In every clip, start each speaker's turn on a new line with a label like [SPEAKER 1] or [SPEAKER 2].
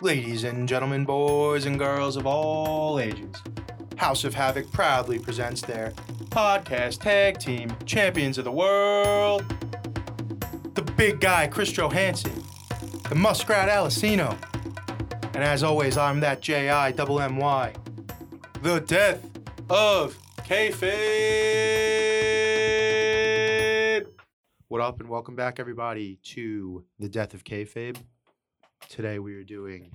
[SPEAKER 1] Ladies and gentlemen, boys and girls of all ages, House of Havoc proudly presents their podcast tag team champions of the world. The big guy, Chris Johansson, the muskrat, Alicino, and as always, I'm that J.I. double M.Y. The death of kayfabe. What up, and welcome back, everybody, to the death of kayfabe. Today we are doing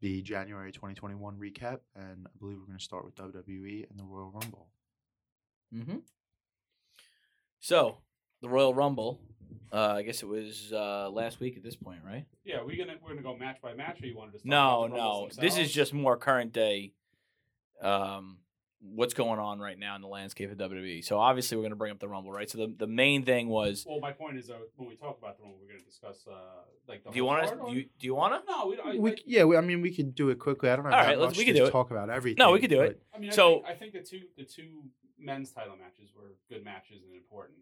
[SPEAKER 1] the January 2021 recap, and I believe we're going to start with WWE and the Royal Rumble.
[SPEAKER 2] Mm-hmm. So the Royal Rumble, uh, I guess it was uh, last week at this point, right?
[SPEAKER 3] Yeah, we gonna we're gonna go match by match, or you wanted to? Start
[SPEAKER 2] No,
[SPEAKER 3] with the
[SPEAKER 2] no.
[SPEAKER 3] Rumbles
[SPEAKER 2] This is
[SPEAKER 3] themselves?
[SPEAKER 2] just more current day. Um, what's going on right now in the landscape of WWE? So obviously we're going to bring up the Rumble, right? So the the main thing was.
[SPEAKER 3] Well, my point is that when we talk about the one, we're gonna discuss uh like the.
[SPEAKER 2] Do you
[SPEAKER 3] whole
[SPEAKER 2] want to?
[SPEAKER 3] card, or-
[SPEAKER 2] Do you, do you want to?
[SPEAKER 3] No, we don't. I,
[SPEAKER 1] We, yeah, we, I mean, we could do it quickly. I don't know
[SPEAKER 2] All
[SPEAKER 1] that
[SPEAKER 2] right,
[SPEAKER 1] much
[SPEAKER 2] let's- we
[SPEAKER 1] to
[SPEAKER 2] can do it.
[SPEAKER 1] talk about everything.
[SPEAKER 2] No, we could do it.
[SPEAKER 3] I mean, I
[SPEAKER 2] So-
[SPEAKER 3] think, I think the two the two men's title matches were good matches and important.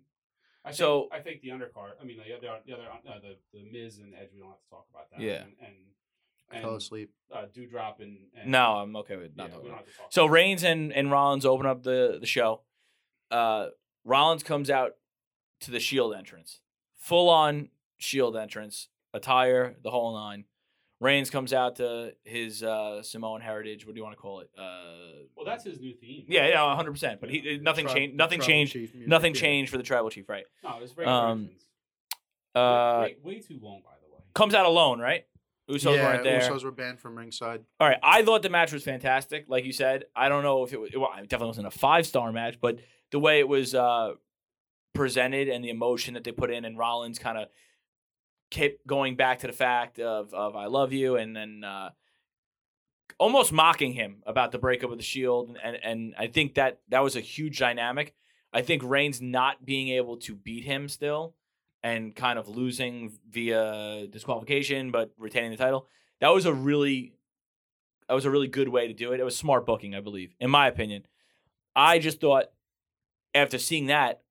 [SPEAKER 3] I think,
[SPEAKER 2] So-
[SPEAKER 3] I think the undercard. I mean, the other the other uh, the the Miz and Edge. We don't have to talk about that.
[SPEAKER 2] Yeah.
[SPEAKER 3] and
[SPEAKER 1] but I
[SPEAKER 3] and,
[SPEAKER 1] fell
[SPEAKER 3] and
[SPEAKER 1] asleep.
[SPEAKER 3] uh, Dewdrop and, and
[SPEAKER 2] No, I'm okay with
[SPEAKER 3] yeah,
[SPEAKER 2] not
[SPEAKER 3] we
[SPEAKER 2] talking
[SPEAKER 3] don't
[SPEAKER 2] about it.
[SPEAKER 3] have to talk
[SPEAKER 2] So
[SPEAKER 3] about
[SPEAKER 2] Reigns and, and Rollins open up the, the show. Uh, Rollins comes out to the Shield entrance, full on Shield entrance, attire, the whole nine. Reigns comes out to his uh, Samoan heritage. What do you want to call it? Uh,
[SPEAKER 3] Well, that's his new theme.
[SPEAKER 2] yeah, yeah, 100. percent But he nothing
[SPEAKER 1] Tri-
[SPEAKER 2] changed. Nothing
[SPEAKER 1] tribal
[SPEAKER 2] changed.
[SPEAKER 1] chief music,
[SPEAKER 2] Nothing
[SPEAKER 1] yeah.
[SPEAKER 2] changed for the tribal chief, right?
[SPEAKER 3] No, it's
[SPEAKER 2] Um,
[SPEAKER 3] um,
[SPEAKER 2] Uh,
[SPEAKER 3] way, way too long, by the way.
[SPEAKER 2] comes out alone, right? Usos
[SPEAKER 1] yeah,
[SPEAKER 2] weren't there.
[SPEAKER 1] Usos were banned from ringside.
[SPEAKER 2] All right, I thought the match was fantastic. Like you said, I don't know if it was. Well, it definitely wasn't a five star match, but the way it was uh, presented and the emotion that they put in, and Rollins kind of kept going back to the fact of of I love you, and then uh, almost mocking him about the breakup of the Shield, and and I think that that was a huge dynamic. I think Reigns not being able to beat him still, and kind of losing via disqualification, but retaining the title. That was a really that was a really good way to do it. It was smart booking, I believe, in my opinion. I just thought after seeing that,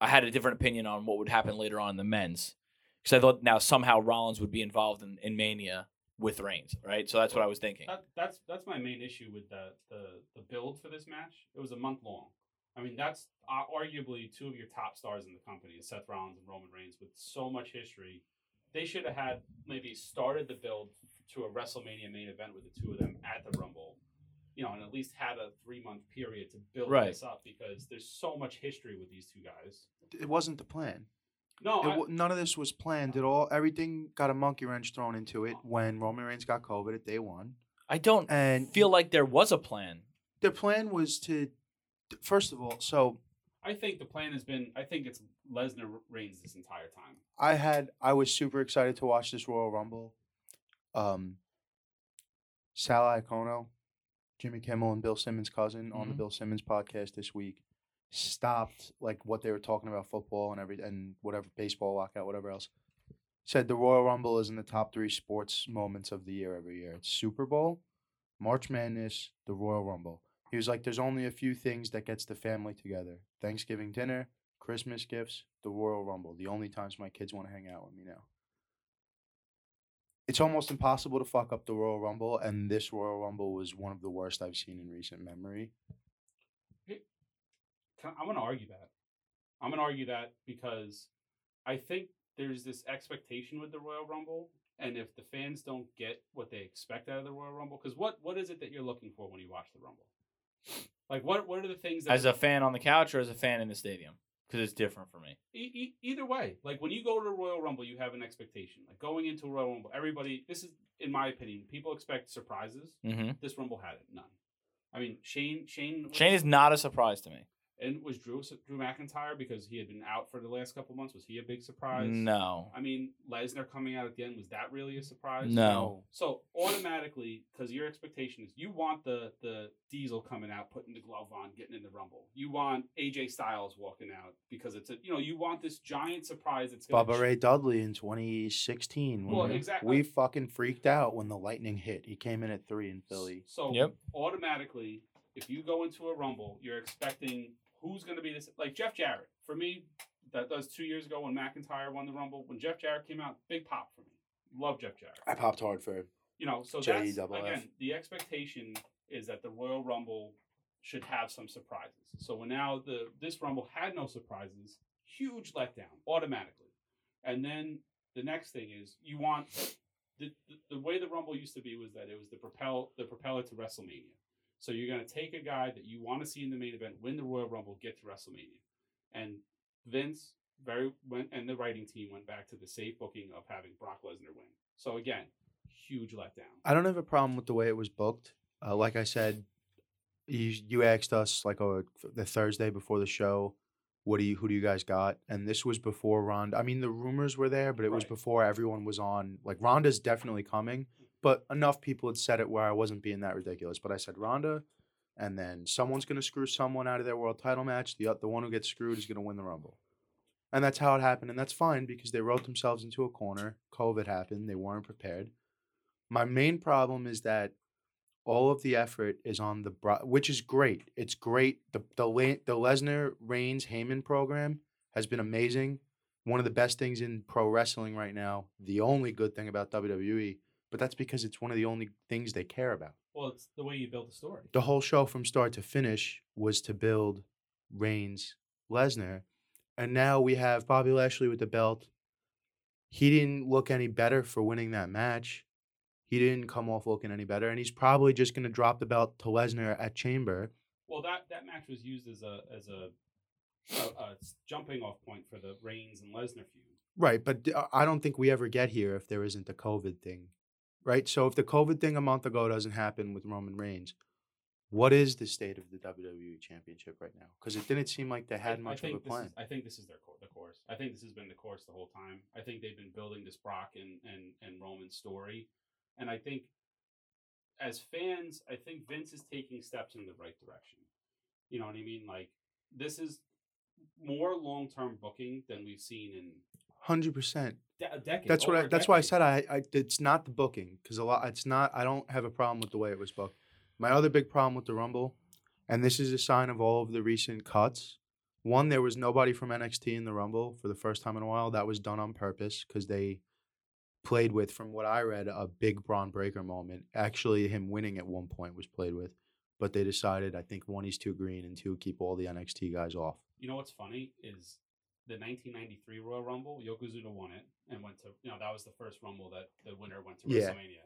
[SPEAKER 2] I had a different opinion on what would happen later on in the men's because I thought now somehow Rollins would be involved in, in Mania with Reigns, right? So that's what I was thinking.
[SPEAKER 3] That, that's that's my main issue with the, the the build for this match. It was a month long. I mean, that's uh, arguably two of your top stars in the company, is Seth Rollins and Roman Reigns, with so much history. They should have had maybe started the build to a WrestleMania main event with the two of them at the Rumble, you know, and at least had a three month period to build
[SPEAKER 2] Right.
[SPEAKER 3] this up because there's so much history with these two guys.
[SPEAKER 1] It wasn't the plan.
[SPEAKER 3] No,
[SPEAKER 1] It
[SPEAKER 3] I-
[SPEAKER 1] wa- none of this was planned at all. Everything got a monkey wrench thrown into it when Roman Reigns got COVID at day one.
[SPEAKER 2] I don't
[SPEAKER 1] And
[SPEAKER 2] feel like there was a plan.
[SPEAKER 1] their plan was to, first of all, so
[SPEAKER 3] I think the plan has been. I think it's Lesnar Reigns this entire time.
[SPEAKER 1] I had I was super excited to watch this Royal Rumble. Um, Sal Iacono, Jimmy Kimmel, and Bill Simmons' cousin on the
[SPEAKER 2] Mhm.
[SPEAKER 1] Bill Simmons podcast this week stopped like what they were talking about football and every and whatever baseball lockout, whatever else. Said the Royal Rumble is in the top three sports moments of the year every year. It's Super Bowl, March Madness, the Royal Rumble. He was like, "There's only a few things that gets the family together: Thanksgiving dinner, Christmas gifts, the Royal Rumble, the only times my kids want to hang out with me now. It's almost impossible to fuck up the Royal Rumble, and this Royal Rumble was one of the worst I've seen in recent memory.
[SPEAKER 3] Can- I'm going to argue that. I'm going to argue that because I think there's this expectation with the Royal Rumble, and if the fans don't get what they expect out of the Royal Rumble, because what what is it that you're looking for when you watch the Rumble? Like what what are the things that
[SPEAKER 2] As a fan on the couch or as a fan in the stadium? Because it's different for me.
[SPEAKER 3] E- e- either way, like when you go to Royal Rumble, you have an expectation. Like going into Royal Rumble, everybody this is in my opinion, people expect surprises.
[SPEAKER 2] Mm-hmm.
[SPEAKER 3] This Rumble had it, none. I mean, Shane Shane
[SPEAKER 2] Shane is not a surprise to me.
[SPEAKER 3] and was Drew Drew McIntyre because he had been out for the last couple months. Was he a big surprise?
[SPEAKER 2] No.
[SPEAKER 3] I mean, Lesnar coming out at the end was that really a surprise?
[SPEAKER 2] No.
[SPEAKER 3] So automatically, because your expectation is you want the the Diesel coming out, putting the glove on, getting in the Rumble. You want AJ Styles walking out because it's a you know you want this giant surprise. That's gonna
[SPEAKER 1] Bubba
[SPEAKER 3] ch-
[SPEAKER 1] Ray Dudley in 2016. when
[SPEAKER 3] Well,
[SPEAKER 1] we-
[SPEAKER 3] exactly.
[SPEAKER 1] We fucking freaked out when the lightning hit. He came in at three in Philly.
[SPEAKER 3] So
[SPEAKER 2] Yep.
[SPEAKER 3] automatically, if you go into a Rumble, you're expecting who's going to be this like Jeff Jarrett. For me, that was two years ago when McIntyre won the Rumble. When Jeff Jarrett came out, big pop for me. Love Jeff Jarrett.
[SPEAKER 1] I popped hard for him.
[SPEAKER 3] You know, so
[SPEAKER 1] J E
[SPEAKER 3] that's
[SPEAKER 1] double F.
[SPEAKER 3] again the expectation is that the Royal Rumble should have some surprises. So when now the this Rumble had no surprises, huge letdown automatically. And then the next thing is you want the, the, the way the Rumble used to be was that it was the propel the propeller to WrestleMania. So you're going to take a guy that you want to see in the main event, win the Royal Rumble, get to WrestleMania, and Vince very went and the writing team went back to the safe booking of having Brock Lesnar win. So again, huge letdown.
[SPEAKER 1] I don't have a problem with the way it was booked. Uh, like I said, you you asked us like uh, the Thursday before the show, what do you who do you guys got? And this was before Ronda. I mean, the rumors were there, but it was
[SPEAKER 3] Right.
[SPEAKER 1] before everyone was on. Like Ronda's definitely coming, but enough people had said it where I wasn't being that ridiculous. But I said Ronda, and then someone's gonna screw someone out of their world title match. The oth- the one who gets screwed is gonna win the Rumble. And that's how it happened, and that's fine because they wrote themselves into a corner. COVID happened; they weren't prepared. My main problem is that all of the effort is on the bro- which is great. It's great. The the Le- the Lesnar Reigns Heyman program has been amazing. One of the best things in pro wrestling right now. The only good thing about WWE, but that's because it's one of the only things they care about.
[SPEAKER 3] Well, it's the way you build the story.
[SPEAKER 1] The whole show from start to finish was to build Reigns Lesnar, and now we have Bobby Lashley with the belt. He didn't look any better for winning that match. He didn't come off looking any better, and he's probably just going to drop the belt to Lesnar at Chamber.
[SPEAKER 3] Well, that that match was used as a as a, a, a jumping off point for the Reigns and Lesnar feud.
[SPEAKER 1] Right, but d- I don't think we ever get here if there isn't the COVID thing, right? So if the COVID thing a month ago doesn't happen with Roman Reigns, what is the state of the WWE Championship right now? Because it didn't seem like they had
[SPEAKER 3] I- I
[SPEAKER 1] much of
[SPEAKER 3] think
[SPEAKER 1] a
[SPEAKER 3] this
[SPEAKER 1] plan.
[SPEAKER 3] Is, I think this is their co- the course. I think this has been the course the whole time. I think they've been building this Brock and and and Roman story, and I think as fans, I think Vince is taking steps in the right direction. You know what I mean? Like this is more long term booking than we've seen in
[SPEAKER 1] Hundred percent.
[SPEAKER 3] de- a decade.
[SPEAKER 1] That's what I.
[SPEAKER 3] over a
[SPEAKER 1] That's why I
[SPEAKER 3] decade.
[SPEAKER 1] said I, I. It's not the booking because a lot. It's not. I don't have a problem with the way it was booked. My other big problem with the Rumble, and this is a sign of all of the recent cuts. One, there was nobody from NXT in the Rumble for the first time in a while. That was done on purpose because they played with, from what I read, a big Braun Breaker moment. Actually, him winning at one point was played with, but they decided I think one he's too green and two keep all the NXT guys off.
[SPEAKER 3] You know what's funny is the 1993 Royal Rumble, Yokozuna won it and went to, you know, that was the first Rumble that the winner went to
[SPEAKER 1] Yeah.
[SPEAKER 3] WrestleMania.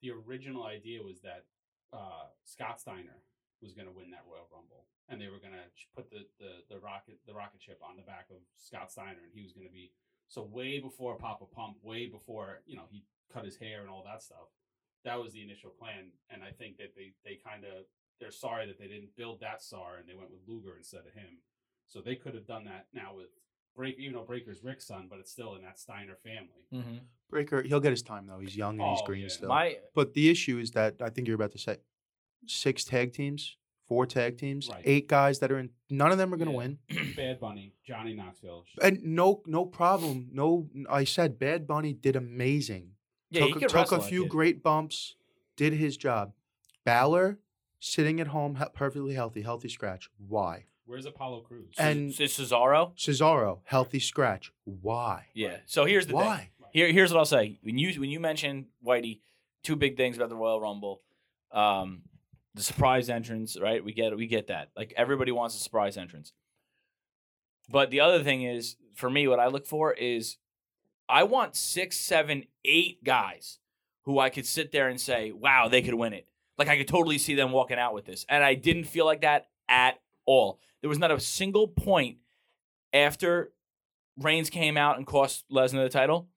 [SPEAKER 3] The original idea was that uh, Scott Steiner was going to win that Royal Rumble and they were going to put the, the, the rocket the rocket ship on the back of Scott Steiner and he was going to be so way before Papa Pump, way before, you know, he cut his hair and all that stuff. That was the initial plan and I think that they they kind of they're sorry that they didn't build that star and they went with Luger instead of him. So they could have done that now with Break, even though Breaker's Rick's son, but it's still in that Steiner family.
[SPEAKER 2] Mm-hmm.
[SPEAKER 1] Breaker, he'll get his time though. He's young and he's
[SPEAKER 3] Oh,
[SPEAKER 1] green
[SPEAKER 3] yeah.
[SPEAKER 1] still.
[SPEAKER 2] My
[SPEAKER 1] But the issue is that I think you're about to say six tag teams, four tag teams,
[SPEAKER 3] Right.
[SPEAKER 1] eight guys that are in. None of them are going to
[SPEAKER 3] Yeah.
[SPEAKER 1] win,
[SPEAKER 3] Bad Bunny, Johnny Knoxville. sh-
[SPEAKER 1] and no, no problem. No, I said Bad Bunny did amazing.
[SPEAKER 2] yeah, he
[SPEAKER 1] took
[SPEAKER 2] could
[SPEAKER 1] took
[SPEAKER 2] wrestle,
[SPEAKER 1] a
[SPEAKER 2] that
[SPEAKER 1] few
[SPEAKER 2] kid.
[SPEAKER 1] great bumps, did his job. Balor sitting at home, he- perfectly healthy, healthy scratch. Why?
[SPEAKER 3] Where's Apollo Cruz?
[SPEAKER 2] Ce-
[SPEAKER 1] and-
[SPEAKER 2] Ce- Cesaro.
[SPEAKER 1] Cesaro healthy scratch. Why?
[SPEAKER 2] Yeah. So here's the thing.
[SPEAKER 1] Why?
[SPEAKER 2] Here, here's what I'll say. When you when you mentioned Whitey, two big things about the Royal Rumble, um, the surprise entrance, right? We get we get that. Like everybody wants a surprise entrance. But the other thing is, for me, what I look for is, I want six, seven, eight guys who I could sit there and say, "Wow, they could win it." Like I could totally see them walking out with this, and I didn't feel like that at all. There was not a single point after Reigns came out and cost Lesnar the title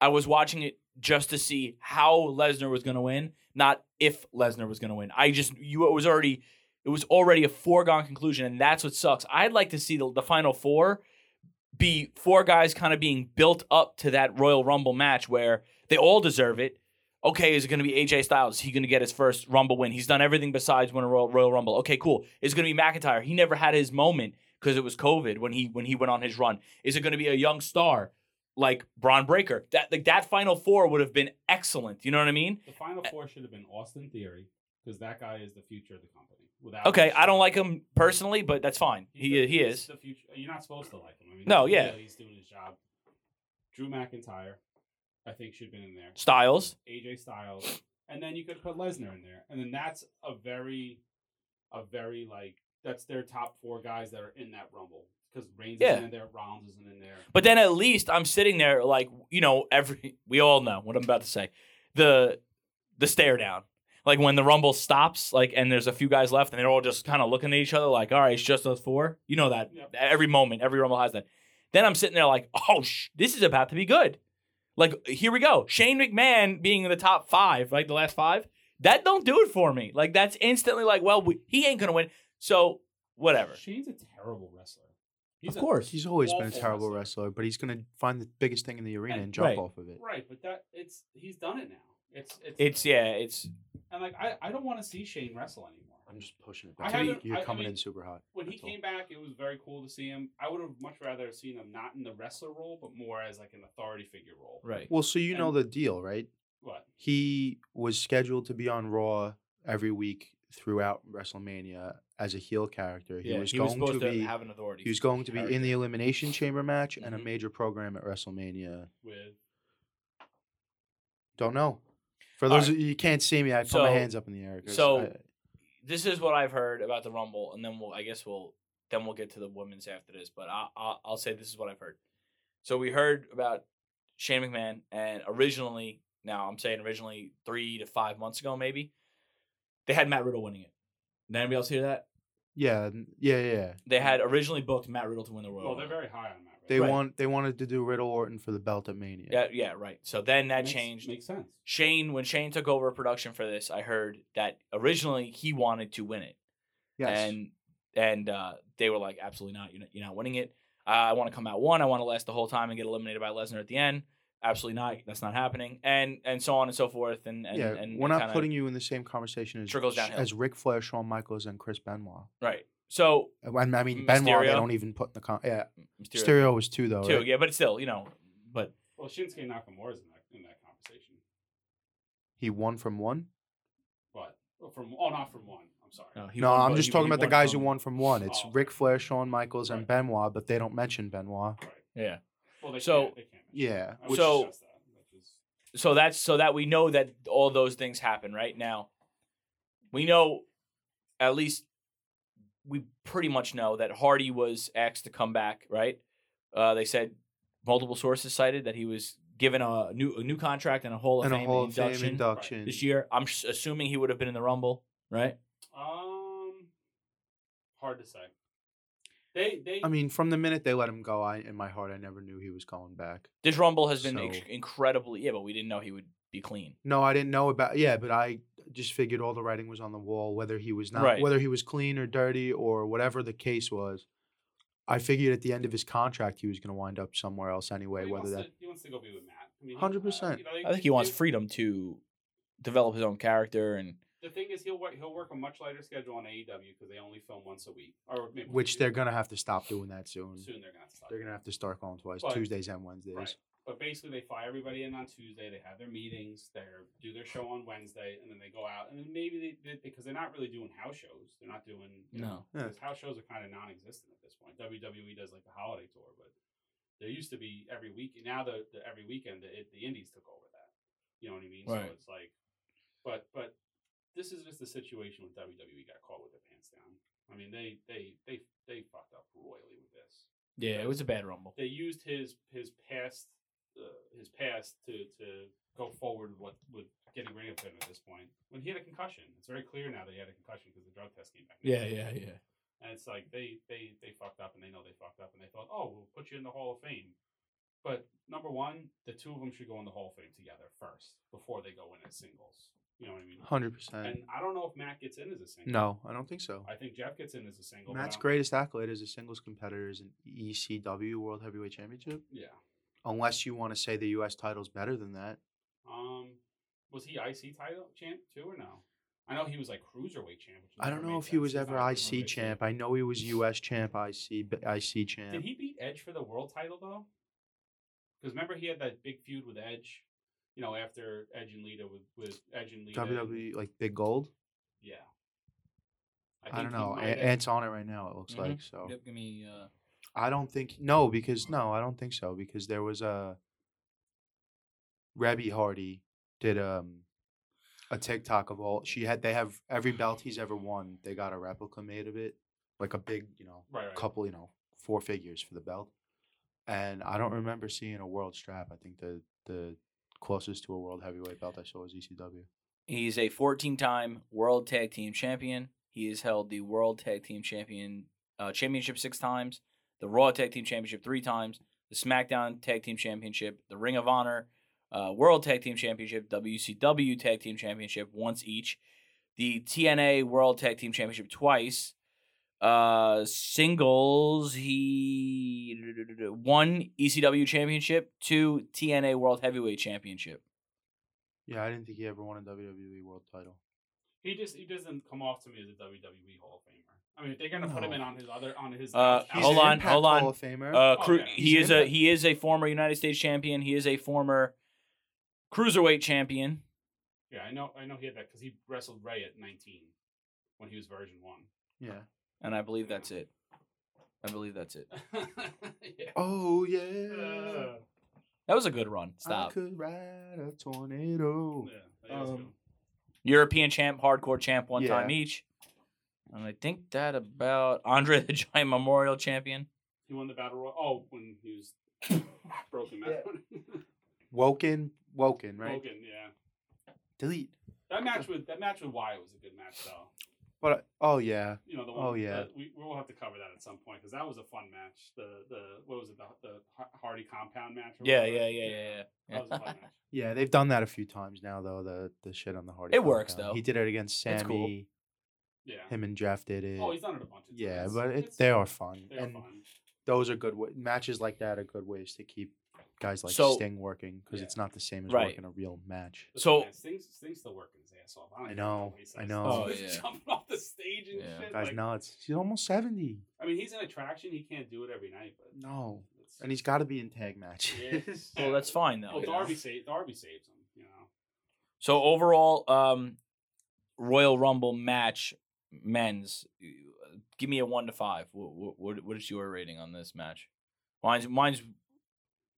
[SPEAKER 2] I was watching it just to see how Lesnar was going to win, not if Lesnar was going to win. I just you it was already it was already a foregone conclusion, and that's what sucks. I'd like to see the, the final four be four guys kind of being built up to that Royal Rumble match where they all deserve it. Okay, is it going to be AJ Styles? Is he going to get his first Rumble win? He's done everything besides win a Royal, Royal Rumble. Okay, cool. Is it going to be McIntyre? He never had his moment because it was COVID when he when he went on his run. Is it going to be a young star like Braun Breaker? That like that Final Four would have been excellent. You know what I mean?
[SPEAKER 3] The final four should have been Austin Theory because that guy is the future of the company. Without
[SPEAKER 2] Okay, I don't like him personally, but that's fine.
[SPEAKER 3] He's
[SPEAKER 2] He
[SPEAKER 3] the-
[SPEAKER 2] he
[SPEAKER 3] he's
[SPEAKER 2] is.
[SPEAKER 3] the future. You're not supposed to like him. I mean,
[SPEAKER 2] No,
[SPEAKER 3] he's-
[SPEAKER 2] yeah.
[SPEAKER 3] he's doing his job. Drew McIntyre, I think should have been in there.
[SPEAKER 2] Styles.
[SPEAKER 3] AJ Styles, and then you could put Lesnar in there, and then that's a very, a very like that's their top four guys that are in that Rumble because Reigns
[SPEAKER 2] Yeah.
[SPEAKER 3] isn't in there, Rollins isn't in there.
[SPEAKER 2] But then at least I'm sitting there like you know every we all know what I'm about to say. The the stare down. Like when the rumble stops like and there's a few guys left and they're all just kind of looking at each other like all right, it's just us four. You know that.
[SPEAKER 3] Yep.
[SPEAKER 2] Every moment, every rumble has that. Then I'm sitting there like, "Oh, sh- this is about to be good." Like here we go. Shane McMahon being in the top 5, like the last 5. That don't do it for me. Like that's instantly like, well, we, he ain't going to win. So, whatever.
[SPEAKER 3] Shane's a terrible wrestler.
[SPEAKER 2] of course.
[SPEAKER 1] He's always been a
[SPEAKER 3] awful
[SPEAKER 1] terrible
[SPEAKER 3] wrestler.
[SPEAKER 1] wrestler, but he's gonna find the biggest thing in the arena
[SPEAKER 3] And-
[SPEAKER 1] and jump
[SPEAKER 2] Right.
[SPEAKER 1] off of it.
[SPEAKER 3] right, but that it's he's done it now. It's it's,
[SPEAKER 2] It's yeah, it's
[SPEAKER 3] and like I, I don't want to see Shane wrestle anymore.
[SPEAKER 1] I'm just pushing it
[SPEAKER 3] I
[SPEAKER 1] back. You,
[SPEAKER 3] haven't- I-
[SPEAKER 1] you're
[SPEAKER 3] I
[SPEAKER 1] coming
[SPEAKER 3] mean,
[SPEAKER 1] in super hot.
[SPEAKER 3] when he
[SPEAKER 1] That's all.
[SPEAKER 3] came back, it was very cool to see him. I would have much rather seen him not in the wrestler role, but more as like an authority figure role.
[SPEAKER 2] right.
[SPEAKER 1] Well, so you know
[SPEAKER 3] and-
[SPEAKER 1] the deal, right?
[SPEAKER 3] What?
[SPEAKER 1] He was scheduled to be on Raw every week throughout WrestleMania as a heel character. He
[SPEAKER 2] yeah,
[SPEAKER 1] was
[SPEAKER 2] he was
[SPEAKER 1] going
[SPEAKER 2] supposed
[SPEAKER 1] to
[SPEAKER 2] to,
[SPEAKER 1] be
[SPEAKER 2] have an authority.
[SPEAKER 1] he was going to be in the elimination chamber match and a
[SPEAKER 2] Mhm.
[SPEAKER 1] major program at WrestleMania.
[SPEAKER 3] With
[SPEAKER 1] Don't know. For
[SPEAKER 2] All
[SPEAKER 1] those
[SPEAKER 2] right.
[SPEAKER 1] of you who can't see me, I put my
[SPEAKER 2] So-
[SPEAKER 1] hands up in the air. 'cause
[SPEAKER 2] so-
[SPEAKER 1] I-
[SPEAKER 2] this is what I've heard about the Rumble, and then we'll I guess we'll then we'll get to the women's after this. But I, I I'll say this is what I've heard. So we heard about Shane McMahon, and originally, now I'm saying originally three to five months ago, maybe they had Matt Riddle winning it. Did anybody else hear that?
[SPEAKER 1] yeah, n- yeah, yeah, yeah.
[SPEAKER 2] They had originally booked Matt Riddle to win the Royal.
[SPEAKER 3] well, they're
[SPEAKER 2] Rumble.
[SPEAKER 3] very high on that. Right?
[SPEAKER 1] They
[SPEAKER 2] Right.
[SPEAKER 1] want they wanted to do Riddle Orton for the belt at Mania.
[SPEAKER 2] yeah, yeah, right. So then that
[SPEAKER 3] Makes-
[SPEAKER 2] changed.
[SPEAKER 3] Makes sense.
[SPEAKER 2] Shane, when Shane took over production for this, I heard that originally he wanted to win it.
[SPEAKER 1] Yes.
[SPEAKER 2] and and uh, they were like, absolutely not. You're not, you're not winning it. Uh, I want to come out one. I want to last the whole time and get eliminated by Lesnar at the end. Absolutely not. That's not happening. And and so on and so forth. And and,
[SPEAKER 1] yeah,
[SPEAKER 2] and
[SPEAKER 1] we're not
[SPEAKER 2] kinda-
[SPEAKER 1] putting you in the same conversation as
[SPEAKER 2] trickles
[SPEAKER 1] Sh-
[SPEAKER 2] downhill.
[SPEAKER 1] as Ric Flair, Shawn Michaels, and Chris Benoit.
[SPEAKER 2] right. So
[SPEAKER 1] Uh, And I mean Benoit, they
[SPEAKER 2] Mysterio.
[SPEAKER 1] don't even put in the con- yeah.
[SPEAKER 2] Mysterio,
[SPEAKER 1] Stereo was two though.
[SPEAKER 2] too.
[SPEAKER 1] right?
[SPEAKER 2] Yeah, but still, you know, but
[SPEAKER 3] Well, Shinsuke Nakamura is in that in that conversation,
[SPEAKER 1] He won from one.
[SPEAKER 3] but well, from oh, not from one. I'm sorry.
[SPEAKER 2] no, uh, he
[SPEAKER 1] no,
[SPEAKER 2] won
[SPEAKER 1] I'm
[SPEAKER 2] both-
[SPEAKER 1] just
[SPEAKER 2] he-
[SPEAKER 1] talking
[SPEAKER 2] he
[SPEAKER 1] about the
[SPEAKER 2] won
[SPEAKER 1] guys
[SPEAKER 2] from-
[SPEAKER 1] who won from one. It's
[SPEAKER 3] Oh.
[SPEAKER 1] Ric Flair, Shawn Michaels, and
[SPEAKER 3] Right.
[SPEAKER 1] Benoit, but they don't mention Benoit.
[SPEAKER 3] Right.
[SPEAKER 2] Yeah.
[SPEAKER 3] Well, they
[SPEAKER 2] So-
[SPEAKER 3] can't, they can't.
[SPEAKER 1] Yeah.
[SPEAKER 3] I would
[SPEAKER 2] So-
[SPEAKER 3] suggest that, which is-
[SPEAKER 2] so that's so that we know that all those things happen right now we know at least we pretty much know that hardy was asked to come back right uh, they said multiple sources cited that he was given a new a new contract and a hall of,
[SPEAKER 1] And a
[SPEAKER 2] fame,
[SPEAKER 1] Hall of Fame
[SPEAKER 2] induction
[SPEAKER 1] induction.
[SPEAKER 2] this year i'm s- assuming he would have been in the rumble right
[SPEAKER 3] um, hard to say. They they.
[SPEAKER 1] I mean, from the minute they let him go, I in my heart I never knew he was going back.
[SPEAKER 2] this rumble has been ex-
[SPEAKER 1] So-
[SPEAKER 2] incredibly yeah but we didn't know he would be clean
[SPEAKER 1] No, I didn't know about yeah, but I just figured all the writing was on the wall, whether he was not
[SPEAKER 2] Right.
[SPEAKER 1] whether he was clean or dirty or whatever the case was. I figured at the end of his contract he was gonna wind up somewhere else anyway,
[SPEAKER 3] he
[SPEAKER 1] whether
[SPEAKER 3] wants
[SPEAKER 1] that
[SPEAKER 3] to, he wants to go be with Matt. I mean, he-
[SPEAKER 1] 100%.
[SPEAKER 3] you know, they-
[SPEAKER 2] i think he wants
[SPEAKER 3] they-
[SPEAKER 2] freedom to develop his own character and
[SPEAKER 3] The thing is, he'll work, he'll work a much lighter schedule on AEW because they only film once a week, or maybe
[SPEAKER 1] which
[SPEAKER 3] they're
[SPEAKER 1] they're gonna have to stop doing that soon.
[SPEAKER 3] soon they're gonna stop.
[SPEAKER 1] They're gonna have to start going twice,
[SPEAKER 3] But-
[SPEAKER 1] Tuesdays and Wednesdays.
[SPEAKER 3] right. But basically, they fly everybody in on Tuesday. They have their meetings. They do their show on Wednesday, and then they go out. And then maybe they, they because they're not really doing house shows. They're not doing you know,
[SPEAKER 2] no
[SPEAKER 1] Yeah.
[SPEAKER 3] Because house shows are kind of non-existent at this point. WWE does like the holiday tour, but there used to be every week. Now the, the every weekend the, it, the indies took over that. You know what I mean?
[SPEAKER 2] Right.
[SPEAKER 3] So it's like, but but this is just the situation with WWE E got caught with their pants down. I mean they they they they fucked up royally with this.
[SPEAKER 2] yeah it was a bad rumble
[SPEAKER 3] They used his his past uh, his past to to go forward with what with getting rid of him at this point. When he had a concussion, it's very clear now that he had a concussion because the drug test came back.
[SPEAKER 2] yeah
[SPEAKER 3] And it's like they they they fucked up and they know they fucked up and they thought, oh, we'll put you in the Hall of Fame. But number one, the two of them should go in the Hall of Fame together first before they go in as singles. You know what I mean?
[SPEAKER 1] Hundred percent.
[SPEAKER 3] And I don't know if Matt gets in as a single.
[SPEAKER 1] No, I don't think so.
[SPEAKER 3] I think Jeff gets in as a single. but
[SPEAKER 1] Matt's
[SPEAKER 3] I'm-
[SPEAKER 1] greatest accolade as a singles competitor is an ECW World Heavyweight Championship.
[SPEAKER 3] Yeah.
[SPEAKER 1] Unless you want to say the U.S. title's better than that.
[SPEAKER 3] Um, was he IC title champ too or no? I know he was like cruiserweight champ. Which
[SPEAKER 1] I
[SPEAKER 3] never
[SPEAKER 1] don't know
[SPEAKER 3] makes
[SPEAKER 1] if he was
[SPEAKER 3] sense. He's
[SPEAKER 1] ever
[SPEAKER 3] not a
[SPEAKER 1] IC
[SPEAKER 3] cruiserweight
[SPEAKER 1] champ. I know he was U.S. champ, IC, b- IC champ.
[SPEAKER 3] Did he beat Edge for the world title though? Because remember he had that big feud with Edge. You know, after Edge and Lita with, with Edge and Lita. and-
[SPEAKER 1] WWE E, like Big Gold.
[SPEAKER 3] Yeah.
[SPEAKER 1] I,
[SPEAKER 3] think
[SPEAKER 1] don't
[SPEAKER 3] he
[SPEAKER 1] know.
[SPEAKER 3] might
[SPEAKER 1] A-
[SPEAKER 3] have- Mm-hmm.
[SPEAKER 1] Ant's on it right now. It looks
[SPEAKER 2] Mhm.
[SPEAKER 1] like so.
[SPEAKER 2] Yep, give me. Uh,
[SPEAKER 1] I don't think no because no, I don't think so because there was a Rebby Hardy did um a TikTok of all she had. They have every belt he's ever won. They got a replica made of it, like a big, you know,
[SPEAKER 3] Right, right.
[SPEAKER 1] couple, you know, four figures for the belt. And I don't remember seeing a world strap. I think the the closest to a world heavyweight belt I saw was E ECW.
[SPEAKER 2] He's a 14-time World Tag Team Champion. He has held the World Tag Team Champion uh, Championship six times, the Raw Tag Team Championship three times, the SmackDown Tag Team Championship, the Ring of Honor, uh, World Tag Team Championship, WCW Tag Team Championship once each, the TNA World Tag Team Championship twice. Uh, singles, he one ECW Championship, two TNA World Heavyweight Championship.
[SPEAKER 1] Yeah, I didn't think he ever won a WWE world title.
[SPEAKER 3] He just he doesn't come off to me as a WWE Hall of Famer. I mean, if they're gonna put him
[SPEAKER 1] No.
[SPEAKER 3] in on his other on his
[SPEAKER 2] Uh,
[SPEAKER 3] out-
[SPEAKER 2] hold
[SPEAKER 1] an
[SPEAKER 2] on,
[SPEAKER 1] Impact
[SPEAKER 2] hold on.
[SPEAKER 1] Hall of Famer.
[SPEAKER 2] Uh,
[SPEAKER 3] Oh,
[SPEAKER 2] cru-
[SPEAKER 3] yeah.
[SPEAKER 2] he is a he is a former United States champion. He is a former cruiserweight champion.
[SPEAKER 3] Yeah, I know I know he had that because he wrestled Ray at 19 when he was version one.
[SPEAKER 1] yeah.
[SPEAKER 2] And I believe that's it. I believe that's it.
[SPEAKER 3] yeah.
[SPEAKER 1] Oh yeah.
[SPEAKER 3] Uh,
[SPEAKER 2] That was a good run.
[SPEAKER 1] I
[SPEAKER 2] Stop.
[SPEAKER 1] could ride a tornado.
[SPEAKER 3] yeah, that is
[SPEAKER 1] Um,
[SPEAKER 3] cool.
[SPEAKER 2] European champ, hardcore champ, one time
[SPEAKER 1] Yeah.
[SPEAKER 2] each. And I think that about Andre the Giant Memorial Champion.
[SPEAKER 3] He won the battle royal. Oh, when he was broken.
[SPEAKER 1] Yeah.
[SPEAKER 3] out.
[SPEAKER 1] Woken, Woken, right?
[SPEAKER 3] Broken. Yeah.
[SPEAKER 1] Delete.
[SPEAKER 3] That match with that match with Wyatt was a good match though.
[SPEAKER 1] But oh yeah,
[SPEAKER 3] You know the one.
[SPEAKER 1] Oh, yeah.
[SPEAKER 3] the- we we will have to cover that at some point because that was a fun match. The the what was it the the Har- Hardy compound match? or
[SPEAKER 2] Yeah,
[SPEAKER 3] whatever?
[SPEAKER 2] yeah, yeah, yeah, yeah.
[SPEAKER 3] That was a fun match.
[SPEAKER 1] yeah. They've done that a few times now though. The the shit on the Hardy.
[SPEAKER 2] It works,
[SPEAKER 1] compound.
[SPEAKER 2] though.
[SPEAKER 1] He did it against Sammy.
[SPEAKER 2] It's cool.
[SPEAKER 3] Yeah.
[SPEAKER 1] Him and Jeff did it.
[SPEAKER 3] Oh, he's done it a bunch of times.
[SPEAKER 1] yeah, but it, they are fun,
[SPEAKER 3] They're
[SPEAKER 1] and
[SPEAKER 3] fun.
[SPEAKER 1] those are good wa- matches like that are good ways to keep guys like
[SPEAKER 2] So-
[SPEAKER 1] Sting working because
[SPEAKER 3] Yeah.
[SPEAKER 1] it's not the same as
[SPEAKER 2] Right.
[SPEAKER 1] working a real match.
[SPEAKER 3] Listen,
[SPEAKER 2] So-
[SPEAKER 3] man, Sting's, Sting's still working his ass off. I, don't
[SPEAKER 1] I
[SPEAKER 3] even
[SPEAKER 1] know,
[SPEAKER 3] what he
[SPEAKER 1] I
[SPEAKER 3] says.
[SPEAKER 1] know.
[SPEAKER 2] Oh,
[SPEAKER 3] He's
[SPEAKER 2] yeah.
[SPEAKER 3] Jumping off the stage and
[SPEAKER 2] Yeah.
[SPEAKER 3] shit.
[SPEAKER 1] Guy's
[SPEAKER 3] like-
[SPEAKER 1] nuts. He's almost seventy.
[SPEAKER 3] I mean, he's an attraction. He can't do it every night. But
[SPEAKER 1] No,
[SPEAKER 3] it's-
[SPEAKER 1] and he's got to be in tag matches.
[SPEAKER 2] Well, that's fine though.
[SPEAKER 3] Well,
[SPEAKER 2] you know?
[SPEAKER 3] Darby, sa- Darby saves him. You know.
[SPEAKER 2] So overall, um, Royal Rumble match men's. uh, Give me a one to five. What what, what is your rating on this match? Mine's mine's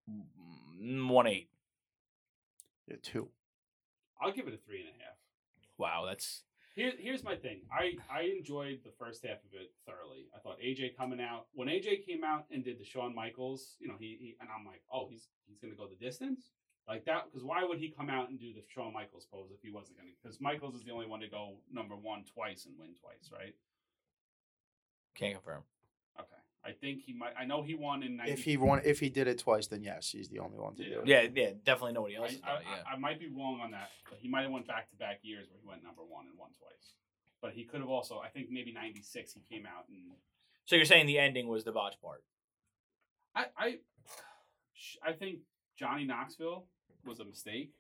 [SPEAKER 2] mm, one eight.
[SPEAKER 1] Yeah, two.
[SPEAKER 3] I'll give it a three and a half.
[SPEAKER 2] Wow, that's
[SPEAKER 3] Here, here's my thing. I, I enjoyed the first half of it thoroughly. I thought AJ coming out when AJ came out and did the Shawn Michaels, you know, he, he and I'm like, oh, he's he's gonna go the distance like that because why would he come out and do the Shawn Michaels pose if he wasn't gonna? Because Michaels is the only one to go number one twice and win twice, right?
[SPEAKER 2] can't confirm.
[SPEAKER 3] Okay, I think he might. I know he won in. 90,
[SPEAKER 1] If he won, if he did it twice, then yes, he's the only one to do it.
[SPEAKER 2] Yeah, yeah, definitely nobody
[SPEAKER 3] I,
[SPEAKER 2] else. Is
[SPEAKER 3] I,
[SPEAKER 2] done it, yeah.
[SPEAKER 3] I, I might be wrong on that, but he might have went back to back years where he went number one and won twice. But he could have also, I think maybe '96 he came out and
[SPEAKER 2] So you're saying the ending was the botch part?
[SPEAKER 3] I, I, sh- I think Johnny Knoxville was a mistake.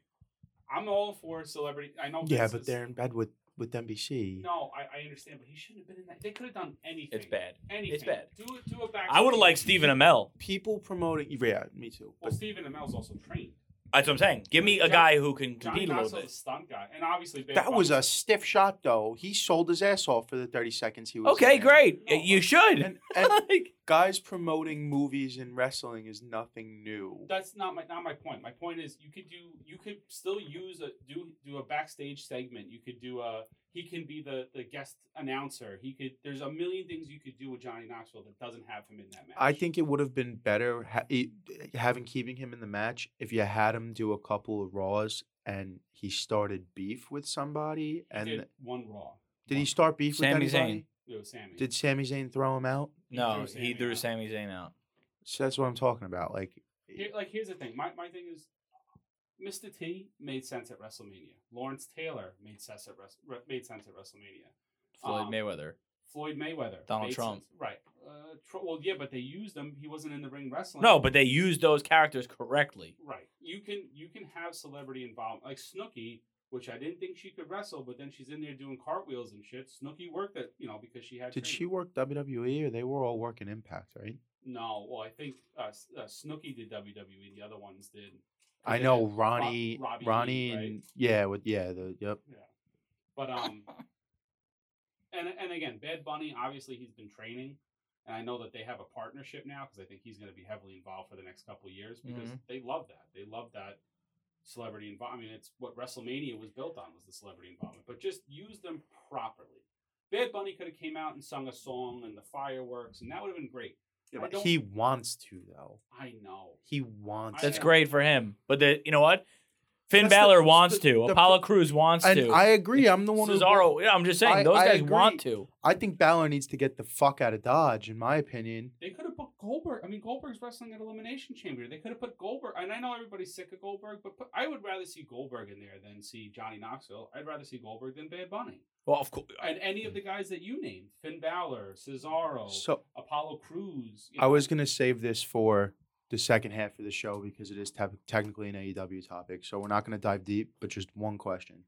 [SPEAKER 3] I'm all for celebrity. I know.
[SPEAKER 1] Yeah,
[SPEAKER 3] this
[SPEAKER 1] but
[SPEAKER 3] is-
[SPEAKER 1] they're in bed with with NBC.
[SPEAKER 3] No, I, I understand, but he shouldn't have been in that. They could have done anything.
[SPEAKER 2] It's bad.
[SPEAKER 3] Anything.
[SPEAKER 2] bad.
[SPEAKER 3] Do it. Do a back.
[SPEAKER 2] I would have liked Stephen Amell.
[SPEAKER 1] People promoting. Yeah, me too.
[SPEAKER 3] Well,
[SPEAKER 1] But
[SPEAKER 3] Stephen Amell's also trained.
[SPEAKER 2] That's what I'm saying. Give me a
[SPEAKER 3] Johnny-
[SPEAKER 2] guy who can
[SPEAKER 3] Johnny
[SPEAKER 2] compete a little
[SPEAKER 3] Knoxville's a
[SPEAKER 2] bit.
[SPEAKER 3] stunt guy, and obviously Bad
[SPEAKER 1] that was
[SPEAKER 3] Bunny-
[SPEAKER 1] a stiff shot, though. He sold his ass off for the thirty seconds he was.
[SPEAKER 2] Okay,
[SPEAKER 1] in.
[SPEAKER 2] great.
[SPEAKER 3] No, uh,
[SPEAKER 2] you should.
[SPEAKER 1] And, and
[SPEAKER 2] Like-
[SPEAKER 1] guys promoting movies and wrestling is nothing new.
[SPEAKER 3] That's not my not my point. My point is you could do you could still use a do do a backstage segment. You could do a he can be the the guest announcer. He could there's a million things you could do with Johnny Knoxville that doesn't have him in that match.
[SPEAKER 1] I think it would have been better ha- e- having keeping him in the match if you had him do a couple of Raws and he started beef with somebody.
[SPEAKER 3] He
[SPEAKER 1] And
[SPEAKER 3] did one Raw.
[SPEAKER 1] did he start beef
[SPEAKER 2] Sami
[SPEAKER 1] with anybody?
[SPEAKER 3] It was Sammy.
[SPEAKER 1] Did Sami Zayn throw him out?
[SPEAKER 2] no,
[SPEAKER 3] threw
[SPEAKER 2] he
[SPEAKER 3] Sami
[SPEAKER 2] threw
[SPEAKER 3] out.
[SPEAKER 2] Sami Zayn out.
[SPEAKER 1] So that's what I'm talking about. Like,
[SPEAKER 3] Here- like here's the thing. My my thing is, Mr. T made sense at WrestleMania. Lawrence Taylor made sense at Wres- re- made sense at WrestleMania.
[SPEAKER 2] Floyd
[SPEAKER 3] Um,
[SPEAKER 2] Mayweather.
[SPEAKER 3] Floyd Mayweather.
[SPEAKER 2] Donald
[SPEAKER 3] made
[SPEAKER 2] Trump.
[SPEAKER 3] sense- Right. Uh, tr- well, yeah, but they used him. He wasn't in the ring wrestling.
[SPEAKER 2] No, but they used those characters correctly.
[SPEAKER 3] Right. You can you can have celebrity involvement like Snooki, which I didn't think she could wrestle, but then she's in there doing cartwheels and shit. Snooki worked at you know because she had.
[SPEAKER 1] did
[SPEAKER 3] training.
[SPEAKER 1] she work
[SPEAKER 4] E
[SPEAKER 1] WWE or they were all working Impact, right?
[SPEAKER 3] No. Well, I think uh, S- uh, Snooki did WWE. The other ones did.
[SPEAKER 1] I
[SPEAKER 3] They
[SPEAKER 1] know
[SPEAKER 3] did Ro-
[SPEAKER 1] Ronnie,
[SPEAKER 3] Robbie E,
[SPEAKER 1] Ronnie,
[SPEAKER 3] right?
[SPEAKER 1] and yeah, with yeah, the yep.
[SPEAKER 3] But um, and and again, Bad Bunny obviously he's been training, and I know that they have a
[SPEAKER 4] Mm-hmm.
[SPEAKER 3] partnership now because I think he's going to be heavily involved for the next couple years because they love that they love that celebrity involvement. I mean, it's what WrestleMania was built on was the celebrity involvement, but just use them properly. Bad Bunny could have came out and sung a song and the fireworks, and that would have been great.
[SPEAKER 4] Yeah,
[SPEAKER 3] I
[SPEAKER 4] but
[SPEAKER 3] don't-
[SPEAKER 4] he wants to though.
[SPEAKER 3] I know.
[SPEAKER 4] He wants.
[SPEAKER 2] That's
[SPEAKER 4] to.
[SPEAKER 2] great for him. But the, you know what? Finn
[SPEAKER 4] That's the-
[SPEAKER 2] Balor wants
[SPEAKER 4] the-
[SPEAKER 2] to.
[SPEAKER 4] the
[SPEAKER 2] Apollo
[SPEAKER 4] pro-
[SPEAKER 2] Cruz wants
[SPEAKER 4] And
[SPEAKER 2] to.
[SPEAKER 4] I agree. I'm the one who brought-
[SPEAKER 2] Cesaro. Yeah, I'm just saying
[SPEAKER 4] I-
[SPEAKER 2] those
[SPEAKER 4] I
[SPEAKER 2] guys
[SPEAKER 4] agree.
[SPEAKER 2] want to.
[SPEAKER 4] I think Balor needs to get the fuck out of Dodge, in my opinion.
[SPEAKER 3] They could have put Goldberg. I mean, Goldberg's wrestling at Elimination Chamber. They could have put Goldberg, and I know everybody's sick of Goldberg, but put, I would rather see Goldberg in there than see Johnny Knoxville. I'd rather see Goldberg than Bad Bunny.
[SPEAKER 2] Well, of course.
[SPEAKER 3] And any of the guys that you named Finn Balor, Cesaro,
[SPEAKER 4] So
[SPEAKER 3] Apollo Cruz. you
[SPEAKER 4] I
[SPEAKER 3] know.
[SPEAKER 4] was gonna save this for the second half of the show because it is te- technically an AEW topic, so we're not gonna dive deep. But just one question: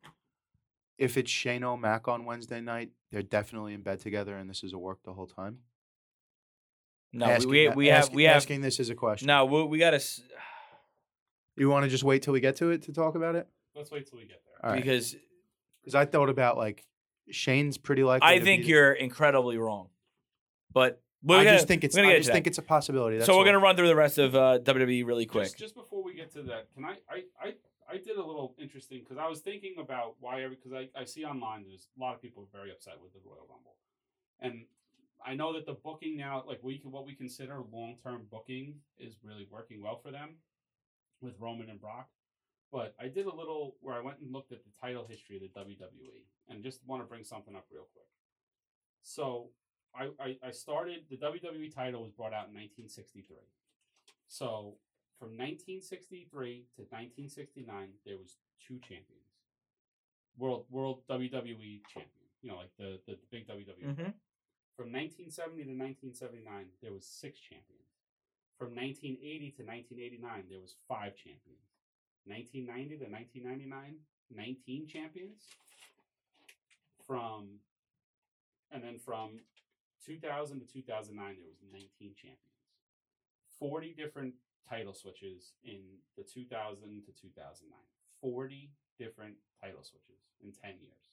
[SPEAKER 4] If it's Shane O'Mac on Wednesday night, they're definitely in bed together, and this is a work the whole time.
[SPEAKER 2] No,
[SPEAKER 4] Asking
[SPEAKER 2] we,
[SPEAKER 4] that-
[SPEAKER 2] we have
[SPEAKER 4] ask-
[SPEAKER 2] we have
[SPEAKER 4] asking this as a question.
[SPEAKER 2] no. We, we gotta s-
[SPEAKER 4] You want to just wait till we get to it to talk about it?
[SPEAKER 3] Let's wait till we get there.
[SPEAKER 4] All right.
[SPEAKER 2] because
[SPEAKER 4] Because I thought about like Shane's pretty likely.
[SPEAKER 2] I
[SPEAKER 4] to
[SPEAKER 2] think
[SPEAKER 4] be-
[SPEAKER 2] you're incredibly wrong. But we're
[SPEAKER 4] I
[SPEAKER 2] gonna,
[SPEAKER 4] just think it's.
[SPEAKER 2] we're gonna
[SPEAKER 4] I
[SPEAKER 2] get
[SPEAKER 4] just
[SPEAKER 2] to
[SPEAKER 4] think
[SPEAKER 2] that.
[SPEAKER 4] it's a possibility. That's
[SPEAKER 2] so we're
[SPEAKER 4] all.
[SPEAKER 2] gonna run through the rest of uh, WWE really quick.
[SPEAKER 3] Just, just before we get to that, can I? I I, I did a little interesting because I was thinking about why every because I, I see online there's a lot of people very upset with the Royal Rumble, and I know that the booking now, like we can, what we consider long term booking, is really working well for them with Roman and Brock. But I did a little where I went and looked at the title history of the WWE, and just want to bring something up real quick. So I, I, I started the WWE title was brought out in 1963. So from 1963 to 1969, there was two champions, world world WWE champion. You know, like the the, big WWE.
[SPEAKER 2] Mhm.
[SPEAKER 3] From 1970 to 1979, there was six champions. From 1980 to 1989, there was five champions. 1990 to 1999, 19 champions. From and then from 2000 to 2009, there was 19 champions, 40 different title switches in the 2000 to 2009, 40 different title switches in 10 years.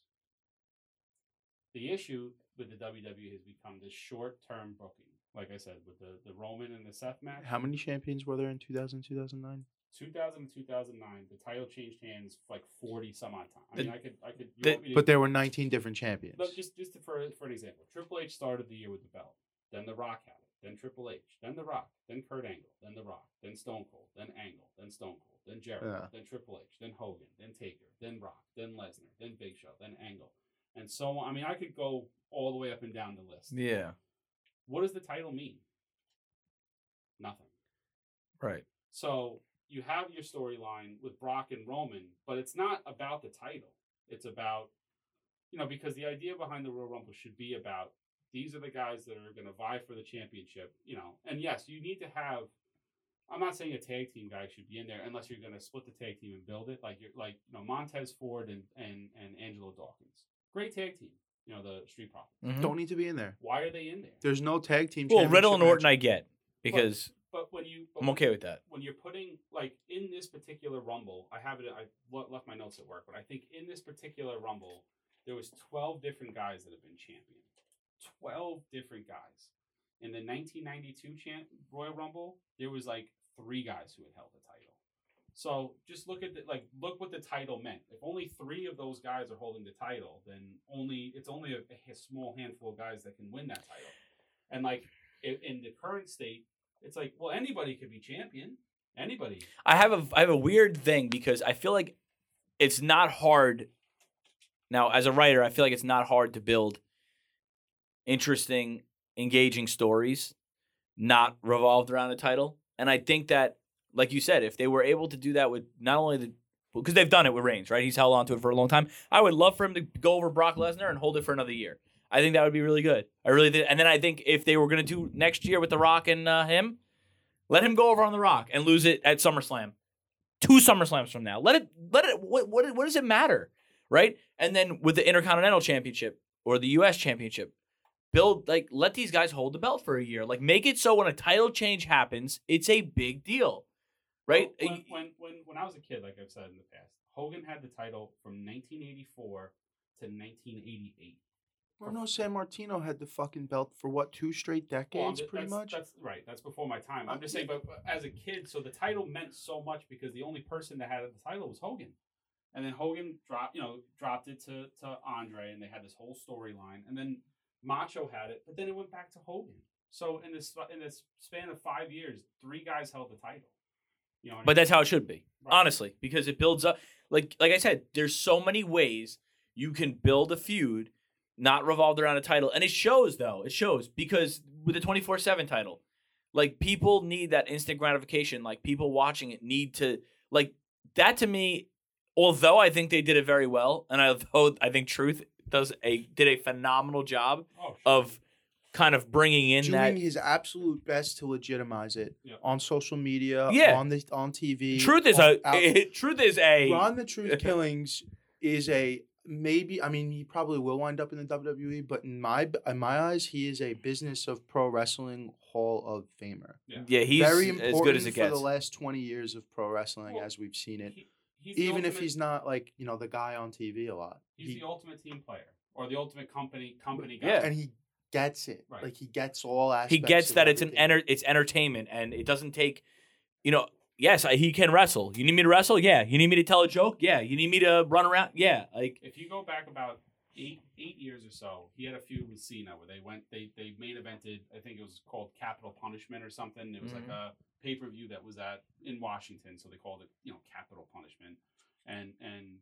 [SPEAKER 3] The issue with the WWE has become this short-term booking. Like I said, with the, the Roman and the Seth match,
[SPEAKER 4] How many champions were there in 2000, 2009?
[SPEAKER 3] 2000 to 2009, the title changed hands like 40 some odd time. I
[SPEAKER 2] The-
[SPEAKER 3] mean, I could, I could. you
[SPEAKER 2] the-
[SPEAKER 3] want me to-
[SPEAKER 4] But there were 19 different champions.
[SPEAKER 3] Look, just just for for an example, Triple H started the year with the belt. Then The Rock had it. Then Triple H. Then The Rock. Then Kurt Angle. Then The Rock. Then Stone Cold. Then Angle. Then Stone Cold. Then Jericho.
[SPEAKER 4] Yeah.
[SPEAKER 3] Then Triple H. Then Hogan. Then Taker. Then Rock. Then Lesnar. Then Big Show. Then Angle. And so on. I mean, I could go all the way up and down the list.
[SPEAKER 2] Yeah.
[SPEAKER 3] What does the title mean? Nothing.
[SPEAKER 2] Right.
[SPEAKER 3] So you have your storyline with Brock and Roman, but it's not about the title. It's about, you know, because the idea behind the Royal Rumble should be about these are the guys that are going to vie for the championship, you know. And yes, you need to have. I'm not saying a tag team guy should be in there unless you're going to split the tag team and build it, like you're like you know Montez Ford and and and Angelo Dawkins, great tag team. You know the Street Profits.
[SPEAKER 2] Mhm.
[SPEAKER 4] Don't need to be in there.
[SPEAKER 3] Why are they in there?
[SPEAKER 4] There's no tag team.
[SPEAKER 2] Well, Riddle and
[SPEAKER 4] championship
[SPEAKER 2] Orton, I get because
[SPEAKER 3] but when you but
[SPEAKER 2] I'm
[SPEAKER 3] when-
[SPEAKER 2] okay with that.
[SPEAKER 3] when you're putting like in this particular rumble i have it i le- left my notes at work but i think in this particular rumble there was 12 different guys that have been champion 12 different guys in the 1992 champ royal rumble there was like three guys who had held the title so just look at the, like look what the title meant if only three of those guys are holding the title then only it's only a, a small handful of guys that can win that title and like in, in the current state it's like well anybody could be champion anybody
[SPEAKER 2] I have a I have a weird thing because I feel like it's not hard. Now, as a writer, I feel like it's not hard to build interesting, engaging stories not revolved around a title. And I think that, like you said, if they were able to do that with not only the because they've done it with Reigns, right? He's held on to it for a long time. I would love for him to go over Brock Lesnar and hold it for another year. I think that would be really good. I really think, and then I think if they were going to do next year with The Rock and uh, him, let him go over on The Rock and lose it at SummerSlam. Two SummerSlams from now. Let it let it what what, what does it matter? Right? And then with the Intercontinental Championship or the US Championship, build like let these guys hold the belt for a year. Like make it so when a title change happens, it's a big deal. Right? uh,
[SPEAKER 3] Well, when, when when when i was a kid like i've said in the past hogan had the title from 1984 to 1988
[SPEAKER 1] Bruno San Martino had the fucking belt for what two straight
[SPEAKER 3] Well,
[SPEAKER 1] decades,
[SPEAKER 3] th-
[SPEAKER 1] pretty
[SPEAKER 3] that's-
[SPEAKER 1] much.
[SPEAKER 3] That's right. That's before my time.
[SPEAKER 1] Uh,
[SPEAKER 3] I'm just saying, but but as a kid, so the title meant so much because the only person that had the title was Hogan, and then Hogan dropped, you know, dropped it to to Andre, and they had this whole storyline, and then Macho had it, but then it went back to Hogan. So in this in this span of five years, three guys held the title. You know, what I
[SPEAKER 2] But
[SPEAKER 3] mean?
[SPEAKER 2] that's how it should be,
[SPEAKER 3] Right.
[SPEAKER 2] honestly, because it builds up. Like like I said, there's so many ways you can build a feud, not revolved around a title, and it shows though. It shows because with the 24 seven title, like people need that instant gratification. Like people watching it need to like that to me. Although I think they did it very well, and although I think Truth does a did a phenomenal job
[SPEAKER 3] oh, sure.
[SPEAKER 2] of kind of bringing in
[SPEAKER 1] doing
[SPEAKER 2] that
[SPEAKER 1] his absolute best to legitimize it
[SPEAKER 3] Yeah.
[SPEAKER 1] on social media,
[SPEAKER 2] Yeah.
[SPEAKER 1] on the on TV.
[SPEAKER 2] truth is uh,
[SPEAKER 1] on
[SPEAKER 2] a truth is a
[SPEAKER 1] Ron the Truth Killings is a maybe. I mean, he probably will wind up in the WWE, but in my in my eyes, he is a business of pro wrestling Hall of Famer.
[SPEAKER 2] yeah he's
[SPEAKER 1] Very important
[SPEAKER 2] as good as it
[SPEAKER 1] for
[SPEAKER 2] gets.
[SPEAKER 1] the last twenty years of pro wrestling,
[SPEAKER 3] Well,
[SPEAKER 1] as we've seen it.
[SPEAKER 3] He- he's the
[SPEAKER 1] Even if
[SPEAKER 3] ultimate-
[SPEAKER 1] he's not like you know the guy on TV a lot,
[SPEAKER 3] he's
[SPEAKER 1] He-
[SPEAKER 3] the ultimate team player or the ultimate company company guy.
[SPEAKER 2] Yeah.
[SPEAKER 1] and he gets it.
[SPEAKER 3] Right.
[SPEAKER 1] Like he gets all aspects.
[SPEAKER 2] he gets
[SPEAKER 1] of
[SPEAKER 2] that it's an
[SPEAKER 1] everything.
[SPEAKER 2] enter- it's entertainment and it doesn't take you know yes I, he can wrestle you need me to wrestle yeah you need me to tell a joke yeah you need me to run around yeah like
[SPEAKER 3] if you go back about eight eight years or so, he had a feud with Cena where they went they they main evented. I think it was called Capital Punishment or something. It was
[SPEAKER 2] Mhm.
[SPEAKER 3] like a pay per view that was at in Washington, so they called it you know Capital Punishment, and and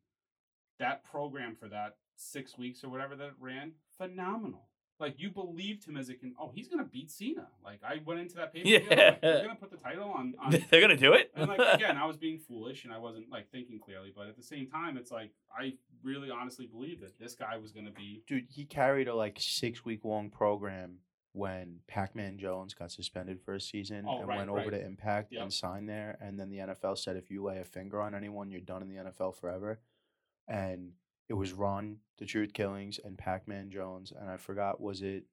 [SPEAKER 3] that program for that six weeks or whatever that it ran phenomenal. Like you believed him as a can. Oh, he's gonna beat Cena. Like I went into that pay per view.
[SPEAKER 2] Yeah.
[SPEAKER 3] Like, They're gonna put the title on. on
[SPEAKER 2] they're gonna do it
[SPEAKER 3] and like again, I was being foolish and I wasn't like thinking clearly, but at the same time, it's like I really honestly believe that this guy was gonna be
[SPEAKER 1] dude, he carried a like six week long program when Pac Man Jones got suspended for a season
[SPEAKER 3] Oh,
[SPEAKER 1] and
[SPEAKER 3] right,
[SPEAKER 1] went over
[SPEAKER 3] right.
[SPEAKER 1] to Impact
[SPEAKER 3] Yep.
[SPEAKER 1] and signed there. And then the NFL said, if you lay a finger on anyone, you're done in the NFL forever. And it was Ron, the Truth Killings, and Pac Man Jones. And I forgot, was it,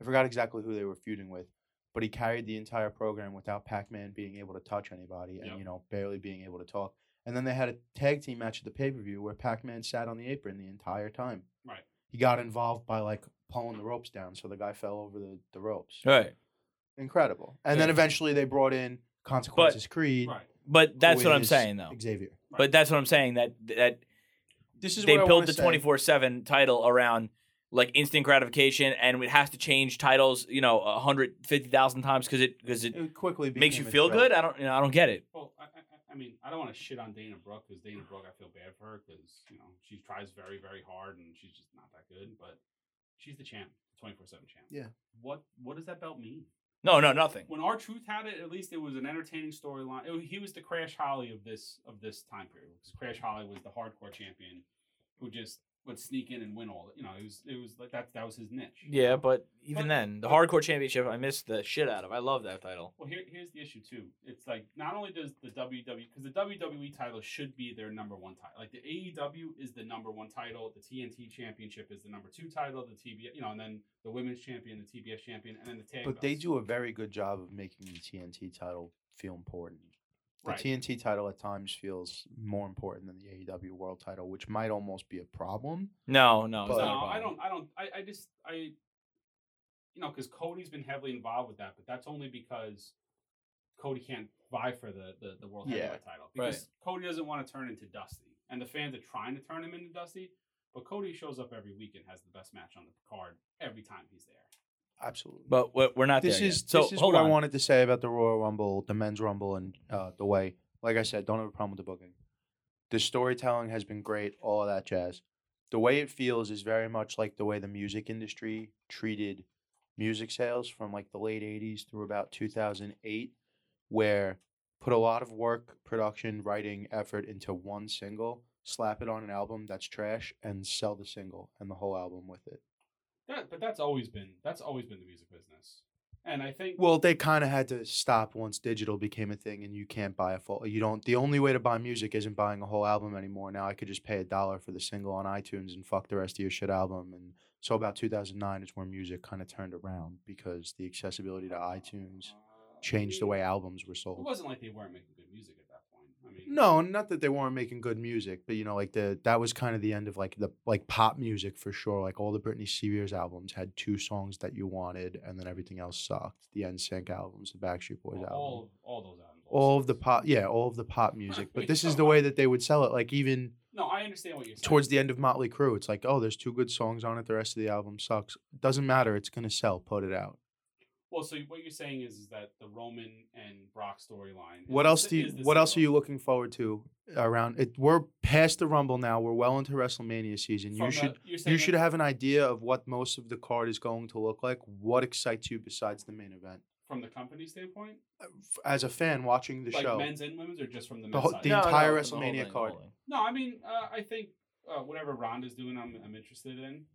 [SPEAKER 1] I forgot exactly who they were feuding with. But he carried the entire program without Pac Man being able to touch anybody and,
[SPEAKER 3] Yep.
[SPEAKER 1] you know, barely being able to talk. And then they had a tag team match at the pay per view where Pac Man sat on the apron the entire time
[SPEAKER 3] right.
[SPEAKER 1] he got involved by like pulling the ropes down so the guy fell over the, the ropes
[SPEAKER 2] right
[SPEAKER 1] incredible and then
[SPEAKER 2] Yeah.
[SPEAKER 1] eventually they brought in consequences creed
[SPEAKER 3] Right.
[SPEAKER 2] but that's what i'm
[SPEAKER 1] with
[SPEAKER 2] saying though
[SPEAKER 1] xavier
[SPEAKER 2] but that's what i'm saying that that
[SPEAKER 1] this is
[SPEAKER 2] they
[SPEAKER 1] what I
[SPEAKER 2] build
[SPEAKER 1] wanna
[SPEAKER 2] the
[SPEAKER 1] say.
[SPEAKER 2] 24-7 title around like instant gratification and it has to change titles you know 150000 times because it because it
[SPEAKER 1] it quickly
[SPEAKER 2] makes you
[SPEAKER 1] became a
[SPEAKER 2] feel
[SPEAKER 1] trope.
[SPEAKER 2] good i don't you know i don't get it
[SPEAKER 3] Well, I, I- I, I mean, I don't want to shit on Dana Brooke because Dana Brooke, I feel bad for her because you know she tries very, very hard and she's just not that good. But she's the champ, twenty four seven champ.
[SPEAKER 1] Yeah.
[SPEAKER 3] What What does that belt mean?
[SPEAKER 2] no no nothing
[SPEAKER 3] When our truth had it, at least it was an entertaining storyline. It wa- He was the Crash Holly of this of this time period because Crash Holly was the hardcore champion who just would sneak in and win all. You know, it was it was like that. That was his niche.
[SPEAKER 2] Yeah, but even
[SPEAKER 3] But-
[SPEAKER 2] then, the
[SPEAKER 3] but-
[SPEAKER 2] hardcore championship, I missed the shit out of. I love that title.
[SPEAKER 3] Well, here, here's the issue too. It's like not only does the WWE because the WWE title should be their number one title. Like the AEW is the number one title, the TNT Championship is the number two title, the TBS, you know, and then the Women's Champion, the TBS Champion, and then the tag.
[SPEAKER 1] but they
[SPEAKER 3] belts.
[SPEAKER 1] do a very good job of making the tnt title feel important the
[SPEAKER 3] Right.
[SPEAKER 1] tnt title at times feels more important than the aew world title which might almost be a problem
[SPEAKER 2] No, no, it's
[SPEAKER 1] But-
[SPEAKER 2] not a
[SPEAKER 3] No, I
[SPEAKER 2] problem.
[SPEAKER 3] don't. I don't. I, I just I, you know, because Cody's been heavily involved with that, but that's only because Cody can't vie for the the, the world
[SPEAKER 1] Yeah.
[SPEAKER 3] heavyweight title because Cody doesn't want to turn into Dusty, and the fans are trying to turn him into Dusty. But Cody shows up every week and has the best match on the card every time he's there.
[SPEAKER 1] absolutely
[SPEAKER 2] But we're- we're not
[SPEAKER 1] this
[SPEAKER 2] there.
[SPEAKER 1] is
[SPEAKER 2] yet. So
[SPEAKER 1] this is
[SPEAKER 2] hold
[SPEAKER 1] what
[SPEAKER 2] on.
[SPEAKER 1] I wanted to say about the Royal Rumble, the men's rumble, and uh, the way. Like I said, don't have a problem with the booking. The storytelling has been great, all of that jazz. The way it feels is very much like the way the music industry treated music sales from like the late '80s through about 2008, where put a lot of work, production, writing, effort into one single, slap it on an album that's trash, and sell the single and the whole album with it.
[SPEAKER 3] That, but that's always been that's always been the music business, and I think
[SPEAKER 1] Well, they kind of had to stop once digital became a thing, and you can't buy a full. You don't. The only way to buy music isn't buying a whole album anymore. Now I could just pay a dollar for the single on iTunes and fuck the rest of your shit album. And so about 2009 is where music kind of turned around because the accessibility to iTunes
[SPEAKER 3] Uh,
[SPEAKER 1] changed the
[SPEAKER 3] I mean,
[SPEAKER 1] way albums were
[SPEAKER 3] It
[SPEAKER 1] sold.
[SPEAKER 3] wasn't like they weren't making good music at that point. I mean,
[SPEAKER 1] No, not that they weren't making good music, but you know, like the that was kind of the end of like the like pop music for sure. Like all the Britney Spears albums had two songs that you wanted, and then everything else sucked. The NSYNC albums, the Backstreet Boys album,
[SPEAKER 3] all of, all those albums.
[SPEAKER 1] all of
[SPEAKER 3] songs.
[SPEAKER 1] the pop, yeah, all of the pop music. But
[SPEAKER 3] Wait,
[SPEAKER 1] this is
[SPEAKER 3] so
[SPEAKER 1] the
[SPEAKER 3] I-
[SPEAKER 1] way that they would sell it. Like even
[SPEAKER 3] No, I understand what you're saying.
[SPEAKER 1] towards the end of Motley Crue, it's like, oh, there's two good songs on it. The rest of the album sucks. Doesn't matter. It's gonna sell. Put it out.
[SPEAKER 3] Well, so what you're saying is, is that the Roman and Brock storyline. is
[SPEAKER 1] What
[SPEAKER 3] the
[SPEAKER 1] else
[SPEAKER 3] si-
[SPEAKER 1] do you,
[SPEAKER 3] is the
[SPEAKER 1] What else are
[SPEAKER 3] sequel.
[SPEAKER 1] you looking forward to around? It we're past the Rumble now. We're well into WrestleMania season.
[SPEAKER 3] From
[SPEAKER 1] you
[SPEAKER 3] the-
[SPEAKER 1] should.
[SPEAKER 3] you're saying
[SPEAKER 1] You
[SPEAKER 3] that-
[SPEAKER 1] should have an idea of what most of the card is going to look like. What excites you besides the main event?
[SPEAKER 3] from the company standpoint,
[SPEAKER 1] F- As a fan watching the
[SPEAKER 3] like
[SPEAKER 1] show,
[SPEAKER 3] men's and women's, or just from the
[SPEAKER 1] The
[SPEAKER 3] men's
[SPEAKER 1] whole-
[SPEAKER 3] side.
[SPEAKER 1] the
[SPEAKER 2] No, no,
[SPEAKER 1] entire
[SPEAKER 2] the whole
[SPEAKER 1] WrestleMania
[SPEAKER 2] thing, the whole
[SPEAKER 1] card.
[SPEAKER 2] thing.
[SPEAKER 3] No, I mean, uh, I think uh, whatever Ronda's doing, I'm, I'm interested in.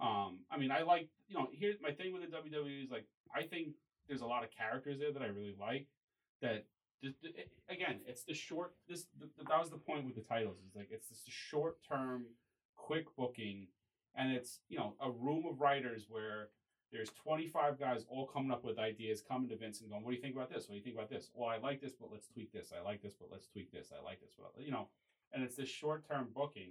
[SPEAKER 3] Um, I mean, I like, you know, here's my thing with the WWE is like, I think there's a lot of characters there that I really like. That th- th- it- again, it's the short. This th- th- that was the point with the titles. It's like it's this short term, quick booking, and it's you know a room of writers where there's 25 guys all coming up with ideas, coming to Vince and going, "What do you think about this? What do you think about this? Well, I like this, but let's tweak this. I like this, but let's tweak this. I like this, but you know." and it's this short-term booking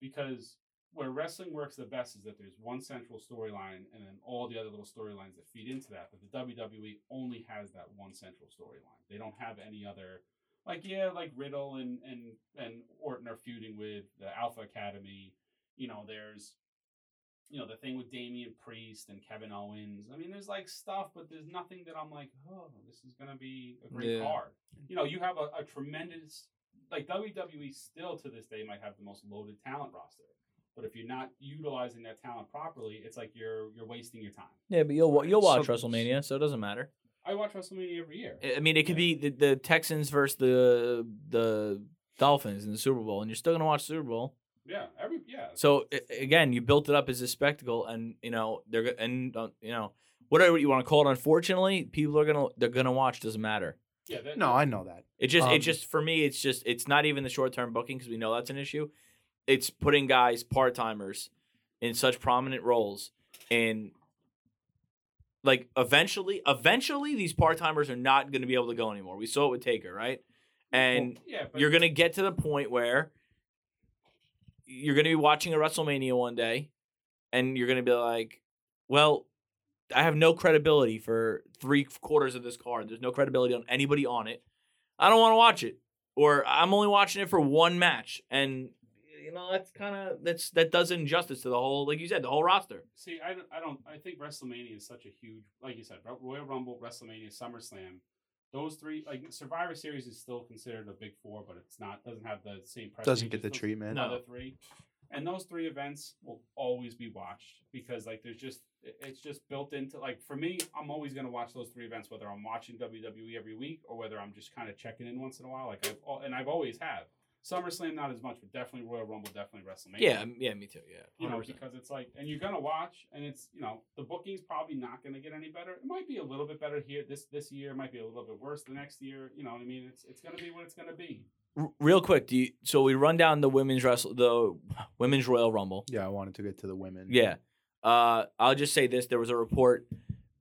[SPEAKER 3] because where wrestling works the best is that there's one central storyline and then all the other little storylines that feed into that. But the WWE only has that one central storyline. They don't have any other like yeah, like Riddle and and and Orton are feuding with the Alpha Academy. You know, there's you know the thing with Damian Priest and Kevin Owens. I mean, there's like stuff, but there's nothing that I'm like, oh, this is gonna be a great
[SPEAKER 2] Yeah.
[SPEAKER 3] card. You know, you have a, a tremendous like WWE still to this day might have the most loaded talent roster. But if you're not utilizing that talent properly, it's like you're you're wasting your time.
[SPEAKER 2] Yeah, but you'll wa- you'll watch
[SPEAKER 1] So-
[SPEAKER 2] WrestleMania, so it doesn't matter.
[SPEAKER 3] I watch WrestleMania every year.
[SPEAKER 2] I I mean, it could be the, the Texans versus the the Dolphins in the Super Bowl, and you're still gonna watch the Super Bowl.
[SPEAKER 3] yeah, every yeah.
[SPEAKER 2] So a- again, you built it up as a spectacle, and you know they're go- and uh, you know whatever you want to call it. Unfortunately, people are gonna they're gonna watch. Doesn't matter.
[SPEAKER 3] yeah that,
[SPEAKER 1] no, I know that.
[SPEAKER 2] It just
[SPEAKER 1] Um,
[SPEAKER 2] it just for me, it's just it's not even the short term booking because we know that's an issue. It's putting guys part timers in such prominent roles, and like eventually, eventually these part timers are not going to be able to go anymore. We saw it with Taker, right? And
[SPEAKER 3] well, yeah, but
[SPEAKER 2] you're gonna get to the point where you're gonna be watching a WrestleMania one day, and you're gonna be like, "Well, I have no credibility for three quarters of this card. There's no credibility on anybody on it. I don't want to watch it, or I'm only watching it for one match." And you know that's kind of that's that does injustice to the whole, like you said, the whole roster.
[SPEAKER 3] see. I don't, I don't. I think WrestleMania is such a huge, like you said, Ro- Royal Rumble, WrestleMania, SummerSlam. Those three, like Survivor Series, is still considered a big four, but it's not. Doesn't have the same.
[SPEAKER 1] Doesn't
[SPEAKER 3] prestige
[SPEAKER 1] get
[SPEAKER 3] as
[SPEAKER 1] the
[SPEAKER 3] those-
[SPEAKER 1] treatment.
[SPEAKER 2] No.
[SPEAKER 3] another three. And those three events will always be watched because like there's just it- it's just built into like for me, I'm always gonna watch those three events, whether I'm watching WWE every week or whether I'm just kind of checking in once in a while. Like I've al- and I've always have. SummerSlam not as much, but definitely Royal Rumble, definitely WrestleMania.
[SPEAKER 2] Yeah, yeah, me too. Yeah,
[SPEAKER 3] You know,
[SPEAKER 2] 100%.
[SPEAKER 3] because it's like, and you're gonna watch, and it's you know, the booking's probably not gonna get any better. It might be a little bit better here this this year, it might be a little bit worse the next year. You know what I mean? It's it's gonna be what it's gonna be.
[SPEAKER 2] R- real quick, do you, so we run down the women's wrestle the women's Royal Rumble.
[SPEAKER 1] Yeah, I wanted to get to the women.
[SPEAKER 2] Yeah. Uh, I'll just say this: there was a report,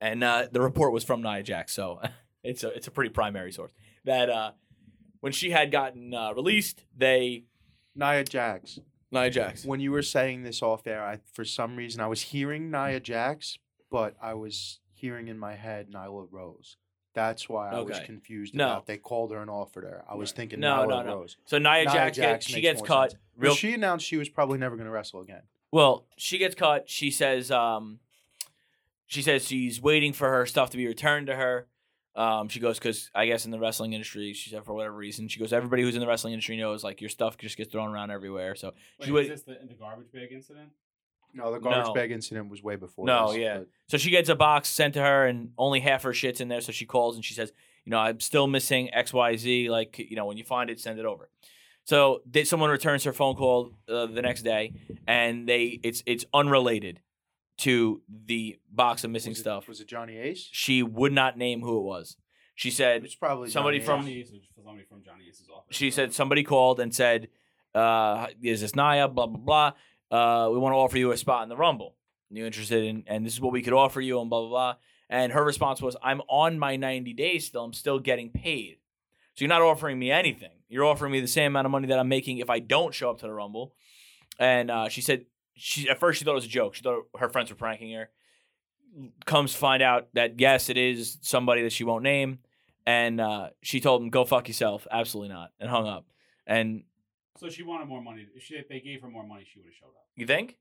[SPEAKER 2] and uh, the report was from Nia Jax, so it's a it's a pretty primary source that uh, when she had gotten uh, released, they
[SPEAKER 1] Nia Jax.
[SPEAKER 2] Nia Jax.
[SPEAKER 1] When you were saying this off air, I for some reason I was hearing
[SPEAKER 2] Mm-hmm.
[SPEAKER 1] Nia Jax, but I was hearing in my head Nyla Rose. That's why I was
[SPEAKER 2] Okay.
[SPEAKER 1] confused
[SPEAKER 2] No.
[SPEAKER 1] about they called her and offered her. I was
[SPEAKER 3] Right.
[SPEAKER 1] thinking
[SPEAKER 2] No,
[SPEAKER 1] Nyla
[SPEAKER 2] no, no.
[SPEAKER 1] Rose.
[SPEAKER 2] So Nia,
[SPEAKER 1] Nia Jax
[SPEAKER 2] Jax, gets, she
[SPEAKER 1] makes
[SPEAKER 2] gets
[SPEAKER 1] more
[SPEAKER 2] cut.
[SPEAKER 1] sense. But
[SPEAKER 2] Real
[SPEAKER 1] she announced she was probably never going to wrestle again.
[SPEAKER 2] well, she gets cut. She says um, she says she's waiting for her stuff to be returned to her. Um, she goes because I guess in the wrestling industry, she said for whatever reason, she goes. Everybody who's in the wrestling industry knows like your stuff just gets thrown around everywhere. So She
[SPEAKER 3] Wait, is
[SPEAKER 2] would-
[SPEAKER 3] this the, the garbage bag incident?
[SPEAKER 1] No, the garbage
[SPEAKER 2] No.
[SPEAKER 1] bag incident was way before.
[SPEAKER 2] No,
[SPEAKER 1] this,
[SPEAKER 2] yeah.
[SPEAKER 1] but
[SPEAKER 2] So she gets a box sent to her, and only half her shit's in there. So she calls and she says, "You know, I'm still missing X, Y, Z. Like, you know, when you find it, send it over." So they, someone returns her phone call uh, the next day, and they it's it's unrelated to the box of missing
[SPEAKER 1] was it-
[SPEAKER 2] stuff.
[SPEAKER 1] was it Johnny Ace?
[SPEAKER 2] she would not name who it was. She said
[SPEAKER 1] It's probably
[SPEAKER 2] somebody
[SPEAKER 1] Johnny
[SPEAKER 2] from-
[SPEAKER 1] Ace.
[SPEAKER 3] Johnny Ace, which was somebody from Johnny Ace's office.
[SPEAKER 2] she said somebody called and said, uh, "Is this Naya?" Blah blah blah. Uh, we want to offer you a spot in the Rumble. You interested in? And this is what we could offer you, and blah blah blah. And her response was, "I'm on my 90 days still. I'm still getting paid." So you're not offering me anything. You're offering me the same amount of money that I'm making if I don't show up to the Rumble. And uh, she said she at first she thought it was a joke. She thought her friends were pranking her. Comes to find out that yes, it is somebody that she won't name. And uh, she told him, "Go fuck yourself." Absolutely not, and hung up. And
[SPEAKER 3] So she wanted more money. If, she, if they gave her more money, she would have showed up.
[SPEAKER 2] you think?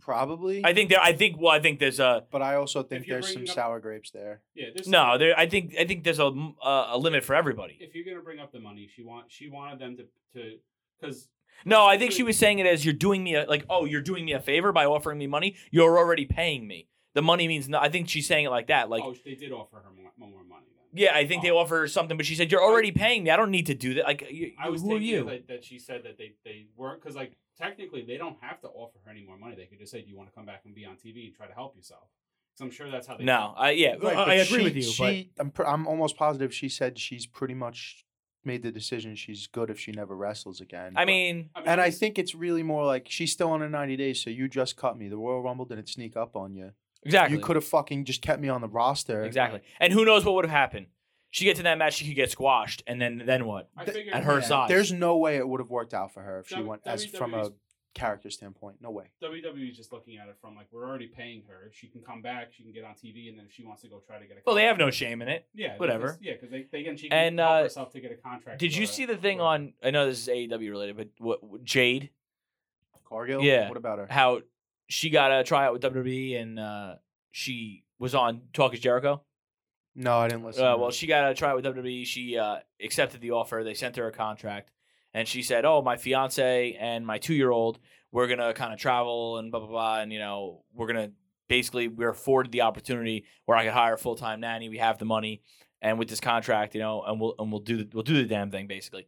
[SPEAKER 1] Probably.
[SPEAKER 2] I think there. I think. Well, I think there's a
[SPEAKER 1] but I also think
[SPEAKER 3] you're
[SPEAKER 1] there's some
[SPEAKER 3] bringing up-
[SPEAKER 1] sour grapes there.
[SPEAKER 3] Yeah. This
[SPEAKER 2] no. There. I think. I think there's a a, a limit for everybody.
[SPEAKER 3] If you're gonna bring up the money, she want she wanted them to to because
[SPEAKER 2] No, I think she was saying it as you're doing me a, like, oh, you're doing me a favor by offering me money. You're already paying me. The money means no. I think she's saying it like that. Like,
[SPEAKER 3] oh they did offer her more, more money. Then.
[SPEAKER 2] yeah, I think they
[SPEAKER 3] Oh.
[SPEAKER 2] offer her something, but she said you're already paying me. I don't need to do that. Like, you,
[SPEAKER 3] I was
[SPEAKER 2] who are
[SPEAKER 3] thinking
[SPEAKER 2] you?
[SPEAKER 3] That, that she said that they they weren't because like technically they don't have to offer her any more money. They could just say, "Do you want to come back and be on TV and try to help yourself?" Because I'm sure that's how they.
[SPEAKER 2] no, I yeah,
[SPEAKER 1] Right,
[SPEAKER 2] I, I
[SPEAKER 1] but
[SPEAKER 2] agree
[SPEAKER 1] she-
[SPEAKER 2] with you.
[SPEAKER 1] She, I'm pr- I'm almost positive she said she's pretty much made the decision she's good if she never wrestles again.
[SPEAKER 2] but I mean,
[SPEAKER 3] mean,
[SPEAKER 1] and I
[SPEAKER 3] it's-
[SPEAKER 1] think it's really more like she's still on her 90 days, so you just cut me. The Royal Rumble didn't sneak up on you.
[SPEAKER 2] exactly,
[SPEAKER 1] You could have fucking just kept me on the roster.
[SPEAKER 2] exactly. And who knows what would have happened? She gets in that match, she could get squashed, and then then what?
[SPEAKER 3] I
[SPEAKER 1] th-
[SPEAKER 3] figured
[SPEAKER 2] at her
[SPEAKER 3] yeah,
[SPEAKER 2] side.
[SPEAKER 1] There's no way it would have worked out for her if she
[SPEAKER 3] W-
[SPEAKER 1] went as from a
[SPEAKER 3] WWE's
[SPEAKER 1] character standpoint. No way.
[SPEAKER 3] WWE E is just looking at it from like we're already paying her. She can come back. She can get on TV, and then if she wants to go try to get a.
[SPEAKER 2] Well, they have no
[SPEAKER 3] contract-
[SPEAKER 2] shame in it.
[SPEAKER 3] Yeah, because-
[SPEAKER 2] whatever.
[SPEAKER 3] Yeah, because they, they can she
[SPEAKER 2] And,
[SPEAKER 3] can help
[SPEAKER 2] uh,
[SPEAKER 3] herself to get a contract.
[SPEAKER 2] Did
[SPEAKER 3] with
[SPEAKER 2] you
[SPEAKER 3] her-
[SPEAKER 2] see the thing
[SPEAKER 3] whatever.
[SPEAKER 2] on? I know this is AEW related, but what, what Jade?
[SPEAKER 1] Cargill?
[SPEAKER 2] Yeah.
[SPEAKER 1] What about her?
[SPEAKER 2] how she got a tryout with WWE and uh, she was on Talk is Jericho.
[SPEAKER 1] No, I didn't listen.
[SPEAKER 2] Uh,
[SPEAKER 1] to
[SPEAKER 2] well,
[SPEAKER 1] her.
[SPEAKER 2] she got a tryout with WWE. She uh, accepted the offer. They sent her a contract, and she said, "Oh, my fiance and my two year old, we're gonna kind of travel and blah blah blah, and you know, we're gonna basically we're afforded the opportunity where I could hire a full time nanny. We have the money, and with this contract, you know, and we'll and we'll do the, we'll do the damn thing basically."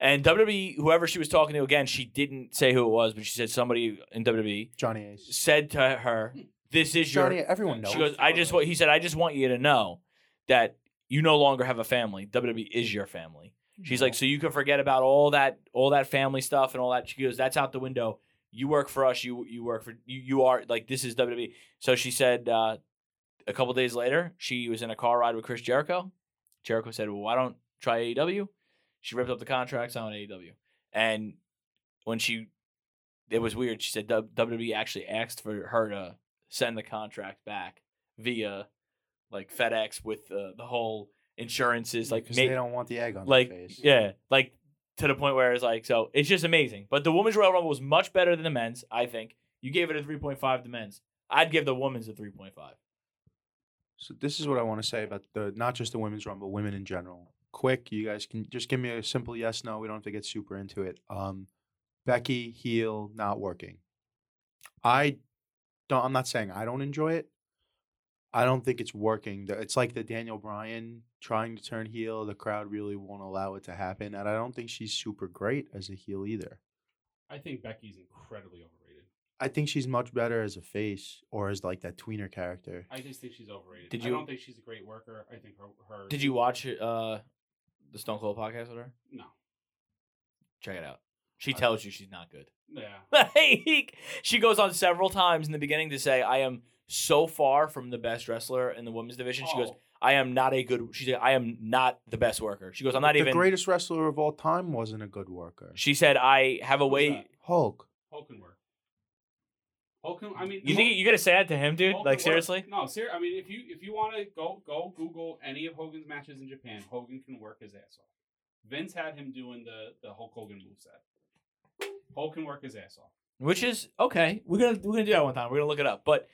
[SPEAKER 2] And WWE, whoever she was talking to, again, she didn't say who it was, but she said somebody in WWE
[SPEAKER 1] Johnny Ace.
[SPEAKER 2] said to her, "This is your."
[SPEAKER 1] Johnny, everyone knows.
[SPEAKER 2] She goes, "I just want." He said, "I just want you to know that you no longer have a family. WWE is your family." She's like, "So you can forget about all that, all that family stuff and all that." She goes, "That's out the window. You work for us. You you work for you. You are like this is WWE." So she said, uh, a couple days later, she was in a car ride with Chris Jericho. Jericho said, "Well, why don't try AEW?" She ripped up the contracts on AEW, and when she, it was weird. She said "W- WWE actually asked for her to send the contract back via like FedEx with uh, the whole insurances, like
[SPEAKER 1] because
[SPEAKER 2] ma-
[SPEAKER 1] they don't want the egg on
[SPEAKER 2] like
[SPEAKER 1] their face.
[SPEAKER 2] yeah, like to the point where it's like so it's just amazing. But the women's Royal Rumble was much better than the men's. I think you gave it a three point five. The men's, I'd give the women's a three point five.
[SPEAKER 1] So this is what I want to say about the not just the women's rumble, women in general. Quick, you guys can just give me a simple yes no. We don't have to get super into it. Um, Becky heel not working. I don't. I'm not saying I don't enjoy it. I don't think it's working. The- It's like the Daniel Bryan trying to turn heel. The crowd really won't allow it to happen, and I don't think she's super great as a heel either.
[SPEAKER 3] I think Becky's incredibly overrated.
[SPEAKER 1] I think she's much better as a face or as like that tweener character.
[SPEAKER 3] I just think she's overrated.
[SPEAKER 2] Did
[SPEAKER 3] Did
[SPEAKER 2] you-
[SPEAKER 3] you, I don't think she's a great worker. I think her her
[SPEAKER 2] Did you watch uh the Stone Cold podcast with her?
[SPEAKER 3] no
[SPEAKER 2] Check it out. She tells you she's not good.
[SPEAKER 3] yeah.
[SPEAKER 2] Like she goes on several times in the beginning to say, "I am so far from the best wrestler in the women's division." She goes,
[SPEAKER 3] Oh,
[SPEAKER 2] "I am not a good." She said, "I am not the best worker." She goes, "I'm not
[SPEAKER 1] the
[SPEAKER 2] even."
[SPEAKER 1] greatest wrestler of all time wasn't a good worker.
[SPEAKER 2] She said, "I have a
[SPEAKER 3] Who's
[SPEAKER 2] way."
[SPEAKER 3] that?
[SPEAKER 1] Hulk.
[SPEAKER 3] Hulk can work. Hulk can. I mean,
[SPEAKER 2] You think you gotta say that to him, dude?
[SPEAKER 3] Hulk
[SPEAKER 2] Like
[SPEAKER 3] can work.
[SPEAKER 2] seriously?
[SPEAKER 3] No, ser- I mean, if you if you want to go go Google any of Hogan's matches in Japan, Hogan can work his ass off. Vince had him doing the the Hulk Hogan moveset. Hulk can work his ass off.
[SPEAKER 2] Which is okay. We're gonna we're gonna do that one time. We're gonna look it up. But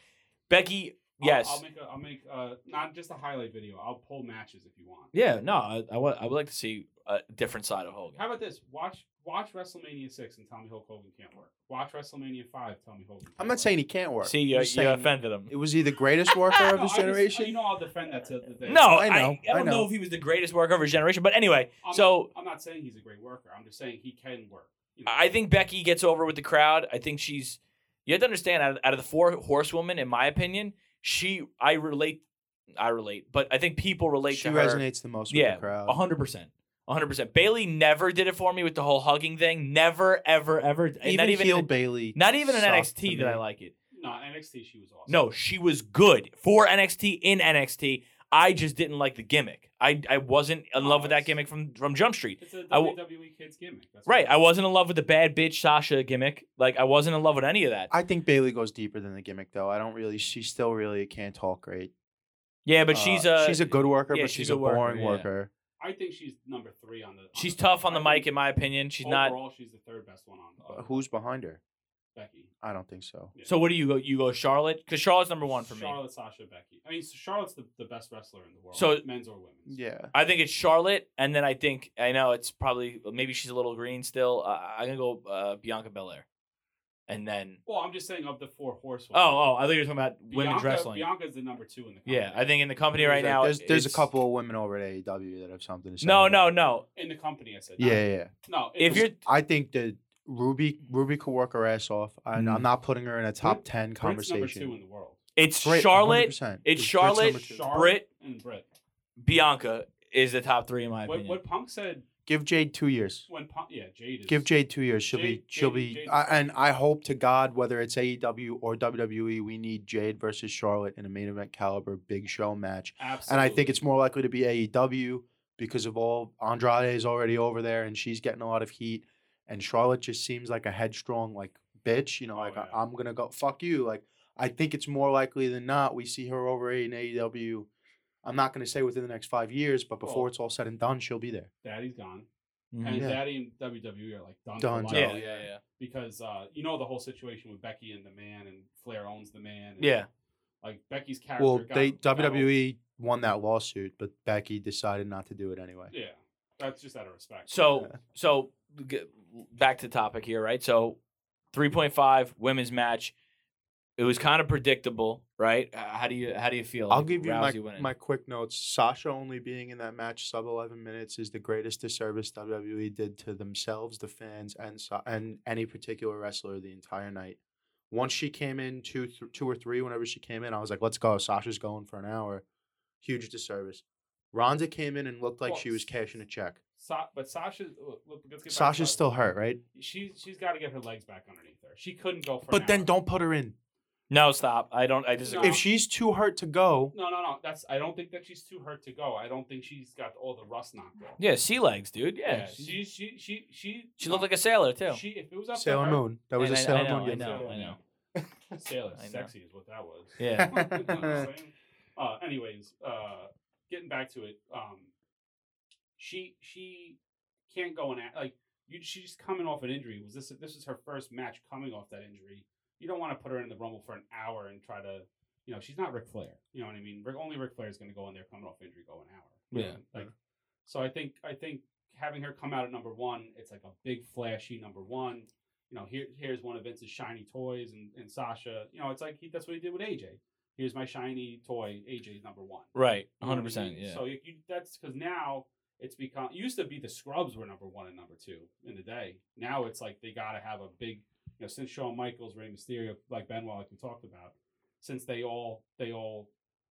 [SPEAKER 2] Becky,
[SPEAKER 3] I'll-
[SPEAKER 2] yes,
[SPEAKER 3] I'll, make a, I'll make uh not just a highlight video. I'll pull matches if you want.
[SPEAKER 2] yeah, no, I, I want I would like to see a different side of Hogan.
[SPEAKER 3] How about this? Watch watch WrestleMania six and tell me Hulk Hogan can't work. Watch WrestleMania five. Tell me Hogan. Can't
[SPEAKER 1] I'm
[SPEAKER 3] work.
[SPEAKER 1] not saying he can't work.
[SPEAKER 2] See,
[SPEAKER 1] I'm
[SPEAKER 2] you,
[SPEAKER 1] just
[SPEAKER 2] you
[SPEAKER 1] saying
[SPEAKER 2] offended him.
[SPEAKER 1] It was he the greatest worker of
[SPEAKER 3] No,
[SPEAKER 1] his
[SPEAKER 3] I just-
[SPEAKER 1] generation?
[SPEAKER 3] you know, I'll defend that to the day.
[SPEAKER 2] No,
[SPEAKER 1] I
[SPEAKER 2] I,
[SPEAKER 1] know,
[SPEAKER 2] I,
[SPEAKER 1] I
[SPEAKER 2] don't know.
[SPEAKER 1] know.
[SPEAKER 2] if he was the greatest worker of his generation, but anyway,
[SPEAKER 3] I'm
[SPEAKER 2] so
[SPEAKER 3] not, I'm not saying he's a great worker. I'm just saying he can work. You know,
[SPEAKER 2] I think Becky gets over with the crowd. I think she's. You have to understand, out of, out of the four horsewomen, in my opinion, she I relate, I relate, but I think people relate
[SPEAKER 1] she
[SPEAKER 2] to her.
[SPEAKER 1] resonates the most with
[SPEAKER 2] Yeah,
[SPEAKER 1] the crowd.
[SPEAKER 2] A hundred percent. a hundred percent. Bailey never did it for me with the whole hugging thing. Never, ever, ever. And
[SPEAKER 1] Even,
[SPEAKER 2] not even
[SPEAKER 1] heel Bailey.
[SPEAKER 2] not even in
[SPEAKER 1] sucked
[SPEAKER 2] NXT
[SPEAKER 1] to
[SPEAKER 2] did I
[SPEAKER 1] me.
[SPEAKER 2] like it.
[SPEAKER 3] no NXT she was awesome.
[SPEAKER 2] No, she was good for NXT in NXT. I just didn't like the gimmick. I I wasn't in
[SPEAKER 3] No,
[SPEAKER 2] love with that
[SPEAKER 3] it's-
[SPEAKER 2] gimmick from from Jump Street.
[SPEAKER 3] It's a
[SPEAKER 2] I w-
[SPEAKER 3] WWE kids gimmick. That's what
[SPEAKER 2] Right.
[SPEAKER 3] it
[SPEAKER 2] I
[SPEAKER 3] is.
[SPEAKER 2] wasn't in love with the bad bitch Sasha gimmick. Like I wasn't in love with any of that.
[SPEAKER 1] I think Bailey goes deeper than the gimmick, though. I don't really. She still really can't talk great.
[SPEAKER 2] yeah, but
[SPEAKER 1] Uh,
[SPEAKER 2] she's a
[SPEAKER 1] she's a good worker,
[SPEAKER 2] yeah,
[SPEAKER 1] but
[SPEAKER 2] she's
[SPEAKER 1] she's
[SPEAKER 2] a
[SPEAKER 1] a
[SPEAKER 2] worker,
[SPEAKER 1] boring
[SPEAKER 2] yeah.
[SPEAKER 1] worker.
[SPEAKER 3] I think she's number three on the. on
[SPEAKER 2] she's
[SPEAKER 3] the-
[SPEAKER 2] tough on the
[SPEAKER 3] I
[SPEAKER 2] mic in
[SPEAKER 3] think
[SPEAKER 2] my opinion. She's not.
[SPEAKER 3] overall, she's the third best one on.
[SPEAKER 1] But
[SPEAKER 3] Uh,
[SPEAKER 1] Who's behind her?
[SPEAKER 3] Becky?
[SPEAKER 1] I don't think so.
[SPEAKER 3] Yeah.
[SPEAKER 2] So what do you go? You go Charlotte because Charlotte's number one for me.
[SPEAKER 3] Charlotte, Sasha, Becky. I mean, so Charlotte's the, the best wrestler in the world.
[SPEAKER 2] So-
[SPEAKER 3] men's or women's.
[SPEAKER 1] Yeah,
[SPEAKER 2] I think it's Charlotte, and then I think I know it's probably maybe she's a little green still. Uh, I'm gonna go uh, Bianca Belair, and then
[SPEAKER 3] Well, I'm just saying of the four horsewomen.
[SPEAKER 2] oh oh I thought you were talking about women's
[SPEAKER 3] Bianca-
[SPEAKER 2] wrestling.
[SPEAKER 3] Bianca's the number two in the. Company.
[SPEAKER 2] yeah, I think in the company
[SPEAKER 1] Um, There's
[SPEAKER 2] right
[SPEAKER 1] a-
[SPEAKER 2] now
[SPEAKER 1] There's, there's a
[SPEAKER 2] it's-
[SPEAKER 1] couple of women over at AEW that have something to say.
[SPEAKER 2] No
[SPEAKER 1] about
[SPEAKER 2] no
[SPEAKER 1] it.
[SPEAKER 2] no.
[SPEAKER 3] in the company. I said. not-
[SPEAKER 1] Yeah, yeah, yeah.
[SPEAKER 3] No,
[SPEAKER 2] If
[SPEAKER 3] was-
[SPEAKER 2] you're
[SPEAKER 1] I think that Ruby Ruby could work her ass off, and
[SPEAKER 2] Mm.
[SPEAKER 1] I'm not putting her in a top ten
[SPEAKER 3] Brit's
[SPEAKER 1] conversation.
[SPEAKER 3] number two in the world.
[SPEAKER 2] it's
[SPEAKER 1] Brit,
[SPEAKER 2] Charlotte,
[SPEAKER 1] 100%.
[SPEAKER 2] it's
[SPEAKER 1] Brit's
[SPEAKER 2] Charlotte,
[SPEAKER 1] number two.
[SPEAKER 3] Charlotte
[SPEAKER 2] Brit.
[SPEAKER 3] and Brit.
[SPEAKER 2] Bianca is the top three in my
[SPEAKER 3] What,
[SPEAKER 2] opinion.
[SPEAKER 3] what Punk said
[SPEAKER 1] Give Jade two years.
[SPEAKER 3] when Punk, yeah, Jade is
[SPEAKER 1] Give Jade two years. She'll
[SPEAKER 3] Jade-
[SPEAKER 1] be she'll
[SPEAKER 3] Jade-
[SPEAKER 1] be.
[SPEAKER 3] Jade's
[SPEAKER 1] I,
[SPEAKER 3] fine.
[SPEAKER 1] and I hope to God whether it's AEW or WWE, we need Jade versus Charlotte in a main event caliber big show match.
[SPEAKER 3] absolutely.
[SPEAKER 1] And I think it's more likely to be AEW because of all Andrade is already over there and she's getting a lot of heat. And Charlotte just seems like a headstrong like bitch. You know,
[SPEAKER 3] Oh,
[SPEAKER 1] like
[SPEAKER 3] yeah.
[SPEAKER 1] I, am gonna go fuck you. Like I think it's more likely than not we see her over in AEW. I'm not gonna say within the next five years, but before
[SPEAKER 3] Well-
[SPEAKER 1] it's all said and done, she'll be there.
[SPEAKER 3] Daddy's gone,
[SPEAKER 2] Mhm.
[SPEAKER 3] and
[SPEAKER 1] Yeah.
[SPEAKER 3] Daddy and WWE are like done.
[SPEAKER 1] Done,
[SPEAKER 3] for life.
[SPEAKER 2] yeah, yeah, yeah,
[SPEAKER 3] Because uh, you know the whole situation with Becky and the Man, and Flair owns the Man. and,
[SPEAKER 2] Yeah.
[SPEAKER 3] like Becky's character.
[SPEAKER 1] Well,
[SPEAKER 3] got-
[SPEAKER 1] they E
[SPEAKER 3] got over-
[SPEAKER 1] WWE won that lawsuit, but Becky decided not to do it anyway.
[SPEAKER 3] Yeah, that's just out of respect.
[SPEAKER 2] So so g- back to topic here, right? So 3.5 women's match. It was kind of predictable, right? Uh, how do you how do you feel?
[SPEAKER 1] I'll
[SPEAKER 2] Like,
[SPEAKER 1] give you
[SPEAKER 2] Rousey
[SPEAKER 1] my,
[SPEAKER 2] winning?
[SPEAKER 1] my quick notes. Sasha only being in that match sub 11 minutes is the greatest disservice WWE did to themselves, the fans, and Sa- and any particular wrestler the entire night. Once she came in two th- two or three, whenever she came in, I was like, "Let's go." Sasha's going for an hour. Huge disservice. Ronda came in and looked like she
[SPEAKER 3] Well,
[SPEAKER 1] was cashing a check.
[SPEAKER 3] Sa- but Sasha, look, let's get back to
[SPEAKER 1] Sasha's still hurt, right?
[SPEAKER 3] She's she's got to get her legs back underneath her. She couldn't go for. an
[SPEAKER 1] But then
[SPEAKER 3] hour.
[SPEAKER 1] don't put her in.
[SPEAKER 2] No, stop. I don't I disagree.
[SPEAKER 3] No.
[SPEAKER 1] If she's too hurt to go,
[SPEAKER 3] No, no, no. That's I don't think that she's too hurt to go. I don't think she's got all the rust knocked off.
[SPEAKER 2] Yeah, sea legs, dude. Yeah. she,
[SPEAKER 3] she, she, she, she.
[SPEAKER 2] she looked like a sailor too.
[SPEAKER 3] She, if it was up to
[SPEAKER 1] Sailor
[SPEAKER 3] her-
[SPEAKER 1] Moon. That was
[SPEAKER 2] And
[SPEAKER 1] a
[SPEAKER 2] I- I
[SPEAKER 1] Sailor
[SPEAKER 2] know,
[SPEAKER 1] Moon.
[SPEAKER 2] I
[SPEAKER 1] gif.
[SPEAKER 2] know.
[SPEAKER 3] Sailor, Sailor,
[SPEAKER 2] I know.
[SPEAKER 3] sexy is what that was.
[SPEAKER 2] Yeah.
[SPEAKER 3] You know what I'm saying? uh, anyways, uh, getting back to it, um, she she can't go and act like you, she's just coming off an injury. Was this this is her first match coming off that injury? You don't want to put her in the rumble for an hour and try to, you know, she's not Ric Flair. You know what I mean? Ric, only Ric Flair is going to go in there coming off injury, go an hour. you
[SPEAKER 2] Yeah.
[SPEAKER 3] know? like so. I think I think having her come out at number one, it's like a big flashy number one. You know, here here's one of Vince's shiny toys and, and Sasha. You know, it's like he, that's what he did with AJ here's my shiny toy AJ's number one.
[SPEAKER 2] Right.
[SPEAKER 3] You know what I
[SPEAKER 2] 100%.
[SPEAKER 3] mean?
[SPEAKER 2] Yeah.
[SPEAKER 3] So you, you, that's because now it's become. It used to be the scrubs were number one and number two in the day. Now it's like they got to have a big. You know, since Shawn Michaels, Rey Mysterio, like Benoit, like we talked about, since they all they all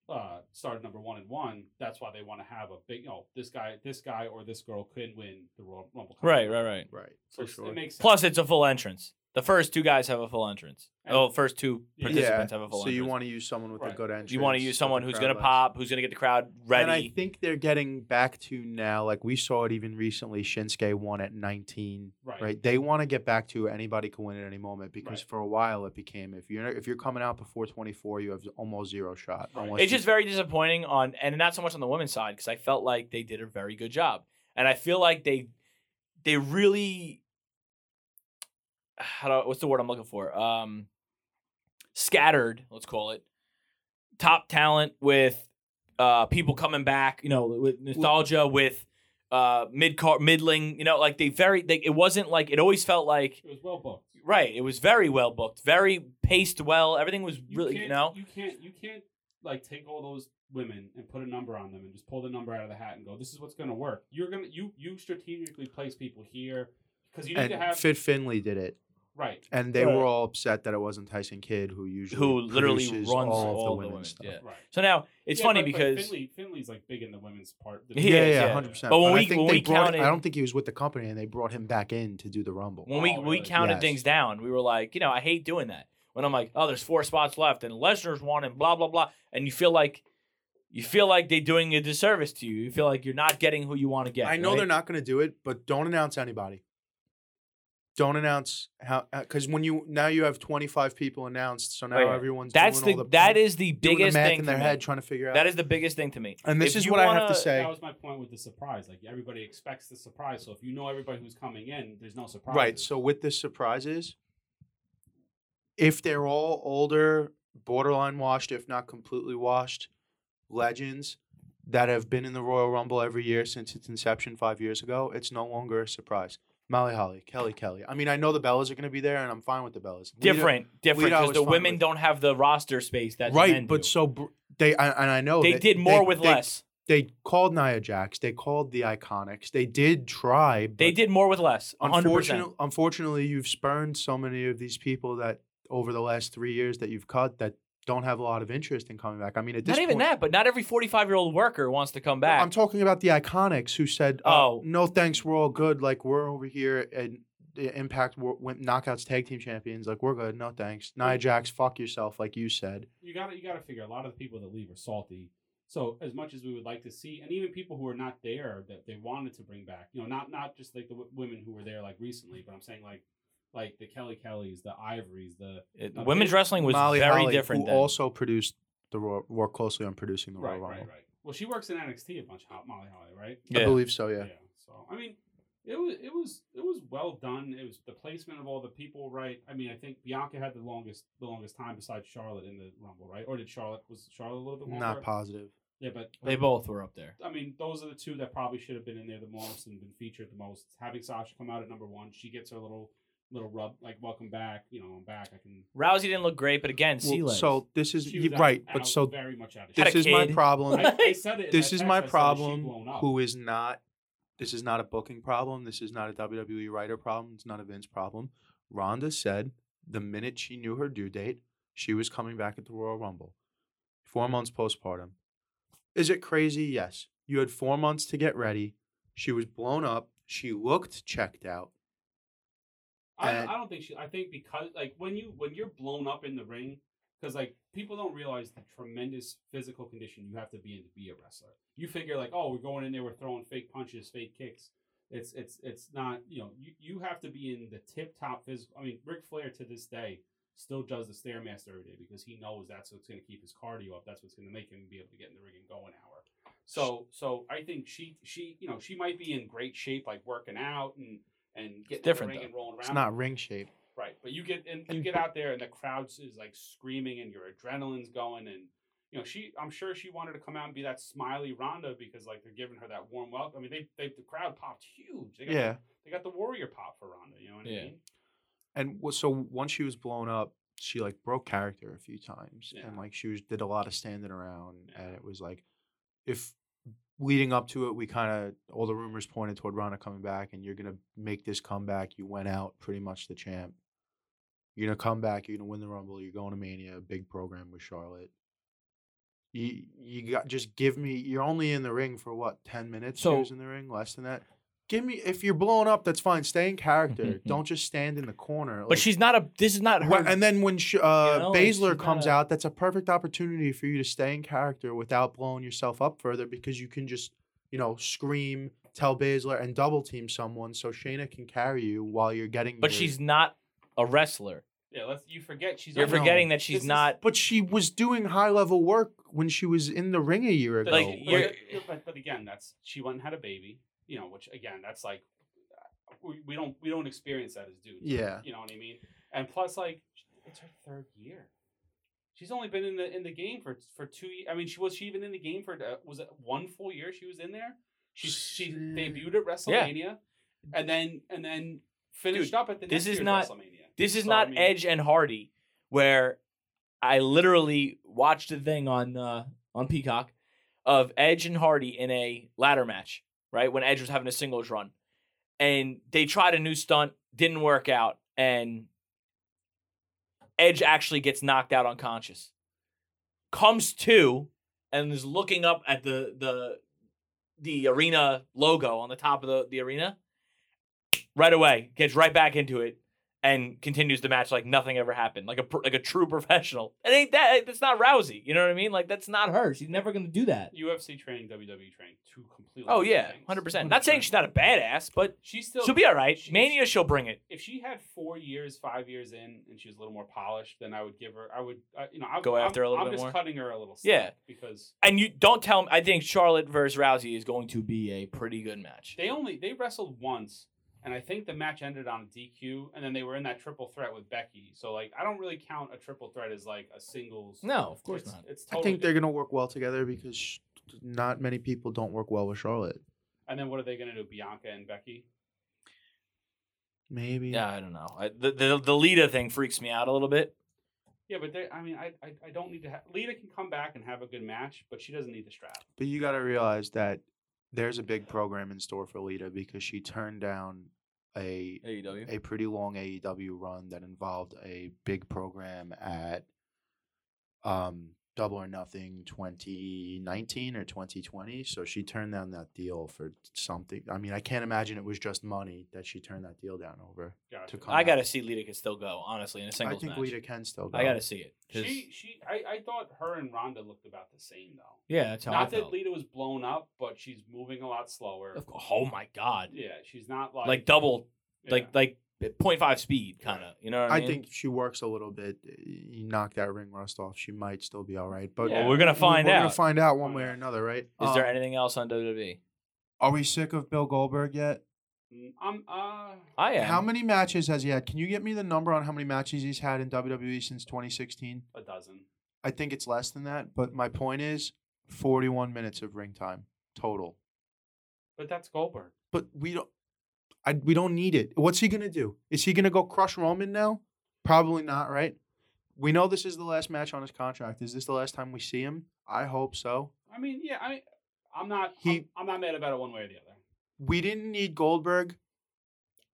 [SPEAKER 3] uh started number one and one, that's why they want to have a big. You know, this guy, this guy, or this girl could win the Royal Rumble.
[SPEAKER 2] right, right, right.
[SPEAKER 1] Right.
[SPEAKER 3] So it's- it makes sense.
[SPEAKER 2] Plus it's a full entrance. The first two guys have a full entrance.
[SPEAKER 3] And-
[SPEAKER 2] oh, first two
[SPEAKER 3] Yeah.
[SPEAKER 2] participants have a full
[SPEAKER 1] so
[SPEAKER 2] entrance.
[SPEAKER 1] you want to use someone with a
[SPEAKER 3] Right.
[SPEAKER 1] good entrance.
[SPEAKER 2] you want to
[SPEAKER 1] that
[SPEAKER 2] use
[SPEAKER 1] the
[SPEAKER 2] someone who's
[SPEAKER 1] crowd
[SPEAKER 2] going to
[SPEAKER 1] likes.
[SPEAKER 2] pop, who's going to get the crowd ready.
[SPEAKER 1] And I think they're getting back to now, like we saw it even recently. Shinsuke won at 19,
[SPEAKER 3] right.
[SPEAKER 1] right? They want to get back to anybody can win at any moment because
[SPEAKER 3] Right.
[SPEAKER 1] for a while it became if you're if you're coming out before 24, you have almost zero shot.
[SPEAKER 3] Right.
[SPEAKER 1] unless
[SPEAKER 2] It's
[SPEAKER 1] you-
[SPEAKER 2] just very disappointing on, and not so much on the women's side because I felt like they did a very good job, and I feel like they, they really, how do, what's the word I'm looking for? Um, scattered, let's call it, top talent with, uh, people coming back, you know, with nostalgia, with, uh, mid car, middling, you know, like they very, they, it wasn't like it always felt like.
[SPEAKER 3] It was well booked.
[SPEAKER 2] Right, it was very well booked, very paced well. Everything was really,
[SPEAKER 3] can't,
[SPEAKER 2] you know,
[SPEAKER 3] you can't you can't like take all those women and put a number on them and just pull the number out of the hat and go this is what's going to work you're going to you you strategically place people here because you need
[SPEAKER 1] and
[SPEAKER 3] to have
[SPEAKER 1] Fit Finley did it,
[SPEAKER 3] right
[SPEAKER 1] and they
[SPEAKER 2] Right.
[SPEAKER 1] were all upset that it wasn't Tyson Kidd who usually
[SPEAKER 2] who literally runs
[SPEAKER 1] produces
[SPEAKER 2] all,
[SPEAKER 1] all, of the
[SPEAKER 2] the
[SPEAKER 1] women's
[SPEAKER 2] women.
[SPEAKER 1] stuff.
[SPEAKER 2] Yeah.
[SPEAKER 3] right
[SPEAKER 2] So now it's
[SPEAKER 3] Yeah,
[SPEAKER 2] funny
[SPEAKER 3] but- but
[SPEAKER 2] because
[SPEAKER 3] Finley, finley's like big in the women's part the
[SPEAKER 2] He
[SPEAKER 1] yeah,
[SPEAKER 2] is,
[SPEAKER 1] yeah,
[SPEAKER 2] yeah.
[SPEAKER 1] 100. percent
[SPEAKER 2] But when
[SPEAKER 1] I
[SPEAKER 2] we-
[SPEAKER 1] think
[SPEAKER 2] when
[SPEAKER 1] they
[SPEAKER 2] we
[SPEAKER 1] brought,
[SPEAKER 2] counted-
[SPEAKER 1] I don't think he was with the company, and they brought him back in to do the rumble.
[SPEAKER 2] when we
[SPEAKER 3] Oh,
[SPEAKER 2] we
[SPEAKER 3] really?
[SPEAKER 2] counted
[SPEAKER 1] Yes.
[SPEAKER 2] things down, we were like, you know, I hate doing that. When I'm like, oh, there's four spots left, and Lesnar's one, and blah blah blah, and you feel like you feel like they're doing a disservice to you. You feel like you're not getting who you want to get.
[SPEAKER 1] I know
[SPEAKER 2] right?
[SPEAKER 1] they're not going to do it, but don't announce anybody. Don't announce how because when you now you have 25 people announced, so now
[SPEAKER 2] Wait, wait.
[SPEAKER 1] everyone's
[SPEAKER 2] Oh, That's
[SPEAKER 1] doing
[SPEAKER 2] the,
[SPEAKER 1] all the
[SPEAKER 2] that is the
[SPEAKER 1] doing
[SPEAKER 2] biggest
[SPEAKER 1] the math
[SPEAKER 2] thing
[SPEAKER 1] in
[SPEAKER 2] to
[SPEAKER 1] their
[SPEAKER 2] me.
[SPEAKER 1] head trying to figure out.
[SPEAKER 2] That is the biggest thing to me.
[SPEAKER 1] and this
[SPEAKER 2] if
[SPEAKER 1] is
[SPEAKER 2] you
[SPEAKER 1] what I have
[SPEAKER 2] wanna-
[SPEAKER 1] to say.
[SPEAKER 3] That was my point with the surprise. Like everybody expects the surprise. So if you know everybody who's coming in, there's no surprise.
[SPEAKER 1] Right. So with the surprises, if they're all older, borderline washed, if not completely washed, legends that have been in the Royal Rumble every year since its inception five years ago, it's no longer a surprise. Molly Holly, Kelly Kelly. I mean, I know the Bellas are going to be there, and I'm fine with the Bellas. Lita-
[SPEAKER 2] Different, different,
[SPEAKER 1] I
[SPEAKER 2] because
[SPEAKER 1] was
[SPEAKER 2] the
[SPEAKER 1] fine
[SPEAKER 2] women
[SPEAKER 1] with.
[SPEAKER 2] don't have the roster space that the men
[SPEAKER 1] right? But
[SPEAKER 2] do.
[SPEAKER 1] so br- they I, and I know
[SPEAKER 2] they
[SPEAKER 1] that
[SPEAKER 2] did more
[SPEAKER 1] they-
[SPEAKER 2] with
[SPEAKER 1] they-
[SPEAKER 2] less.
[SPEAKER 1] They called Nia Jax. They called the Iconics. They did try. But
[SPEAKER 2] They did more with less. 100 percent.
[SPEAKER 1] Unfortunately, unfortunately, you've spurned so many of these people that over the last three years that you've cut that don't have a lot of interest in coming back. I mean, at this
[SPEAKER 2] Not even
[SPEAKER 1] point,
[SPEAKER 2] that, but not every 45 year old worker wants to come
[SPEAKER 1] No,
[SPEAKER 2] back.
[SPEAKER 1] I'm talking about the iconics who said, "Oh,
[SPEAKER 2] Oh.
[SPEAKER 1] no, thanks, we're all good. Like we're over here and the Impact wor- went knockouts tag team champions. Like we're good. No thanks. Nia Jax, fuck yourself, like you said.
[SPEAKER 3] you got to you got to figure a lot of the people that leave are salty. So as much as we would like to see, and even people who are not there that they wanted to bring back, you know, not not just like the w- women who were there like recently, but I'm saying like like the Kelly Kellys, the Ivories, the
[SPEAKER 2] It-
[SPEAKER 3] Okay.
[SPEAKER 2] women's wrestling was
[SPEAKER 1] Molly
[SPEAKER 2] very
[SPEAKER 1] Holly,
[SPEAKER 2] different.
[SPEAKER 1] Who
[SPEAKER 2] then.
[SPEAKER 1] also produced the Royal, worked closely on producing the
[SPEAKER 3] right,
[SPEAKER 1] Royal
[SPEAKER 3] right,
[SPEAKER 1] Rumble.
[SPEAKER 3] right. Well, she works in NXT a bunch, Hot Molly Holly, right?
[SPEAKER 1] I
[SPEAKER 2] yeah.
[SPEAKER 1] believe so. Yeah.
[SPEAKER 3] So I mean, it was it was it was well done. It was the placement of all the people, right? I mean, I think Bianca had the longest the longest time besides Charlotte in the Rumble, right? Or did Charlotte was Charlotte a little bit longer?
[SPEAKER 1] Not positive.
[SPEAKER 3] yeah, but
[SPEAKER 2] they both were up there.
[SPEAKER 3] I mean, those are the two that probably should have been in there the most and been featured the most. Having Sasha come out at number one, she gets her little little rub, like welcome back, you know, I'm back. I can.
[SPEAKER 2] Rousey didn't look great, but again,
[SPEAKER 1] Well,
[SPEAKER 2] sea legs.
[SPEAKER 1] so this is
[SPEAKER 3] She was out-
[SPEAKER 1] right,
[SPEAKER 3] out
[SPEAKER 1] but so
[SPEAKER 3] very much out of
[SPEAKER 2] Had
[SPEAKER 1] this
[SPEAKER 3] shape.
[SPEAKER 1] is
[SPEAKER 2] a
[SPEAKER 1] my
[SPEAKER 2] kid.
[SPEAKER 1] problem.
[SPEAKER 3] I, I said it. in
[SPEAKER 1] this
[SPEAKER 3] that
[SPEAKER 1] is
[SPEAKER 3] text,
[SPEAKER 1] my
[SPEAKER 3] I said, "Is she
[SPEAKER 1] problem.
[SPEAKER 3] blown up?"
[SPEAKER 1] Who is not? This is not a booking problem. This is not a WWE writer problem. It's not a Vince problem. Rhonda said the minute she knew her due date, she was coming back at the Royal Rumble. Four months postpartum. Is it crazy? Yes. You had four months to get ready. She was blown up. She looked checked out.
[SPEAKER 3] I,
[SPEAKER 1] Uh,
[SPEAKER 3] don't- I don't think she. I think because like when you when you're blown up in the ring, because like people don't realize the tremendous physical condition you have to be in to be a wrestler. You figure like, oh, we're going in there, we're throwing fake punches, fake kicks. It's it's it's not you know you you have to be in the tip top physical. I mean, Ric Flair to this day still does the stairmaster every day because he knows that's what's going to keep his cardio up. That's what's going to make him be able to get in the ring and go an hour. So so I think she she you know she might be in great shape like working out and and getting
[SPEAKER 2] different,
[SPEAKER 3] in the ring
[SPEAKER 2] though.
[SPEAKER 3] and rolling around.
[SPEAKER 1] It's not ring shape.
[SPEAKER 3] Right, but you get and you get out there, and the crowds is like screaming, and your adrenaline's going, and you know she. I'm sure she wanted to come out and be that smiley Rhonda because like they're giving her that warm welcome. I mean, they they the crowd popped huge. They got
[SPEAKER 1] Yeah.
[SPEAKER 3] they got the warrior pop for Rhonda. You know what
[SPEAKER 2] Yeah.
[SPEAKER 3] I mean?
[SPEAKER 1] and w- so once she was blown up she like broke character a few times
[SPEAKER 3] Yeah.
[SPEAKER 1] and like she was did a lot of standing around and
[SPEAKER 3] Yeah.
[SPEAKER 1] it was like if leading up to it we kind of all the rumors pointed toward Ronda coming back and you're going to make this comeback you went out pretty much the champ you're going to come back you're going to win the rumble you're going to mania big program with charlotte you you got just give me you're only in the ring for what 10 minutes she
[SPEAKER 2] So-
[SPEAKER 1] was in the ring less than that give me if you're blown up that's fine stay in character don't just stand in the corner
[SPEAKER 2] but she's not a. This is not her.
[SPEAKER 1] Wha- and then when sh- uh,
[SPEAKER 2] know, like,
[SPEAKER 1] Baszler
[SPEAKER 2] she's
[SPEAKER 1] comes
[SPEAKER 2] gotta-
[SPEAKER 1] out, that's a perfect opportunity for you to stay in character without blowing yourself up further because you can just, you know, scream, tell Baszler, and double team someone so Shayna can carry you while you're getting.
[SPEAKER 2] but
[SPEAKER 1] your-
[SPEAKER 2] she's not a wrestler.
[SPEAKER 3] Yeah, let's you forget she's.
[SPEAKER 2] You're
[SPEAKER 1] No.
[SPEAKER 3] on-
[SPEAKER 2] forgetting that
[SPEAKER 3] This
[SPEAKER 2] she's
[SPEAKER 3] is-
[SPEAKER 2] not.
[SPEAKER 1] But she was doing high level work when she was in the ring a year ago.
[SPEAKER 3] But-
[SPEAKER 2] Like,
[SPEAKER 3] but-
[SPEAKER 2] you're-
[SPEAKER 3] but, but, but again, that's she went and had a baby. You know, which again, that's like uh, we, we don't we don't experience that as dudes.
[SPEAKER 1] yeah.
[SPEAKER 3] You know what I mean? And plus, like, it's her third year. She's only been in the in the game for for two. ye- I mean, she was she even in the game for uh, was it one full year? She was in there. She she
[SPEAKER 1] Shit.
[SPEAKER 3] debuted at WrestleMania, and then and then finished
[SPEAKER 2] Dude,
[SPEAKER 3] up at the
[SPEAKER 2] this is
[SPEAKER 3] next year's
[SPEAKER 2] not-
[SPEAKER 3] WrestleMania.
[SPEAKER 2] This is
[SPEAKER 3] So, I
[SPEAKER 2] not
[SPEAKER 3] mean-
[SPEAKER 2] Edge and Hardy, where I literally watched a thing on uh, on Peacock of Edge and Hardy in a ladder match. Right when Edge was having a singles run, and they tried a new stunt, didn't work out, and Edge actually gets knocked out unconscious. Comes to and is looking up at the the the arena logo on the top of the, the arena. Right away, gets right back into it and continues the match like nothing ever happened, like a pr- like a true professional. It ain't that. That's not Rousey. You know what I mean? Like that's not her. She's never gonna do that.
[SPEAKER 3] UFC training, WWE training, two completely.
[SPEAKER 2] Oh
[SPEAKER 3] different
[SPEAKER 2] yeah,
[SPEAKER 3] things.
[SPEAKER 2] hundred percent. Not saying she's not a badass, but
[SPEAKER 3] She's still
[SPEAKER 2] she'll be all right.
[SPEAKER 3] she-
[SPEAKER 2] Mania, she'll bring it.
[SPEAKER 3] if she had four years, five years in, and she was a little more polished, then I would give her. I would, I, you know, I,
[SPEAKER 2] Go after her a little
[SPEAKER 3] I'm
[SPEAKER 2] bit
[SPEAKER 3] just
[SPEAKER 2] more?
[SPEAKER 3] cutting her a little. Slack
[SPEAKER 2] Yeah.
[SPEAKER 3] because
[SPEAKER 2] And you don't tell him. I think Charlotte versus Rousey is going to be a pretty good match.
[SPEAKER 3] they only they wrestled once, and I think the match ended on a DQ, and then they were in that triple threat with Becky. So like, I don't really count a triple threat as like a singles.
[SPEAKER 2] No, of course
[SPEAKER 3] it's,
[SPEAKER 2] not.
[SPEAKER 3] It's
[SPEAKER 1] I
[SPEAKER 3] totally
[SPEAKER 1] think they're
[SPEAKER 3] different.
[SPEAKER 1] gonna work well together because sh- not many people don't work well with Charlotte.
[SPEAKER 3] And then what are they gonna do? Bianca and Becky.
[SPEAKER 1] Maybe.
[SPEAKER 2] Yeah, I don't know. I, the, the the Lita thing freaks me out a little bit.
[SPEAKER 3] Yeah, but they, I mean, I, I, I don't need to. Ha- Lita can come back and have a good match, but she doesn't need the strap.
[SPEAKER 1] But you got to realize that there's a big program in store for Lita because she turned down a
[SPEAKER 3] E
[SPEAKER 2] AEW.
[SPEAKER 1] a pretty long AEW run that involved a big program at um Double or Nothing 2019 or 2020. So she turned down that deal for something. I mean, I can't imagine it was just money that she turned that deal down over
[SPEAKER 3] Gotcha.
[SPEAKER 1] to come.
[SPEAKER 2] I
[SPEAKER 1] back.
[SPEAKER 2] gotta see Lita can still go. Honestly, in a
[SPEAKER 1] I
[SPEAKER 2] singles
[SPEAKER 1] think
[SPEAKER 2] match,
[SPEAKER 1] Lita can still go.
[SPEAKER 2] I gotta see it. 'cause-
[SPEAKER 3] She she I, I thought her and Ronda looked about the same though.
[SPEAKER 2] yeah, that's how
[SPEAKER 3] Not
[SPEAKER 2] I
[SPEAKER 3] that
[SPEAKER 2] felt.
[SPEAKER 3] Lita was blown up, but she's moving a lot slower.
[SPEAKER 2] Of cou- oh my god,
[SPEAKER 3] Yeah, she's not like
[SPEAKER 2] like double,
[SPEAKER 3] yeah.
[SPEAKER 2] like like 0.5 speed, kind of. You know what I
[SPEAKER 1] I
[SPEAKER 2] mean?
[SPEAKER 1] think she works a little bit. eh, You knock that ring rust off, she might still be all right. But
[SPEAKER 3] Yeah.
[SPEAKER 2] Well, we're gonna find
[SPEAKER 1] we're
[SPEAKER 2] out.
[SPEAKER 1] gonna find out one
[SPEAKER 3] Find
[SPEAKER 1] way or
[SPEAKER 3] out.
[SPEAKER 1] another, right?
[SPEAKER 2] Is there
[SPEAKER 1] Um,
[SPEAKER 2] anything else on E? WWE?
[SPEAKER 1] Are we sick of Bill Goldberg yet?
[SPEAKER 3] Mm, I'm uh
[SPEAKER 2] I am.
[SPEAKER 1] How many matches has he had? Can you get me the number on how many matches he's had in WWE since 2016?
[SPEAKER 3] a dozen.
[SPEAKER 1] I think it's less than that, but my point is 41 minutes of ring time total.
[SPEAKER 3] But that's Goldberg.
[SPEAKER 1] But we don't I, we don't need it. What's he going to do? Is he going to go crush Roman now? Probably not, right? We know this is the last match on his contract. Is this the last time we see him? I hope so.
[SPEAKER 3] I mean, yeah, I mean I'm not
[SPEAKER 1] He-
[SPEAKER 3] I'm, I'm not mad about it one way or the other.
[SPEAKER 1] we didn't need Goldberg.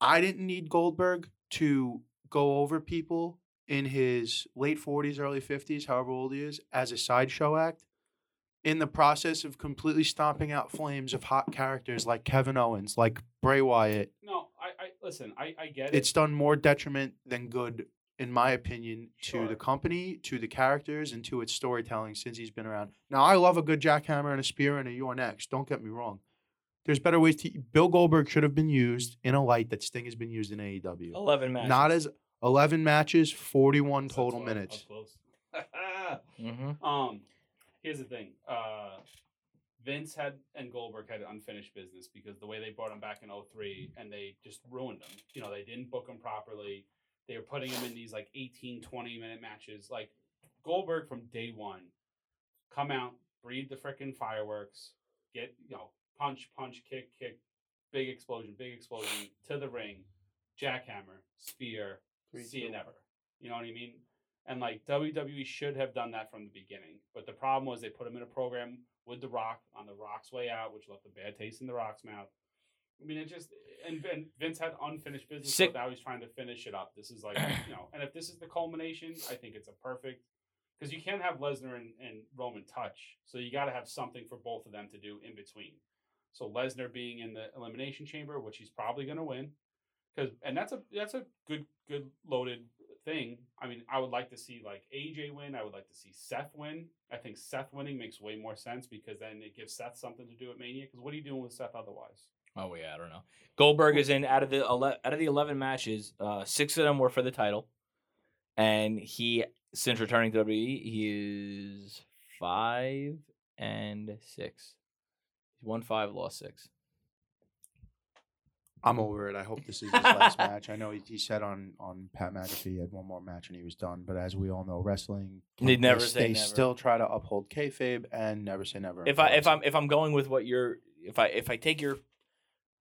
[SPEAKER 1] I didn't need Goldberg to go over people in his late 40s, early 50s, however old he is, as a sideshow act in the process of completely stomping out flames of hot characters like Kevin Owens, like Bray Wyatt.
[SPEAKER 3] No, I, I listen, I, I get it.
[SPEAKER 1] It's done more detriment than good, in my opinion, to the
[SPEAKER 3] Sure.
[SPEAKER 1] company, to the characters, and to its storytelling since he's been around. Now, I love a good jackhammer and a spear and a you're next. Don't get me wrong. There's better ways to. Bill Goldberg should have been used in a light that Sting has been used in AEW.
[SPEAKER 2] Eleven matches.
[SPEAKER 1] Not as 11 matches, 41
[SPEAKER 3] That's
[SPEAKER 1] total
[SPEAKER 3] why I was
[SPEAKER 1] minutes.
[SPEAKER 3] close.
[SPEAKER 2] hmm
[SPEAKER 3] Um, here's the thing. Uh, Vince had and Goldberg had unfinished business because the way they brought him back in 03
[SPEAKER 1] Mm-hmm.
[SPEAKER 3] and they just ruined him. You know, they didn't book him properly. They were putting him in these like 18, 20 minute matches. Like Goldberg from day one, come out, breathe the freaking fireworks, get, you know, punch, punch, kick, kick, big explosion, big explosion to the ring, jackhammer, spear,
[SPEAKER 1] Three,
[SPEAKER 3] see
[SPEAKER 1] two,
[SPEAKER 3] you never. You know what I mean? And like WWE should have done that from the beginning. But the problem was they put him in a program with The Rock on The Rock's way out, which left a bad taste in The Rock's mouth. I mean, it just and, and Vince had unfinished business,
[SPEAKER 2] Sick-
[SPEAKER 3] so now he's trying to finish it up. This is like you know, and if this is the culmination, I think it's a perfect because you can't have Lesnar and, and Roman touch, so you got to have something for both of them to do in between. So Lesnar being in the elimination chamber, which he's probably going to win, because and that's a that's a good good loaded thing. I mean, I would like to see like AJ win. I would like to see Seth win. I think Seth winning makes way more sense because then it gives Seth something to do at Mania. Because what are you doing with Seth otherwise?
[SPEAKER 2] Oh yeah, I don't know. Goldberg is in out of the ele- out of the eleven matches. Uh, six of them were for the title, and he since returning to WWE, he is five and six. He's won five, lost six.
[SPEAKER 1] I'm over it. I hope this is his last match. I know he, he said on, on Pat McAfee he had one more match and he was done. But as we all know, wrestling
[SPEAKER 2] They never
[SPEAKER 1] they,
[SPEAKER 2] say
[SPEAKER 1] they
[SPEAKER 2] never.
[SPEAKER 1] still try to uphold kayfabe and never say never. in
[SPEAKER 2] if I
[SPEAKER 1] pro
[SPEAKER 2] if I'm if I'm going with what you're if I if I take your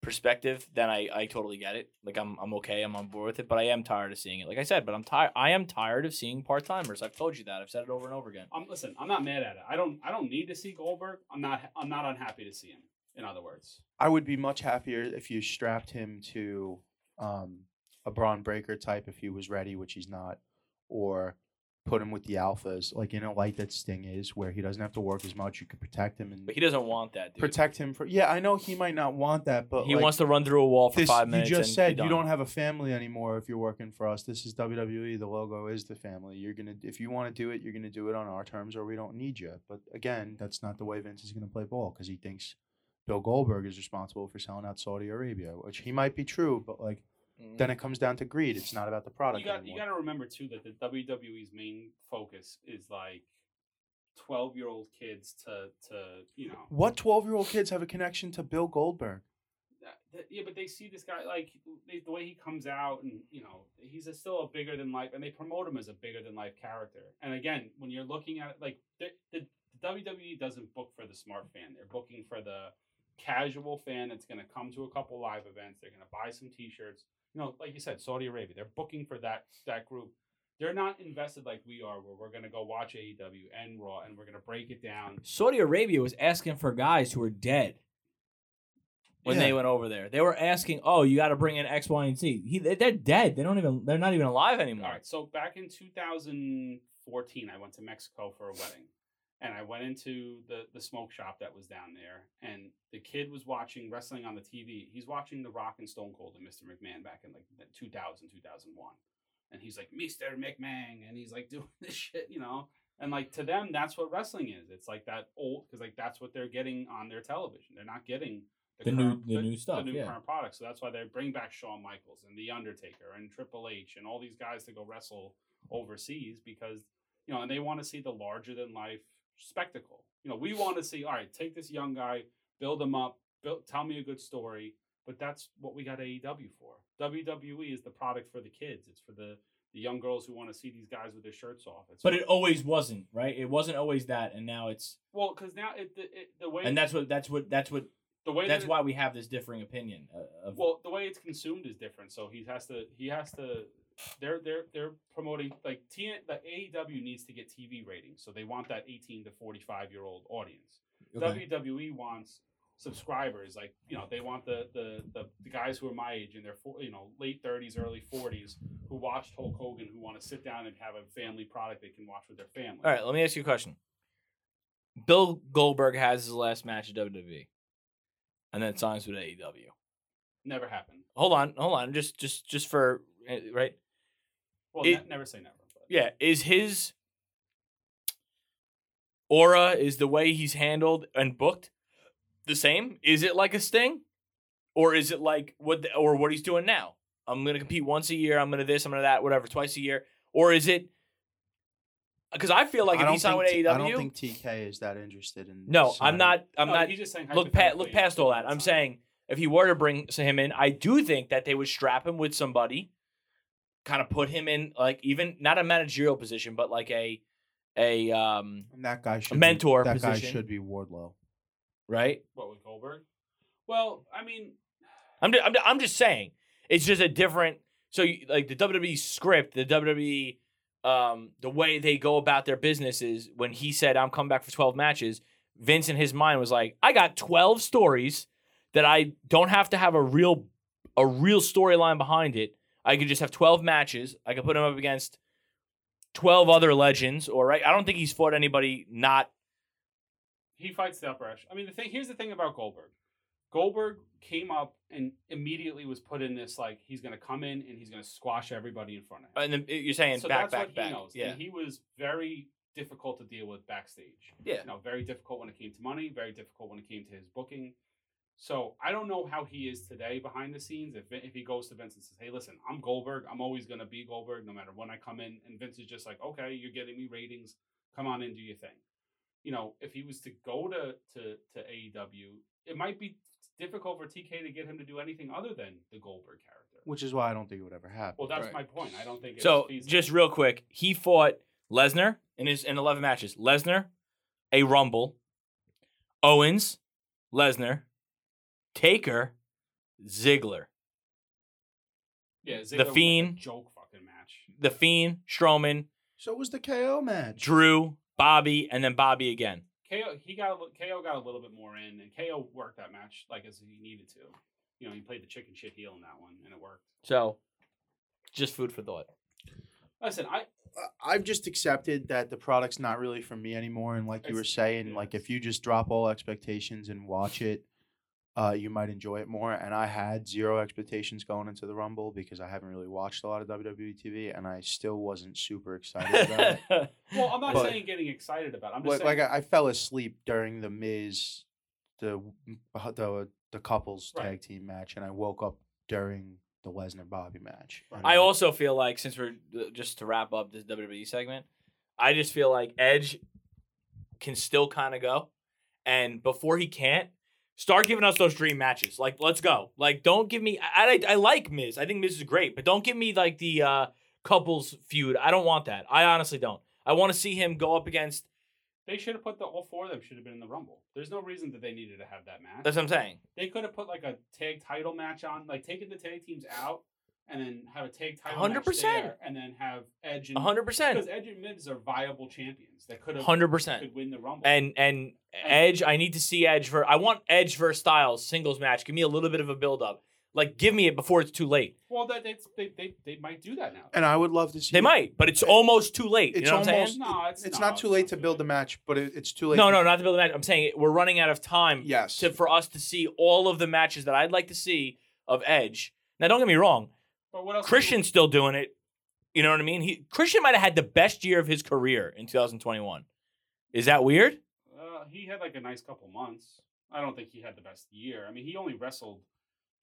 [SPEAKER 2] perspective, then I I totally get it. Like I'm I'm okay, I'm on board with it, but I am tired of seeing it. Like I said, but I'm tired I am tired of seeing part timers. I've told you that. I've said it over and over again.
[SPEAKER 3] I'm listen. I'm not mad at it. I don't. I don't need to see Goldberg. I'm not. I'm not unhappy to see him. In other words,
[SPEAKER 1] I would be much happier if you strapped him to um, a Braun Breaker type if he was ready, which he's not, or
[SPEAKER 4] put him with the alphas, like in a light that Sting is, where he doesn't have to work as much. You could protect him and
[SPEAKER 2] But he doesn't want that, dude.
[SPEAKER 4] protect him for. Yeah, I know he might not want that, but
[SPEAKER 2] he
[SPEAKER 4] like,
[SPEAKER 2] wants to run through a wall for
[SPEAKER 4] this,
[SPEAKER 2] five
[SPEAKER 4] you
[SPEAKER 2] minutes.
[SPEAKER 4] just
[SPEAKER 2] and
[SPEAKER 4] said
[SPEAKER 2] be
[SPEAKER 4] you
[SPEAKER 2] done.
[SPEAKER 4] don't have a family anymore if you're working for us. This is WWE. The logo is the family. You're gonna if you want to do it, you're gonna do it on our terms, or we don't need you. But again, that's not the way Vince is gonna play ball because he thinks Bill Goldberg is responsible for selling out Saudi Arabia, which he might be true, but like
[SPEAKER 2] Mm.
[SPEAKER 4] then it comes down to greed. It's not about the product
[SPEAKER 3] You got you
[SPEAKER 4] anymore.
[SPEAKER 3] got to remember too that the WWE's main focus is like twelve year old kids to to you know
[SPEAKER 4] what twelve year old kids have a connection to Bill Goldberg?
[SPEAKER 3] that- that- yeah, but they see this guy like they, the way he comes out, and you know he's a, still a bigger than life, and they promote him as a bigger than life character. And again, when you're looking at it, like the, the WWE doesn't book for the smart fan; they're booking for the casual fan that's going to come to a couple live events. They're going to buy some T-shirts. You know, like you said, Saudi Arabia, they're booking for that that group. They're not invested like we are, where we're going to go watch AEW and Raw, and we're going to break it down.
[SPEAKER 5] Saudi Arabia was asking for guys who were dead when
[SPEAKER 4] Yeah.
[SPEAKER 5] they went over there. They were asking, "Oh, you got to bring in X, Y, and Z." He, they- they're dead. They don't even. They're not even alive anymore.
[SPEAKER 3] All right. So back in 2014, I went to Mexico for a wedding, and I went into the the smoke shop that was down there, and the kid was watching wrestling on the TV. He's watching The Rock and Stone Cold and Mr. McMahon back in like the 2000, 2001, and he's like Mr. McMahon, and he's like doing this shit, you know. And like to them, that's what wrestling is. It's like that old because like that's what they're getting on their television. They're not getting
[SPEAKER 5] The new- the new stuff,
[SPEAKER 3] the new
[SPEAKER 5] yeah.
[SPEAKER 3] current products. So that's why they bring back Shawn Michaels and The Undertaker and Triple H and all these guys to go wrestle overseas because you know, and they want to see the larger than life spectacle. You know, we want to see. All right, take this young guy, build him up, build, tell me a good story. But that's what we got AEW for. WWE is the product for the kids. It's for the the young girls who want to see these guys with their shirts off. It's
[SPEAKER 5] But
[SPEAKER 3] for-
[SPEAKER 5] it always wasn't right. It wasn't always that, and now it's.
[SPEAKER 3] well, because now it, the- it the way
[SPEAKER 5] And that's what. That's what. That's what.
[SPEAKER 3] the way
[SPEAKER 5] That's
[SPEAKER 3] that it-
[SPEAKER 5] why we have this differing opinion. uh, Of,
[SPEAKER 3] Well, the way it's consumed is different. So he has to. He has to. They're they're they're promoting like TN, the AEW needs to get TV ratings, so they want that eighteen to forty five year old audience.
[SPEAKER 5] Okay.
[SPEAKER 3] WWE E wants subscribers, like you know, they want the the the, the guys who are my age in their fo- you know late thirties, early forties, who watched Hulk Hogan, who want to sit down and have a family product they can watch with their family.
[SPEAKER 2] All right, let me ask you a question. Bill Goldberg has his last match at
[SPEAKER 5] E,
[SPEAKER 2] WWE, and then signs with AEW.
[SPEAKER 3] never happened.
[SPEAKER 2] Hold on, hold on. Just, just, just for eh, right.
[SPEAKER 3] Well,
[SPEAKER 2] It-
[SPEAKER 3] ne- never say never. But.
[SPEAKER 2] Yeah, is his aura is the way he's handled and booked the same? Is it like a sting, or is it like what the, or what he's doing now? I'm gonna compete once a year. I'm gonna this. I'm gonna that. Whatever, twice a year. Or is it? Because I feel like
[SPEAKER 4] I
[SPEAKER 2] if
[SPEAKER 4] don't
[SPEAKER 2] he signed with
[SPEAKER 4] think
[SPEAKER 2] AEW,
[SPEAKER 4] T- I don't think TK is that interested in.
[SPEAKER 2] no, I'm
[SPEAKER 4] signing-
[SPEAKER 2] not. I'm
[SPEAKER 3] No,
[SPEAKER 2] not.
[SPEAKER 3] he's just saying
[SPEAKER 2] look past look
[SPEAKER 3] hypothetically,
[SPEAKER 2] past all that.
[SPEAKER 3] that's
[SPEAKER 2] I'm
[SPEAKER 3] not-
[SPEAKER 2] saying if he were to bring s- him in, I do think that they would strap him with somebody, kind of put him in like even not a managerial position, but like a a um
[SPEAKER 4] And that guy should
[SPEAKER 2] mentor
[SPEAKER 4] Be, that guy
[SPEAKER 2] position.
[SPEAKER 4] should be Wardlow.
[SPEAKER 2] right.
[SPEAKER 3] what with Goldberg. Well, I mean,
[SPEAKER 2] I'm just, I'm ju- I'm just saying it's just a different. So you, like the WWE script, the WWE um the way they go about their business is when he said I'm coming back for 12 matches, Vince in his mind was like, I got 12 stories that I don't have to have a real a real storyline behind it. I could just have 12 matches. I could put him up against 12 other legends or right. I don't think he's fought anybody not
[SPEAKER 3] he fights the upper echelon. I mean, the thing here's the thing about Goldberg. Goldberg came up and immediately was put in this like he's going to come in and he's going to squash everybody in front of him.
[SPEAKER 2] and then you're saying back back back.
[SPEAKER 3] he knows.
[SPEAKER 2] Yeah.
[SPEAKER 3] And he was very difficult to deal with backstage.
[SPEAKER 2] Yeah.
[SPEAKER 3] You know, very difficult when it came to money, very difficult when it came to his booking. So I don't know how he is today behind the scenes. If if he goes to Vince and says, "Hey, listen, I'm Goldberg. I'm always gonna be Goldberg, no matter when I come in," and Vince is just like, "Okay, you're getting me ratings. Come on and do your thing." You know, if he was to go to to to AEW, it might be difficult for TK to get him to do anything other than the Goldberg character.
[SPEAKER 4] Which is why I don't think it would ever happen.
[SPEAKER 3] Well, that's
[SPEAKER 2] Right.
[SPEAKER 3] my point. I don't think it's
[SPEAKER 2] So
[SPEAKER 3] feasible.
[SPEAKER 2] just real quick, he fought Lesnar in his in eleven matches. Lesnar, a Rumble, Owens, Lesnar, Taker, Ziggler,
[SPEAKER 3] Yeah, Ziggler was like a
[SPEAKER 2] Fiend.
[SPEAKER 3] joke fucking match.
[SPEAKER 2] The Fiend, Strowman,
[SPEAKER 4] so was the KO match.
[SPEAKER 2] Drew, Bobby, and then Bobby again.
[SPEAKER 3] KO he got a, li- KO got a little bit more in, and KO worked that match like as he needed to. You know, he played the chicken shit heel in that one, and it worked.
[SPEAKER 2] So, just food for thought.
[SPEAKER 3] Listen, I
[SPEAKER 1] I've just accepted that the product's not really for me anymore. And like you were
[SPEAKER 3] It's-
[SPEAKER 1] saying,
[SPEAKER 3] yeah.
[SPEAKER 1] like if you just drop all expectations and watch it, uh, you might enjoy it more. And I had zero expectations going into the Rumble because I haven't really watched a lot of WWE TV, and I still wasn't super excited about it.
[SPEAKER 3] Well, I'm not
[SPEAKER 1] But-
[SPEAKER 3] saying getting excited about. It. I'm just
[SPEAKER 1] Like,
[SPEAKER 3] saying.
[SPEAKER 1] like
[SPEAKER 2] uh,
[SPEAKER 1] I, I fell asleep during the Miz, the uh, the the couples
[SPEAKER 3] Right.
[SPEAKER 1] tag team match, and I woke up during the Lesnar Bobby match.
[SPEAKER 3] Right.
[SPEAKER 1] And
[SPEAKER 2] I also feel like since we're uh, just to wrap up this WWE segment, I just feel like Edge can still kind of go, and before he can't, start giving us those dream matches. Like, let's go. Like, don't give me. I I, I like Miz. I think Miz is great, but don't give me like the uh, couples feud. I don't want that. I honestly don't. I want to see him go up against.
[SPEAKER 3] they should have put the all four of them should have been in the Rumble. There's no reason that they needed to have that match.
[SPEAKER 2] That's what I'm saying.
[SPEAKER 3] they could have put like a tag title match on, like taking the tag teams out, and then have a tag title
[SPEAKER 2] 100%.
[SPEAKER 3] match there, and then have Edge and
[SPEAKER 2] hundred percent.
[SPEAKER 3] because Edge and Miz are viable champions that could have
[SPEAKER 2] Hundred percent.
[SPEAKER 3] could win the Rumble.
[SPEAKER 2] and and Edge, I need to see Edge for. I want Edge versus Styles singles match. Give me a little bit of a build up. Like, give me it before it's too late.
[SPEAKER 3] well, that they, they they they might do that now.
[SPEAKER 1] and I would love to see.
[SPEAKER 2] They might, but it's almost too late. You
[SPEAKER 1] It's
[SPEAKER 2] know what I'm
[SPEAKER 1] almost-
[SPEAKER 2] saying?
[SPEAKER 3] no, it's,
[SPEAKER 1] It's not too late to build the
[SPEAKER 3] match.
[SPEAKER 1] match, but it, it's too late.
[SPEAKER 2] No,
[SPEAKER 1] to-
[SPEAKER 2] no, not to build a match. I'm saying we're running out of time
[SPEAKER 1] Yes.
[SPEAKER 2] to for us to see all of the matches that I'd like to see of Edge. Now, don't get me wrong,
[SPEAKER 3] But what else?
[SPEAKER 2] Christian's still doing it. You know what I mean? He Christian might have had the best year of his career in 2021. Is that weird?
[SPEAKER 3] Uh, he had like a nice couple months. I don't think he had the best year. I mean, he only wrestled.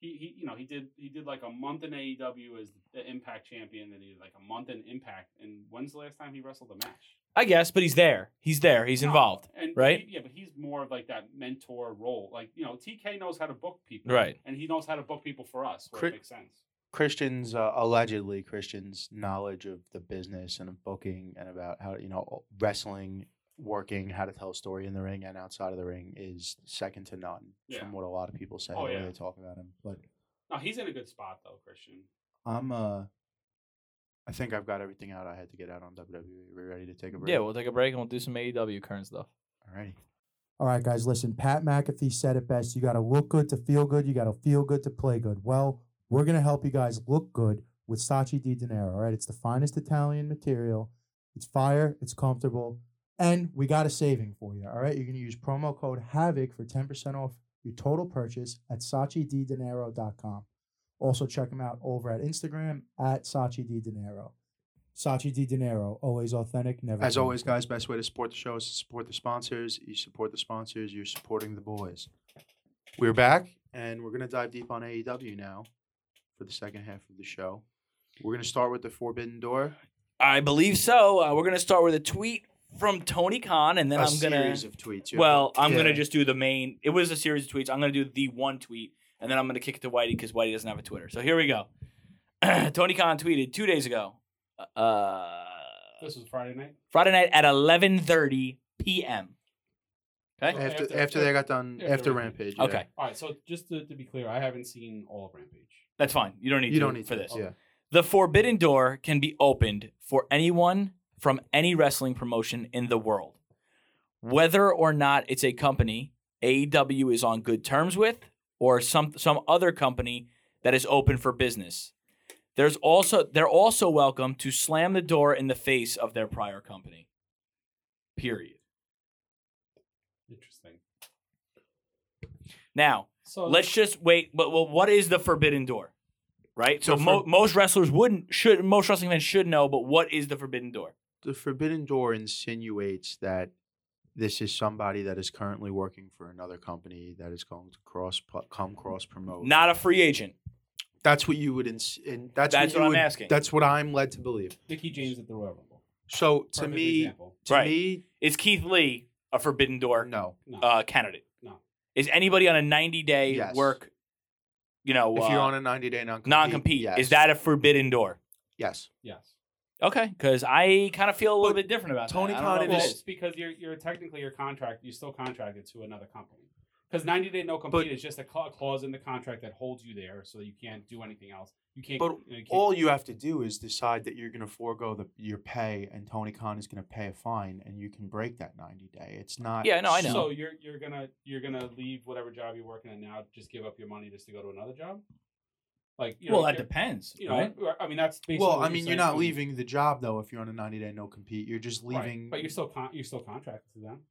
[SPEAKER 3] He, he you know he did he did like a month in AEW as the Impact champion, then he did like a month in Impact. And when's the last time he wrestled a match?
[SPEAKER 2] I guess, but he's there. He's there. He's
[SPEAKER 3] No.
[SPEAKER 2] involved.
[SPEAKER 3] And
[SPEAKER 2] right?
[SPEAKER 3] he- yeah, but he's more of like that mentor role. Like you know, TK knows how to book people,
[SPEAKER 2] Right.
[SPEAKER 3] And he knows how to book people for us, where
[SPEAKER 1] Cri-
[SPEAKER 3] it makes sense.
[SPEAKER 1] Christian's uh, allegedly Christian's knowledge of the business and of booking and about how you know wrestling, working, how to tell a story in the ring and outside of the ring is second to none
[SPEAKER 3] Yeah.
[SPEAKER 1] from what a lot of people say
[SPEAKER 3] Oh,
[SPEAKER 1] the way
[SPEAKER 3] yeah.
[SPEAKER 1] they talk about him. But
[SPEAKER 3] No, he's in a good spot though, Christian.
[SPEAKER 1] I'm uh, I think I've got everything out I had to get out on WWE. We're ready to take a break.
[SPEAKER 2] Yeah, we'll take a break and we'll do some AEW current stuff.
[SPEAKER 1] Alrighty.
[SPEAKER 4] All right, guys, listen, Pat McAfee said it best. You got to look good to feel good. You got to feel good to play good. Well, we're going to help you guys look good with Sachi Di Danero. All right, it's the finest Italian material. It's fire, it's comfortable, and we got a saving for you. All right, you're going to use promo code HAVOC for 10% off your total purchase at SachiDiDanero.com. Also, check them out over at Instagram at Sachi Di Danero. Sachi Di Danero, always authentic, never.
[SPEAKER 1] As
[SPEAKER 4] fake.
[SPEAKER 1] always, guys, best way to support the show is to support the sponsors. You support the sponsors, you're supporting the boys. We're back, and we're going to dive deep on AEW now for the second half of the show. We're going to start with the Forbidden Door.
[SPEAKER 2] I believe so. Uh, we're gonna start with a tweet from Tony Khan, and then
[SPEAKER 1] a
[SPEAKER 2] i I'm gonna.
[SPEAKER 1] series of tweets. You have
[SPEAKER 2] Well, I'm
[SPEAKER 1] Yeah.
[SPEAKER 2] gonna just do the main. It was a series of tweets. I'm gonna do the one tweet, and then I'm gonna kick it to Whitey because Whitey doesn't have a Twitter. So here we go. Tony Khan tweeted two days ago, uh,
[SPEAKER 3] This was Friday night.
[SPEAKER 2] Friday night at 11:30 p.m.
[SPEAKER 1] to- after, after,
[SPEAKER 3] after-
[SPEAKER 1] they got done
[SPEAKER 3] after
[SPEAKER 1] after Rampage.
[SPEAKER 3] Rampage.
[SPEAKER 1] yeah.
[SPEAKER 2] Okay,
[SPEAKER 3] All right, so just to, to be clear, I haven't seen all of Rampage.
[SPEAKER 2] that's fine. You don't need
[SPEAKER 1] you
[SPEAKER 2] to
[SPEAKER 1] don't need
[SPEAKER 2] for
[SPEAKER 1] to,
[SPEAKER 2] this.
[SPEAKER 1] Yeah,
[SPEAKER 2] The forbidden door can be opened for anyone from any wrestling promotion in the world. Whether or not it's a company AEW is on good terms with or some some other company that is open for business. There's also they're also welcome to slam the door in the face of their prior company. Period.
[SPEAKER 3] Interesting.
[SPEAKER 2] Now,
[SPEAKER 3] So
[SPEAKER 2] let's just wait. But well, what is the forbidden door? Right? So
[SPEAKER 1] The
[SPEAKER 2] mo-
[SPEAKER 1] for-
[SPEAKER 2] most wrestlers wouldn't should most wrestling fans should know, but what is the forbidden door?
[SPEAKER 1] the Forbidden Door insinuates that this is somebody that is currently working for another company that is going to cross come cross promote.
[SPEAKER 2] Not a free agent.
[SPEAKER 1] That's what you would. Ins- and that's, what,
[SPEAKER 2] That's
[SPEAKER 1] you
[SPEAKER 2] what I'm
[SPEAKER 1] would-
[SPEAKER 2] asking.
[SPEAKER 1] That's what I'm led to believe.
[SPEAKER 3] Mickey James at the Royal Rumble.
[SPEAKER 1] So to
[SPEAKER 3] Perfect
[SPEAKER 1] me,
[SPEAKER 3] example.
[SPEAKER 1] to
[SPEAKER 2] Right.
[SPEAKER 1] me,
[SPEAKER 2] Is Keith Lee a Forbidden Door
[SPEAKER 1] no.
[SPEAKER 3] No.
[SPEAKER 2] uh, candidate?
[SPEAKER 3] No.
[SPEAKER 2] Is anybody on a 90 day
[SPEAKER 1] Yes.
[SPEAKER 2] work, you know,
[SPEAKER 1] If you're on a 90 day non
[SPEAKER 2] non compete,
[SPEAKER 1] yes.
[SPEAKER 2] is that a Forbidden Door?
[SPEAKER 1] yes?
[SPEAKER 3] yes.
[SPEAKER 2] Okay. Because I kind of feel a little
[SPEAKER 1] But
[SPEAKER 2] bit different about
[SPEAKER 1] Tony
[SPEAKER 2] that. I don't
[SPEAKER 1] Khan
[SPEAKER 2] know
[SPEAKER 1] It
[SPEAKER 2] what
[SPEAKER 3] well,
[SPEAKER 1] is-
[SPEAKER 3] it's because you're you're technically your contract. You're still contracted to another company. Because 90 day no compete
[SPEAKER 1] But-
[SPEAKER 3] is just a cla- clause in the contract that holds you there, so you can't do anything else. You can't.
[SPEAKER 1] But
[SPEAKER 3] you know, you can't-
[SPEAKER 1] All you have to do is decide that you're going to forego the your pay, and Tony Khan is going to pay a fine, and you can break that 90 day. It's not.
[SPEAKER 2] Yeah, no, I know.
[SPEAKER 3] So you're you're gonna you're gonna leave whatever job you're working at now, just give up your money just to go to another job. Like, you know,
[SPEAKER 5] Well, that
[SPEAKER 3] you're-
[SPEAKER 5] depends,
[SPEAKER 3] you know,
[SPEAKER 5] right?
[SPEAKER 3] I mean, that's basically.
[SPEAKER 4] Well,
[SPEAKER 3] what
[SPEAKER 4] I mean, you're
[SPEAKER 3] saying.
[SPEAKER 4] not leaving the job though if you're on a 90 day no compete. You're just
[SPEAKER 3] Right,
[SPEAKER 4] leaving.
[SPEAKER 3] but you're still con- you're still contracted to them.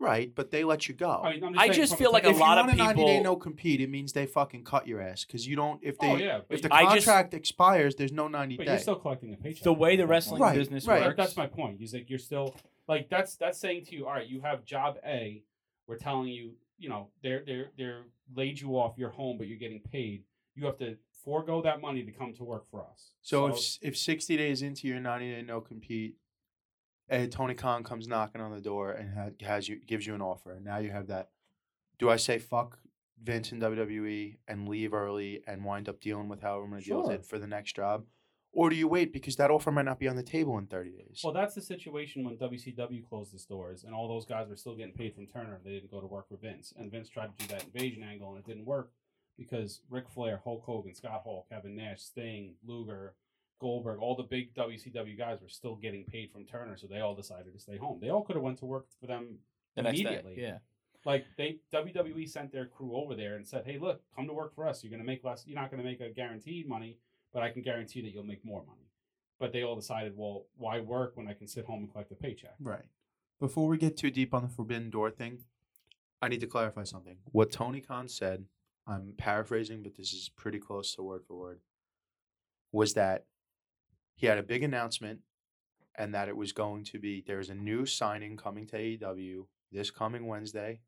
[SPEAKER 4] Right, but they let you go.
[SPEAKER 3] I mean, I'm just
[SPEAKER 2] I
[SPEAKER 3] saying
[SPEAKER 2] just
[SPEAKER 3] from
[SPEAKER 2] feel
[SPEAKER 3] a
[SPEAKER 2] like
[SPEAKER 3] tech-
[SPEAKER 4] if
[SPEAKER 2] a lot
[SPEAKER 4] you're on
[SPEAKER 2] of
[SPEAKER 4] a 90 day
[SPEAKER 2] people-
[SPEAKER 4] no compete, it means they fucking cut your ass because you don't if they
[SPEAKER 3] Oh yeah, but,
[SPEAKER 4] if the
[SPEAKER 2] I just-
[SPEAKER 4] contract expires, there's no 90
[SPEAKER 3] but you're
[SPEAKER 4] day.
[SPEAKER 3] still collecting a paycheck.
[SPEAKER 5] The way the
[SPEAKER 3] That's
[SPEAKER 5] wrestling
[SPEAKER 3] fine.
[SPEAKER 4] Right,
[SPEAKER 5] business
[SPEAKER 4] right.
[SPEAKER 5] works.
[SPEAKER 3] That's my point. He's like, you're still like that's that's saying to you, all right, you have job A. We're telling you, you know, they're they're they're laid you off your home, but you're getting paid. You have to forego that money to come to work for us.
[SPEAKER 4] So if s- if 60 days into your 90 day no compete, eh, Tony Khan comes knocking on the door and ha- has you gives you an offer, and now you have that. Do I say fuck Vince and WWE and leave early and wind up dealing with however I'm going to deal
[SPEAKER 3] Sure.
[SPEAKER 4] with it for the next job, or do you wait because that offer might not be on the table in 30 days?
[SPEAKER 3] well, that's the situation when WCW closed its doors and all those guys were still getting paid from Turner. They didn't go to work for Vince, and Vince tried to do that invasion angle, and it didn't work because Ric Flair, Hulk Hogan, Scott Hall, Kevin Nash, Sting, Luger, Goldberg, all the big WCW guys were still getting paid from Turner, so they all decided to stay home. They all could have went to work for them
[SPEAKER 2] the next day.
[SPEAKER 3] immediately.
[SPEAKER 2] Yeah.
[SPEAKER 3] Like they WWE sent their crew over there and said, "Hey, look, come to work for us. You're gonna make less. You're not gonna make a guaranteed money, but I can guarantee that you'll make more money." But they all decided, "Well, why work when I can sit home and collect a paycheck?"
[SPEAKER 4] Right. Before we get too deep on the Forbidden Door thing, I need to clarify something. What Tony Khan said, I'm paraphrasing, but this is pretty close to word for word, was that he had a big announcement and that it was going to be there's a new signing coming to AEW this coming Wednesday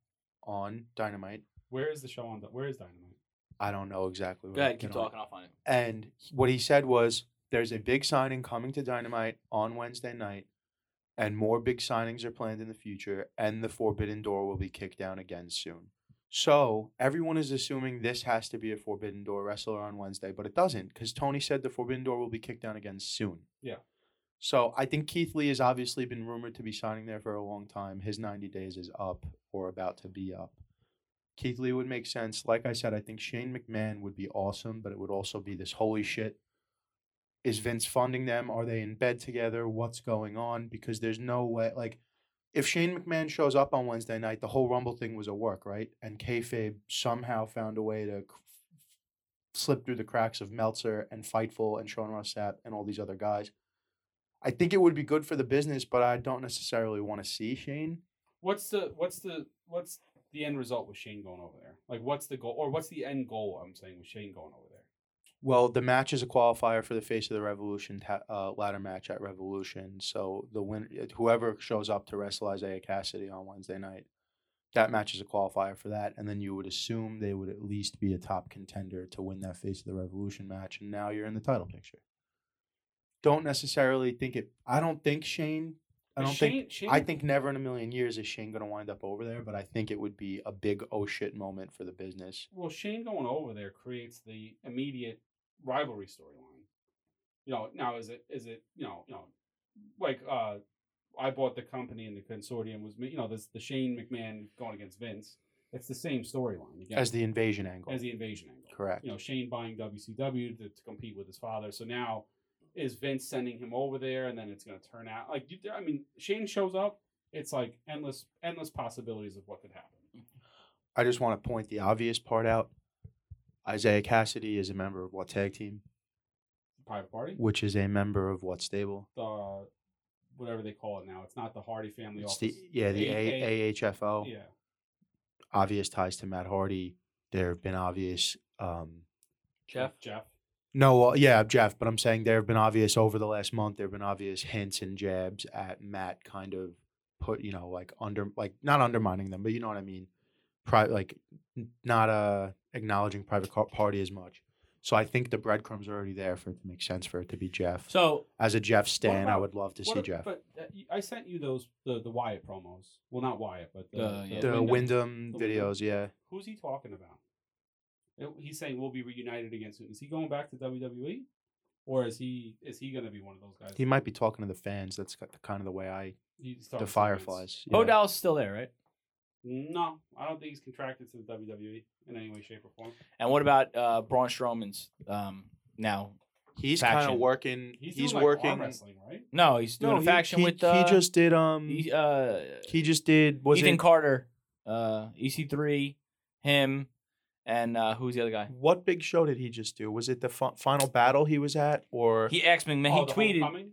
[SPEAKER 4] on Dynamite.
[SPEAKER 3] Where is the show on? Where is Dynamite?
[SPEAKER 4] I don't know exactly
[SPEAKER 2] Go
[SPEAKER 4] I
[SPEAKER 2] ahead.
[SPEAKER 4] can
[SPEAKER 2] Keep
[SPEAKER 4] only-
[SPEAKER 2] talking. I'll find it.
[SPEAKER 4] and what he said was there's a big signing coming to Dynamite on Wednesday night, and more big signings are planned in the future, and the Forbidden Door will be kicked down again soon. So everyone is assuming this has to be a Forbidden Door wrestler on Wednesday, but it doesn't because Tony said the Forbidden Door will be kicked down again soon.
[SPEAKER 3] Yeah.
[SPEAKER 4] So I think Keith Lee has obviously been rumored to be signing there for a long time. His 90 days is up or about to be up. Keith Lee would make sense. Like I said, I think Shane McMahon would be awesome, but it would also be this holy shit. Is Vince funding them? Are they in bed together? What's going on? Because there's no way, like, if Shane McMahon shows up on Wednesday night, the whole Rumble thing was a work, right? And kayfabe somehow found a way to c- slip through the cracks of Meltzer and Fightful and Sean Rossap and all these other guys. I think it would be good for the business, but I don't necessarily want to see Shane.
[SPEAKER 3] What's the what's the what's the end result with Shane going over there? Like, what's the goal, or what's the end goal? I'm saying with Shane going over there.
[SPEAKER 4] Well, the match is a qualifier for the Face of the Revolution ta- uh, ladder match at Revolution. So the win- uh, whoever shows up to wrestle Isaiah Cassidy on Wednesday night, that match is a qualifier for that. And then you would assume they would at least be a top contender to win that Face of the Revolution match. And now you're in the title picture. Don't necessarily think it. I don't think Shane. I
[SPEAKER 3] Is
[SPEAKER 4] don't
[SPEAKER 3] Shane,
[SPEAKER 4] think.
[SPEAKER 3] Shane,
[SPEAKER 4] I think never in a million years is Shane going to wind up over there, but I think it would be a big oh shit moment for the business.
[SPEAKER 3] Well, Shane going over there creates the immediate rivalry storyline. You know, now is it is it you know you know like uh, I bought the company and the consortium was me. You know, there's the Shane McMahon going against Vince. It's the same storyline again
[SPEAKER 4] As the invasion angle.
[SPEAKER 3] as the invasion angle.
[SPEAKER 4] Correct.
[SPEAKER 3] You know, Shane buying WCW to, to compete with his father. So now is Vince sending him over there, and then it's going to turn out like you, I mean, Shane shows up. It's like endless endless possibilities of what could happen.
[SPEAKER 4] Mm. I just want to point the obvious part out. Isaiah Cassidy is a member of what tag team,
[SPEAKER 3] Private party.
[SPEAKER 4] which is a member of what stable?
[SPEAKER 3] the whatever they call it now. It's not the Hardy family
[SPEAKER 4] It's
[SPEAKER 3] office.
[SPEAKER 4] the oh, yeah the
[SPEAKER 3] A-
[SPEAKER 4] a- AHFO.
[SPEAKER 3] yeah.
[SPEAKER 4] Obvious ties to Matt Hardy. There have been obvious. Um,
[SPEAKER 2] Jeff.
[SPEAKER 3] Jeff.
[SPEAKER 4] no, well, yeah, Jeff, but I'm saying there have been obvious over the last month. There have been obvious hints and jabs at Matt, kind of put you know like under like not undermining them, but you know what I mean. Pri- like n- not uh acknowledging private car- party as much. So I think the breadcrumbs are already there for it to make sense for it to be Jeff.
[SPEAKER 5] So
[SPEAKER 4] As a Jeff Stan, I
[SPEAKER 3] about-
[SPEAKER 4] would love to
[SPEAKER 3] What
[SPEAKER 4] see
[SPEAKER 3] a-
[SPEAKER 4] Jeff.
[SPEAKER 3] But uh, y- I sent you those the the Wyatt promos. Well, not Wyatt, but the,
[SPEAKER 2] Uh, yeah.
[SPEAKER 4] The Wyndham,
[SPEAKER 3] The Wyndham.
[SPEAKER 4] videos, yeah.
[SPEAKER 3] Who's he talking about? Uh, He's saying we'll be reunited again soon. Is he going back to WWE, or is he is he going to be one of those guys?
[SPEAKER 4] He might be talking to the fans. That's ki- kind of the way I
[SPEAKER 3] He's talking to
[SPEAKER 4] the
[SPEAKER 3] Vince.
[SPEAKER 4] Fireflies. yeah.
[SPEAKER 5] Bo Dallas is still there, right?
[SPEAKER 3] No, I don't think he's contracted to the WWE in any way, shape, or form.
[SPEAKER 2] And what about uh, Braun Strowman's? Um, now,
[SPEAKER 4] He's kind of
[SPEAKER 2] faction.
[SPEAKER 4] working.
[SPEAKER 3] He's,
[SPEAKER 4] He's,
[SPEAKER 3] doing, like, arm
[SPEAKER 4] working.
[SPEAKER 3] wrestling, right?
[SPEAKER 2] no, he's doing
[SPEAKER 4] no,
[SPEAKER 2] a
[SPEAKER 4] he-
[SPEAKER 2] faction
[SPEAKER 4] he,
[SPEAKER 2] with
[SPEAKER 4] he
[SPEAKER 2] uh,
[SPEAKER 4] just did um
[SPEAKER 2] he, uh,
[SPEAKER 4] he just did was
[SPEAKER 2] Ethan
[SPEAKER 4] it
[SPEAKER 2] Carter, uh, EC3, him, and uh, who's the other guy?
[SPEAKER 4] What big show did he just do? Was it the fi- final battle he was at, or
[SPEAKER 2] He asked McMahon.
[SPEAKER 3] Oh,
[SPEAKER 2] he
[SPEAKER 3] the
[SPEAKER 2] tweeted.
[SPEAKER 3] Homecoming?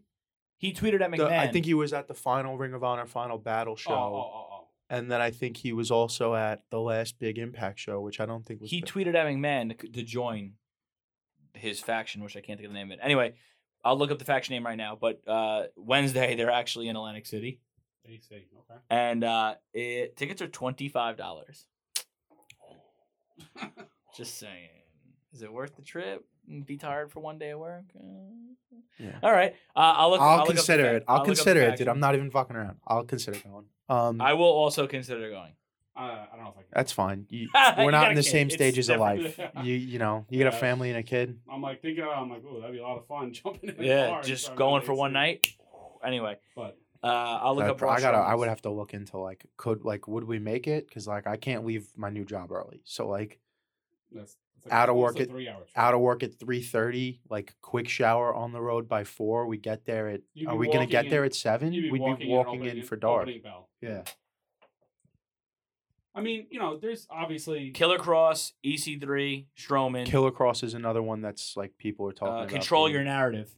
[SPEAKER 2] He tweeted at McMahon.
[SPEAKER 4] the- I think he was at the final Ring of Honor final battle
[SPEAKER 3] Oh,
[SPEAKER 4] show,
[SPEAKER 3] oh, oh, oh.
[SPEAKER 4] and then I think he was also at the last big Impact show, which I don't think was.
[SPEAKER 2] he
[SPEAKER 4] the-
[SPEAKER 2] tweeted at McMahon to, to join his faction, which I can't think of the name of it. Anyway, I'll look up the faction name right now. But uh, Wednesday, they're actually in Atlantic City,
[SPEAKER 3] AC, okay.
[SPEAKER 2] and uh, it, tickets are twenty five dollars. Just saying, is it worth the trip? Mm, Be tired for one day of work? Uh,
[SPEAKER 4] Yeah.
[SPEAKER 2] All right, uh, I'll look.
[SPEAKER 4] I'll,
[SPEAKER 2] look up the
[SPEAKER 4] consider
[SPEAKER 2] fac-
[SPEAKER 4] it. I'll,
[SPEAKER 2] look up the
[SPEAKER 4] consider it, dude.
[SPEAKER 2] faction.
[SPEAKER 4] I'm not even fucking around. I'll consider going. Um,
[SPEAKER 3] Mm-hmm.
[SPEAKER 2] I will also consider going.
[SPEAKER 3] Uh, I don't know if I can.
[SPEAKER 4] that's fine. You,
[SPEAKER 2] You
[SPEAKER 4] we're not
[SPEAKER 2] got
[SPEAKER 4] in
[SPEAKER 2] a
[SPEAKER 4] the
[SPEAKER 2] kid.
[SPEAKER 4] same
[SPEAKER 2] It's
[SPEAKER 4] stages of
[SPEAKER 3] different.
[SPEAKER 4] life. You you know you got a
[SPEAKER 3] Yeah.
[SPEAKER 4] family and a kid.
[SPEAKER 3] I'm like thinking about. It, I'm like, oh, that'd be a lot of fun jumping in. a car
[SPEAKER 2] Yeah,
[SPEAKER 3] and
[SPEAKER 2] just
[SPEAKER 3] driving
[SPEAKER 2] going
[SPEAKER 3] to
[SPEAKER 2] for one
[SPEAKER 3] AC.
[SPEAKER 2] night. Anyway,
[SPEAKER 3] But
[SPEAKER 2] uh, I'll look
[SPEAKER 4] I,
[SPEAKER 2] up.
[SPEAKER 4] pro-
[SPEAKER 2] Braun
[SPEAKER 4] I gotta. I
[SPEAKER 2] Strowman's.
[SPEAKER 4] would have to look into like could like would we make it? Because like I can't leave my new job early. So like
[SPEAKER 3] that's, that's
[SPEAKER 4] Out of
[SPEAKER 3] it's
[SPEAKER 4] work
[SPEAKER 3] a
[SPEAKER 4] at-
[SPEAKER 3] three-hour trip.
[SPEAKER 4] out of work at three thirty. Like quick shower on the road by four. We get there at.
[SPEAKER 3] You'd
[SPEAKER 4] Are
[SPEAKER 3] be
[SPEAKER 4] we gonna
[SPEAKER 3] walking
[SPEAKER 4] get there
[SPEAKER 3] in-
[SPEAKER 4] at seven?
[SPEAKER 3] You'd
[SPEAKER 4] We'd be walking,
[SPEAKER 3] in,
[SPEAKER 4] in,
[SPEAKER 3] opening
[SPEAKER 4] for dark.
[SPEAKER 3] opening bell.
[SPEAKER 4] Yeah.
[SPEAKER 3] I mean, you know, there's obviously
[SPEAKER 2] Killer Cross, EC3, Strowman.
[SPEAKER 4] Killer Cross is another one that's like people are talking
[SPEAKER 2] uh,
[SPEAKER 4] about.
[SPEAKER 2] control
[SPEAKER 4] being-
[SPEAKER 2] your narrative.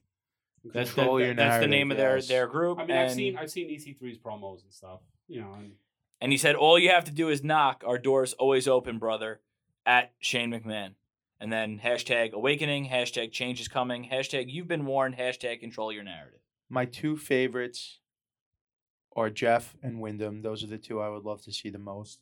[SPEAKER 2] That's, the-
[SPEAKER 4] Control your
[SPEAKER 2] that- that's the name of their,
[SPEAKER 4] narrative, yes.
[SPEAKER 2] their group.
[SPEAKER 3] I mean,
[SPEAKER 2] and,
[SPEAKER 3] I've seen I've seen EC3's promos and stuff. You know, and
[SPEAKER 2] and he said, All you have to do is knock. Our door's always open, brother, at Shane McMahon. And then hashtag awakening, hashtag change is coming, hashtag you've been warned, hashtag control your narrative.
[SPEAKER 4] my two favorites are Jeff and Wyndham. Those are the two I would love to see the most.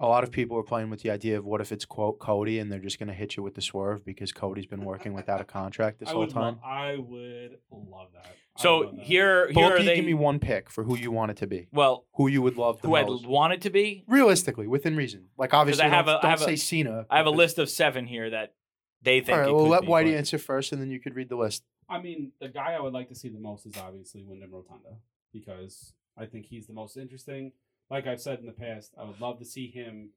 [SPEAKER 4] A lot of people are playing with the idea of what if it's quote Cody and they're just going to hit you with the swerve because Cody's been working without a contract this
[SPEAKER 3] I
[SPEAKER 4] whole
[SPEAKER 3] would
[SPEAKER 4] time.
[SPEAKER 3] Love, I would love that. I would
[SPEAKER 2] So
[SPEAKER 3] love that.
[SPEAKER 2] here, here
[SPEAKER 4] Both
[SPEAKER 2] are
[SPEAKER 4] of you
[SPEAKER 2] they.
[SPEAKER 4] give me one pick for who you want it to be,
[SPEAKER 2] well,
[SPEAKER 4] who you would love the
[SPEAKER 2] who I'd
[SPEAKER 4] most.
[SPEAKER 2] want it to be.
[SPEAKER 4] Realistically, within reason. Like obviously,
[SPEAKER 2] I have
[SPEAKER 4] don't,
[SPEAKER 2] a- I
[SPEAKER 4] don't
[SPEAKER 2] have a-
[SPEAKER 4] say Cena.
[SPEAKER 2] I have a
[SPEAKER 4] because-
[SPEAKER 2] list of seven here that they think.
[SPEAKER 4] All right,
[SPEAKER 2] it
[SPEAKER 4] well,
[SPEAKER 2] could
[SPEAKER 4] let
[SPEAKER 2] be,
[SPEAKER 4] Whitey
[SPEAKER 2] but-
[SPEAKER 4] answer first, and then you could read the list.
[SPEAKER 3] I mean, the guy I would like to see the most is obviously Wyndham Rotunda because I think he's the most interesting. Like I've said in the past, I would love to see him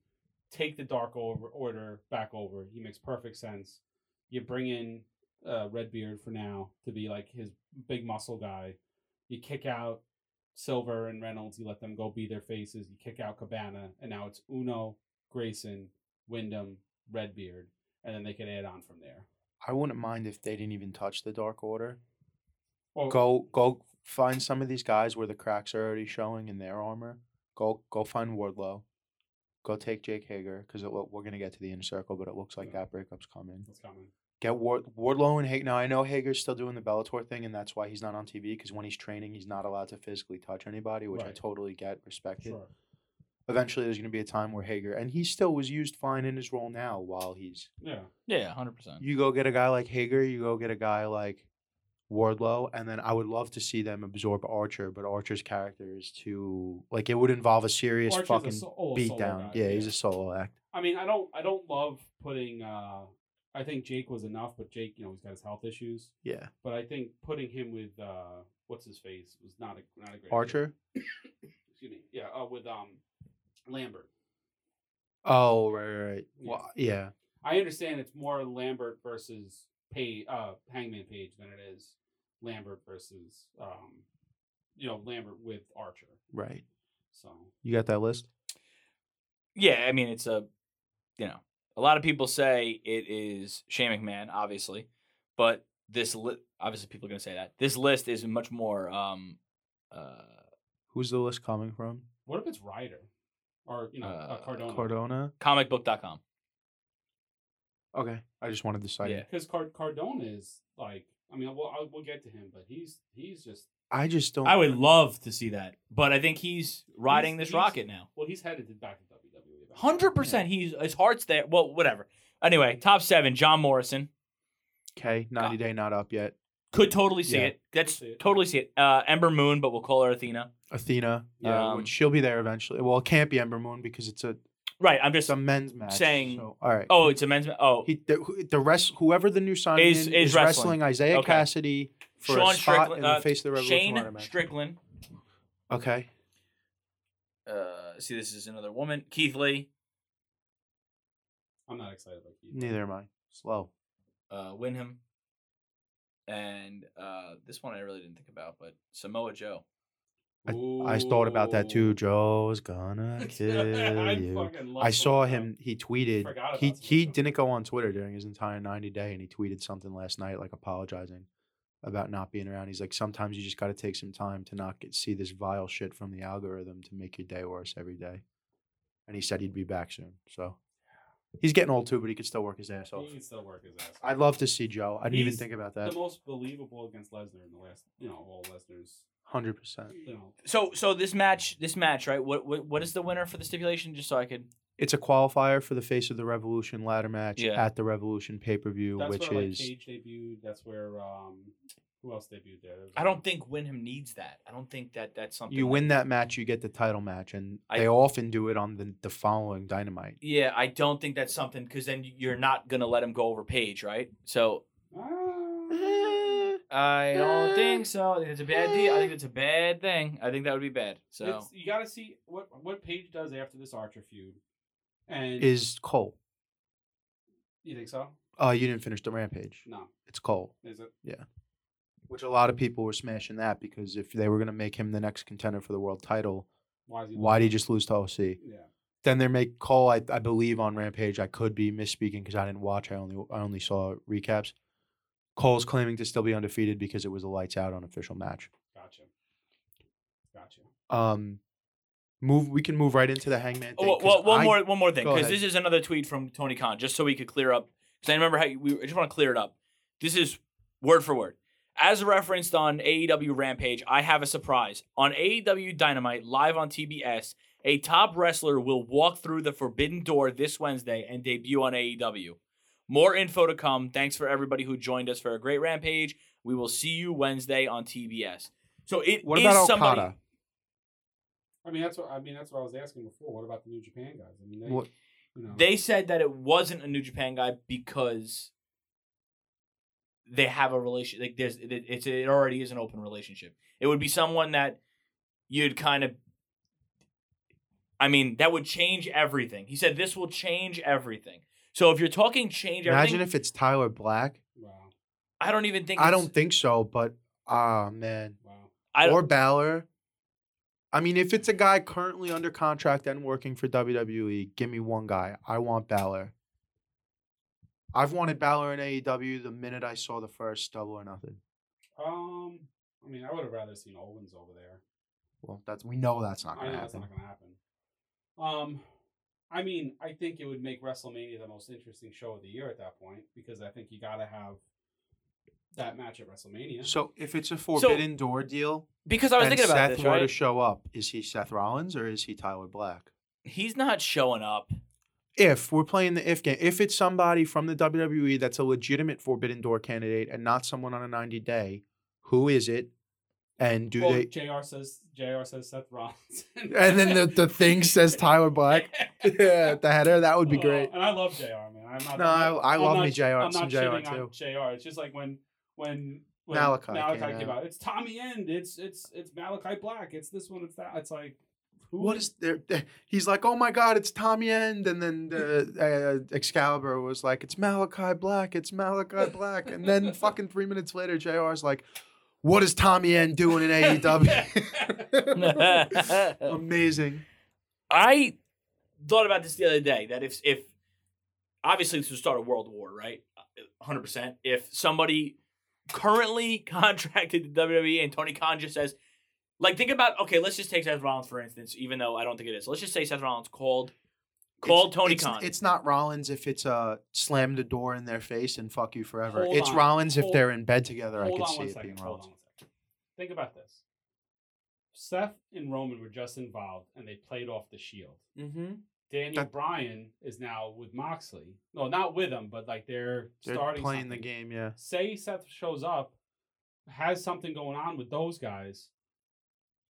[SPEAKER 3] take the Dark over, Order back over. He makes perfect sense. You bring in uh, Redbeard for now to be like his big muscle guy. You kick out Silver and Reynolds. You let them go be their faces. You kick out Cabana, and now it's Uno, Grayson, Wyndham, Redbeard, and then they can add on from there.
[SPEAKER 4] I wouldn't mind if they didn't even touch the Dark Order.
[SPEAKER 3] Well,
[SPEAKER 4] go go find some of these guys where the cracks are already showing in their armor. Go go find Wardlow. Go take Jake Hager because we're gonna get to the inner circle, but it looks like that breakup's coming.
[SPEAKER 3] that's coming.
[SPEAKER 4] Get Ward, Wardlow and Hager. Now I know Hager's still doing the Bellator thing, and that's why he's not on TV because when he's training, he's not allowed to physically touch anybody, which I
[SPEAKER 3] Right.
[SPEAKER 4] totally get, respected.
[SPEAKER 3] Sure.
[SPEAKER 4] Eventually, there's gonna be a time where Hager, and he still was used fine in his role now while he's
[SPEAKER 3] Yeah.
[SPEAKER 2] Yeah, 100%.
[SPEAKER 4] you go get a guy like Hager, you go get a guy like Wardlow, and then I would love to see them absorb Archer, but Archer's character is too like it would involve a serious
[SPEAKER 3] Archer's a
[SPEAKER 4] fucking
[SPEAKER 3] so- oh, a solo
[SPEAKER 4] beatdown.
[SPEAKER 3] guy,
[SPEAKER 4] Yeah, he's a solo act.
[SPEAKER 3] I mean, I don't, I don't love putting. uh I think Jake was enough, but Jake, you know, he's got his health issues.
[SPEAKER 4] Yeah,
[SPEAKER 3] But I think putting him with uh what's his face was not a not a great idea.
[SPEAKER 4] Archer.
[SPEAKER 3] Excuse me. Yeah, uh, with um Lambert.
[SPEAKER 4] Oh right, right, right.
[SPEAKER 3] Yeah.
[SPEAKER 4] Well, yeah.
[SPEAKER 3] I understand it's more Lambert versus Pay uh Hangman Page than it is Lambert versus um you know Lambert with Archer.
[SPEAKER 4] right.
[SPEAKER 3] So
[SPEAKER 4] You got that list?
[SPEAKER 2] Yeah, I mean it's a you know, a lot of people say it is Shane McMahon, obviously, but this li- obviously people are going to say that. This list is much more um uh
[SPEAKER 4] Who's the list coming from?
[SPEAKER 3] what if it's Ryder or you know uh,
[SPEAKER 2] Uh,
[SPEAKER 3] Cardona?
[SPEAKER 4] Cardona.
[SPEAKER 2] comicbook.com.
[SPEAKER 4] Okay, I just wanted to cite.
[SPEAKER 2] Yeah.
[SPEAKER 4] it.
[SPEAKER 3] Because Card- Cardona is like, I mean, we'll I'll, we'll get to him, but he's he's just
[SPEAKER 4] I just don't.
[SPEAKER 5] I would love to see that,
[SPEAKER 2] But I think he's riding
[SPEAKER 3] He's-
[SPEAKER 2] this
[SPEAKER 3] he's-
[SPEAKER 2] rocket now.
[SPEAKER 3] well, he's headed to E back to WWE. about that.
[SPEAKER 2] 100% he's his heart's there. Well, whatever. Anyway, top 7, John Morrison.
[SPEAKER 4] Okay, ninety day not up yet.
[SPEAKER 2] Could totally see
[SPEAKER 4] Yeah.
[SPEAKER 2] it. That's
[SPEAKER 3] See it.
[SPEAKER 2] totally see it. Uh Ember Moon, but we'll call her Athena.
[SPEAKER 4] Athena. Yeah,
[SPEAKER 2] Um,
[SPEAKER 4] she'll be there eventually. Well, it can't be Ember Moon because it's a
[SPEAKER 2] Right, I'm just
[SPEAKER 4] it's a men's match.
[SPEAKER 2] saying-
[SPEAKER 4] so- all right.
[SPEAKER 2] Oh, it's a men's Oh,
[SPEAKER 4] He the, who- the rest whoever the new signing
[SPEAKER 2] Is-
[SPEAKER 4] is,
[SPEAKER 2] is
[SPEAKER 4] is,
[SPEAKER 2] wrestling.
[SPEAKER 4] wrestling. Isaiah
[SPEAKER 2] Okay.
[SPEAKER 4] Cassidy for
[SPEAKER 2] Sean
[SPEAKER 4] a spot
[SPEAKER 2] Strickland-
[SPEAKER 4] in the
[SPEAKER 2] uh,
[SPEAKER 4] face of the Revolution
[SPEAKER 2] Shane
[SPEAKER 4] Honor match.
[SPEAKER 2] Strickland.
[SPEAKER 4] okay,
[SPEAKER 2] Uh see this is another woman. Keith Lee.
[SPEAKER 3] I'm not excited about Keith.
[SPEAKER 4] neither am I. Slow.
[SPEAKER 2] uh, Winham, and uh, this one I really didn't think about, but Samoa Joe.
[SPEAKER 4] I thought about that too. Joe's gonna kill
[SPEAKER 3] I
[SPEAKER 4] you.
[SPEAKER 3] fucking love
[SPEAKER 4] I saw
[SPEAKER 3] Forrest Gump.
[SPEAKER 4] him. He tweeted.
[SPEAKER 3] Forgot
[SPEAKER 4] He
[SPEAKER 3] about
[SPEAKER 4] he
[SPEAKER 3] Forrest Gump.
[SPEAKER 4] didn't go on Twitter during his entire ninety day, and he tweeted something last night, like apologizing about not being around. He's like, sometimes you just got to take some time to not get see this vile shit from the algorithm to make your day worse every day. And he said he'd be back soon. So he's getting old too, but he could still work his ass off.
[SPEAKER 3] He can still work his ass.
[SPEAKER 4] I'd love to see Joe. I didn't even
[SPEAKER 3] He's
[SPEAKER 4] think about
[SPEAKER 3] The
[SPEAKER 4] that.
[SPEAKER 3] most believable against Lesnar in the last, you know, all Lesnar's,
[SPEAKER 4] Hundred percent.
[SPEAKER 3] you know,
[SPEAKER 2] So so this match this match right? What what, what is the winner for the stipulation? Just so I could.
[SPEAKER 4] It's a qualifier for the Face of the Revolution ladder match
[SPEAKER 2] Yeah.
[SPEAKER 4] at the Revolution pay per view,
[SPEAKER 3] that's
[SPEAKER 4] which
[SPEAKER 3] where
[SPEAKER 4] is
[SPEAKER 3] like Cage debuted. That's where um, who else debuted there? There was,
[SPEAKER 2] I don't
[SPEAKER 3] um,
[SPEAKER 2] think Winham needs that. I don't think that that's something
[SPEAKER 4] you
[SPEAKER 2] like-
[SPEAKER 4] win that match, you get the title match, and
[SPEAKER 2] I-
[SPEAKER 4] they often do it on the, the following Dynamite.
[SPEAKER 2] Yeah, I don't think that's something because then you're not gonna let him go over Page, right? So
[SPEAKER 3] Ah.
[SPEAKER 2] I
[SPEAKER 4] Uh,
[SPEAKER 2] don't think so. I think it's a bad deal. I think it's a bad thing. I think that would be bad. So
[SPEAKER 3] It's, you got to see what what Paige does after this Archer feud, and
[SPEAKER 4] Is Cole?
[SPEAKER 3] you think so?
[SPEAKER 4] Oh, you didn't finish the Rampage.
[SPEAKER 3] No,
[SPEAKER 4] It's Cole,
[SPEAKER 3] is it?
[SPEAKER 4] which a lot of people were smashing that because if they were going to make him the next contender for the world title,
[SPEAKER 3] Why is he?
[SPEAKER 4] why did he just lose to OC?
[SPEAKER 3] Yeah,
[SPEAKER 4] Then they make Cole, I, I believe, on Rampage. I could be misspeaking because I didn't watch. I only I only saw recaps. Cole's claiming to still be undefeated because it was a lights out unofficial match.
[SPEAKER 3] gotcha, gotcha.
[SPEAKER 4] Um, move. We can move right into the Hangman. Thing
[SPEAKER 2] Oh,
[SPEAKER 4] 'cause
[SPEAKER 2] well, one
[SPEAKER 4] I-
[SPEAKER 2] more one more thing
[SPEAKER 4] Go
[SPEAKER 2] because
[SPEAKER 4] ahead.
[SPEAKER 2] this is another tweet from Tony Khan just so we could clear up because I remember how you, we I just want to clear it up. This is word for word. As referenced on AEW Rampage, I have a surprise. On AEW Dynamite, live on TBS, a top wrestler will walk through the forbidden door this Wednesday and debut on AEW. More info to come. Thanks for everybody who joined us for a great Rampage. We will see you Wednesday on TBS. So it
[SPEAKER 4] What
[SPEAKER 2] is
[SPEAKER 4] about
[SPEAKER 2] somebody-
[SPEAKER 4] Okada?
[SPEAKER 3] I mean, that's what I mean. That's what I was asking before. What about the New Japan guys? I mean, they,
[SPEAKER 4] What-
[SPEAKER 3] you know,
[SPEAKER 2] They said that it wasn't a New Japan guy because they have a relation. Like there's, it, it's it already is an open relationship. It would be someone that you'd kind of. I mean, that would change everything. He said this will change everything. So if you're talking change everything,
[SPEAKER 4] Imagine if it's Tyler Black.
[SPEAKER 3] wow,
[SPEAKER 2] I don't even think
[SPEAKER 4] I
[SPEAKER 2] it's-
[SPEAKER 4] don't think so, but ah man,
[SPEAKER 3] wow.
[SPEAKER 2] I don't-
[SPEAKER 4] or Balor. I mean, if it's a guy currently under contract and working for WWE, give me one guy. I want Balor. I've wanted Balor in AEW the minute I saw the first Double or Nothing.
[SPEAKER 3] Um, I mean, I would have rather seen Owens over there.
[SPEAKER 4] Well, that's we know that's not
[SPEAKER 3] I
[SPEAKER 4] going
[SPEAKER 3] know
[SPEAKER 4] to
[SPEAKER 3] that's not
[SPEAKER 4] happen.
[SPEAKER 3] going to happen. Um, I mean, I think it would make WrestleMania the most interesting show of the year at that point because I think you got to have that match at WrestleMania.
[SPEAKER 4] So if it's a Forbidden Door deal,
[SPEAKER 2] because I was
[SPEAKER 4] and
[SPEAKER 2] thinking about
[SPEAKER 4] Seth
[SPEAKER 2] this.
[SPEAKER 4] were to
[SPEAKER 2] Right?
[SPEAKER 4] show up, is he Seth Rollins or is he Tyler Black?
[SPEAKER 2] He's not showing up.
[SPEAKER 4] if we're playing the if game, if it's somebody from the WWE that's a legitimate Forbidden Door candidate and not someone on a 90 day, who is it? And do
[SPEAKER 3] well,
[SPEAKER 4] they?
[SPEAKER 3] Jr. says Jr. says Seth Rollins,
[SPEAKER 4] And then the, the thing says Tyler Black yeah, at the header. That would be
[SPEAKER 3] Oh,
[SPEAKER 4] great.
[SPEAKER 3] And I love Jr. Man, I'm not.
[SPEAKER 4] No, I, I
[SPEAKER 3] I'm
[SPEAKER 4] love
[SPEAKER 3] not-
[SPEAKER 4] me JR.
[SPEAKER 3] I'm
[SPEAKER 4] some
[SPEAKER 3] not
[SPEAKER 4] JR
[SPEAKER 3] shitting
[SPEAKER 4] too.
[SPEAKER 3] on Jr. It's just like when when. When
[SPEAKER 4] Malachi came
[SPEAKER 3] Malachi came
[SPEAKER 4] out.
[SPEAKER 3] out. It's Tommy End. It's it's it's Malachi Black. It's this one. It's that. It's like who
[SPEAKER 4] What is there? there- He's like, oh my God, it's Tommy End. And then the, uh, Excalibur was like, it's Malachi Black. It's Malachi Black. And then fucking three minutes later, JR's like, what is Tommy End doing in E AEW? Amazing.
[SPEAKER 2] I thought about this the other day that if if obviously this would start a world war, right? 100%. If somebody currently contracted to WWE E and Tony Khan just says like think about okay, let's just take Seth Rollins for instance, even though I don't think it is. Let's just say Seth Rollins called called
[SPEAKER 4] It's-
[SPEAKER 2] Tony
[SPEAKER 4] it's,
[SPEAKER 2] Khan.
[SPEAKER 4] It's not Rollins if it's uh, slam the door in their face and fuck you forever.
[SPEAKER 3] Hold
[SPEAKER 4] it's
[SPEAKER 3] on.
[SPEAKER 4] Rollins if
[SPEAKER 3] Hold-
[SPEAKER 4] they're in bed together. I
[SPEAKER 3] Hold
[SPEAKER 4] could
[SPEAKER 3] on
[SPEAKER 4] see
[SPEAKER 3] one
[SPEAKER 4] it
[SPEAKER 3] second.
[SPEAKER 4] being
[SPEAKER 3] Hold
[SPEAKER 4] Rollins.
[SPEAKER 3] on one second. Think about this. Seth and Roman were just involved, and they played off the Shield.
[SPEAKER 2] mm-hmm.
[SPEAKER 3] Daniel
[SPEAKER 4] That-
[SPEAKER 3] Bryan is now with Moxley. No, not with him, but like they're,
[SPEAKER 4] They're
[SPEAKER 3] starting
[SPEAKER 4] playing the
[SPEAKER 3] something.
[SPEAKER 4] game, yeah.
[SPEAKER 3] Say Seth shows up, has something going on with those guys.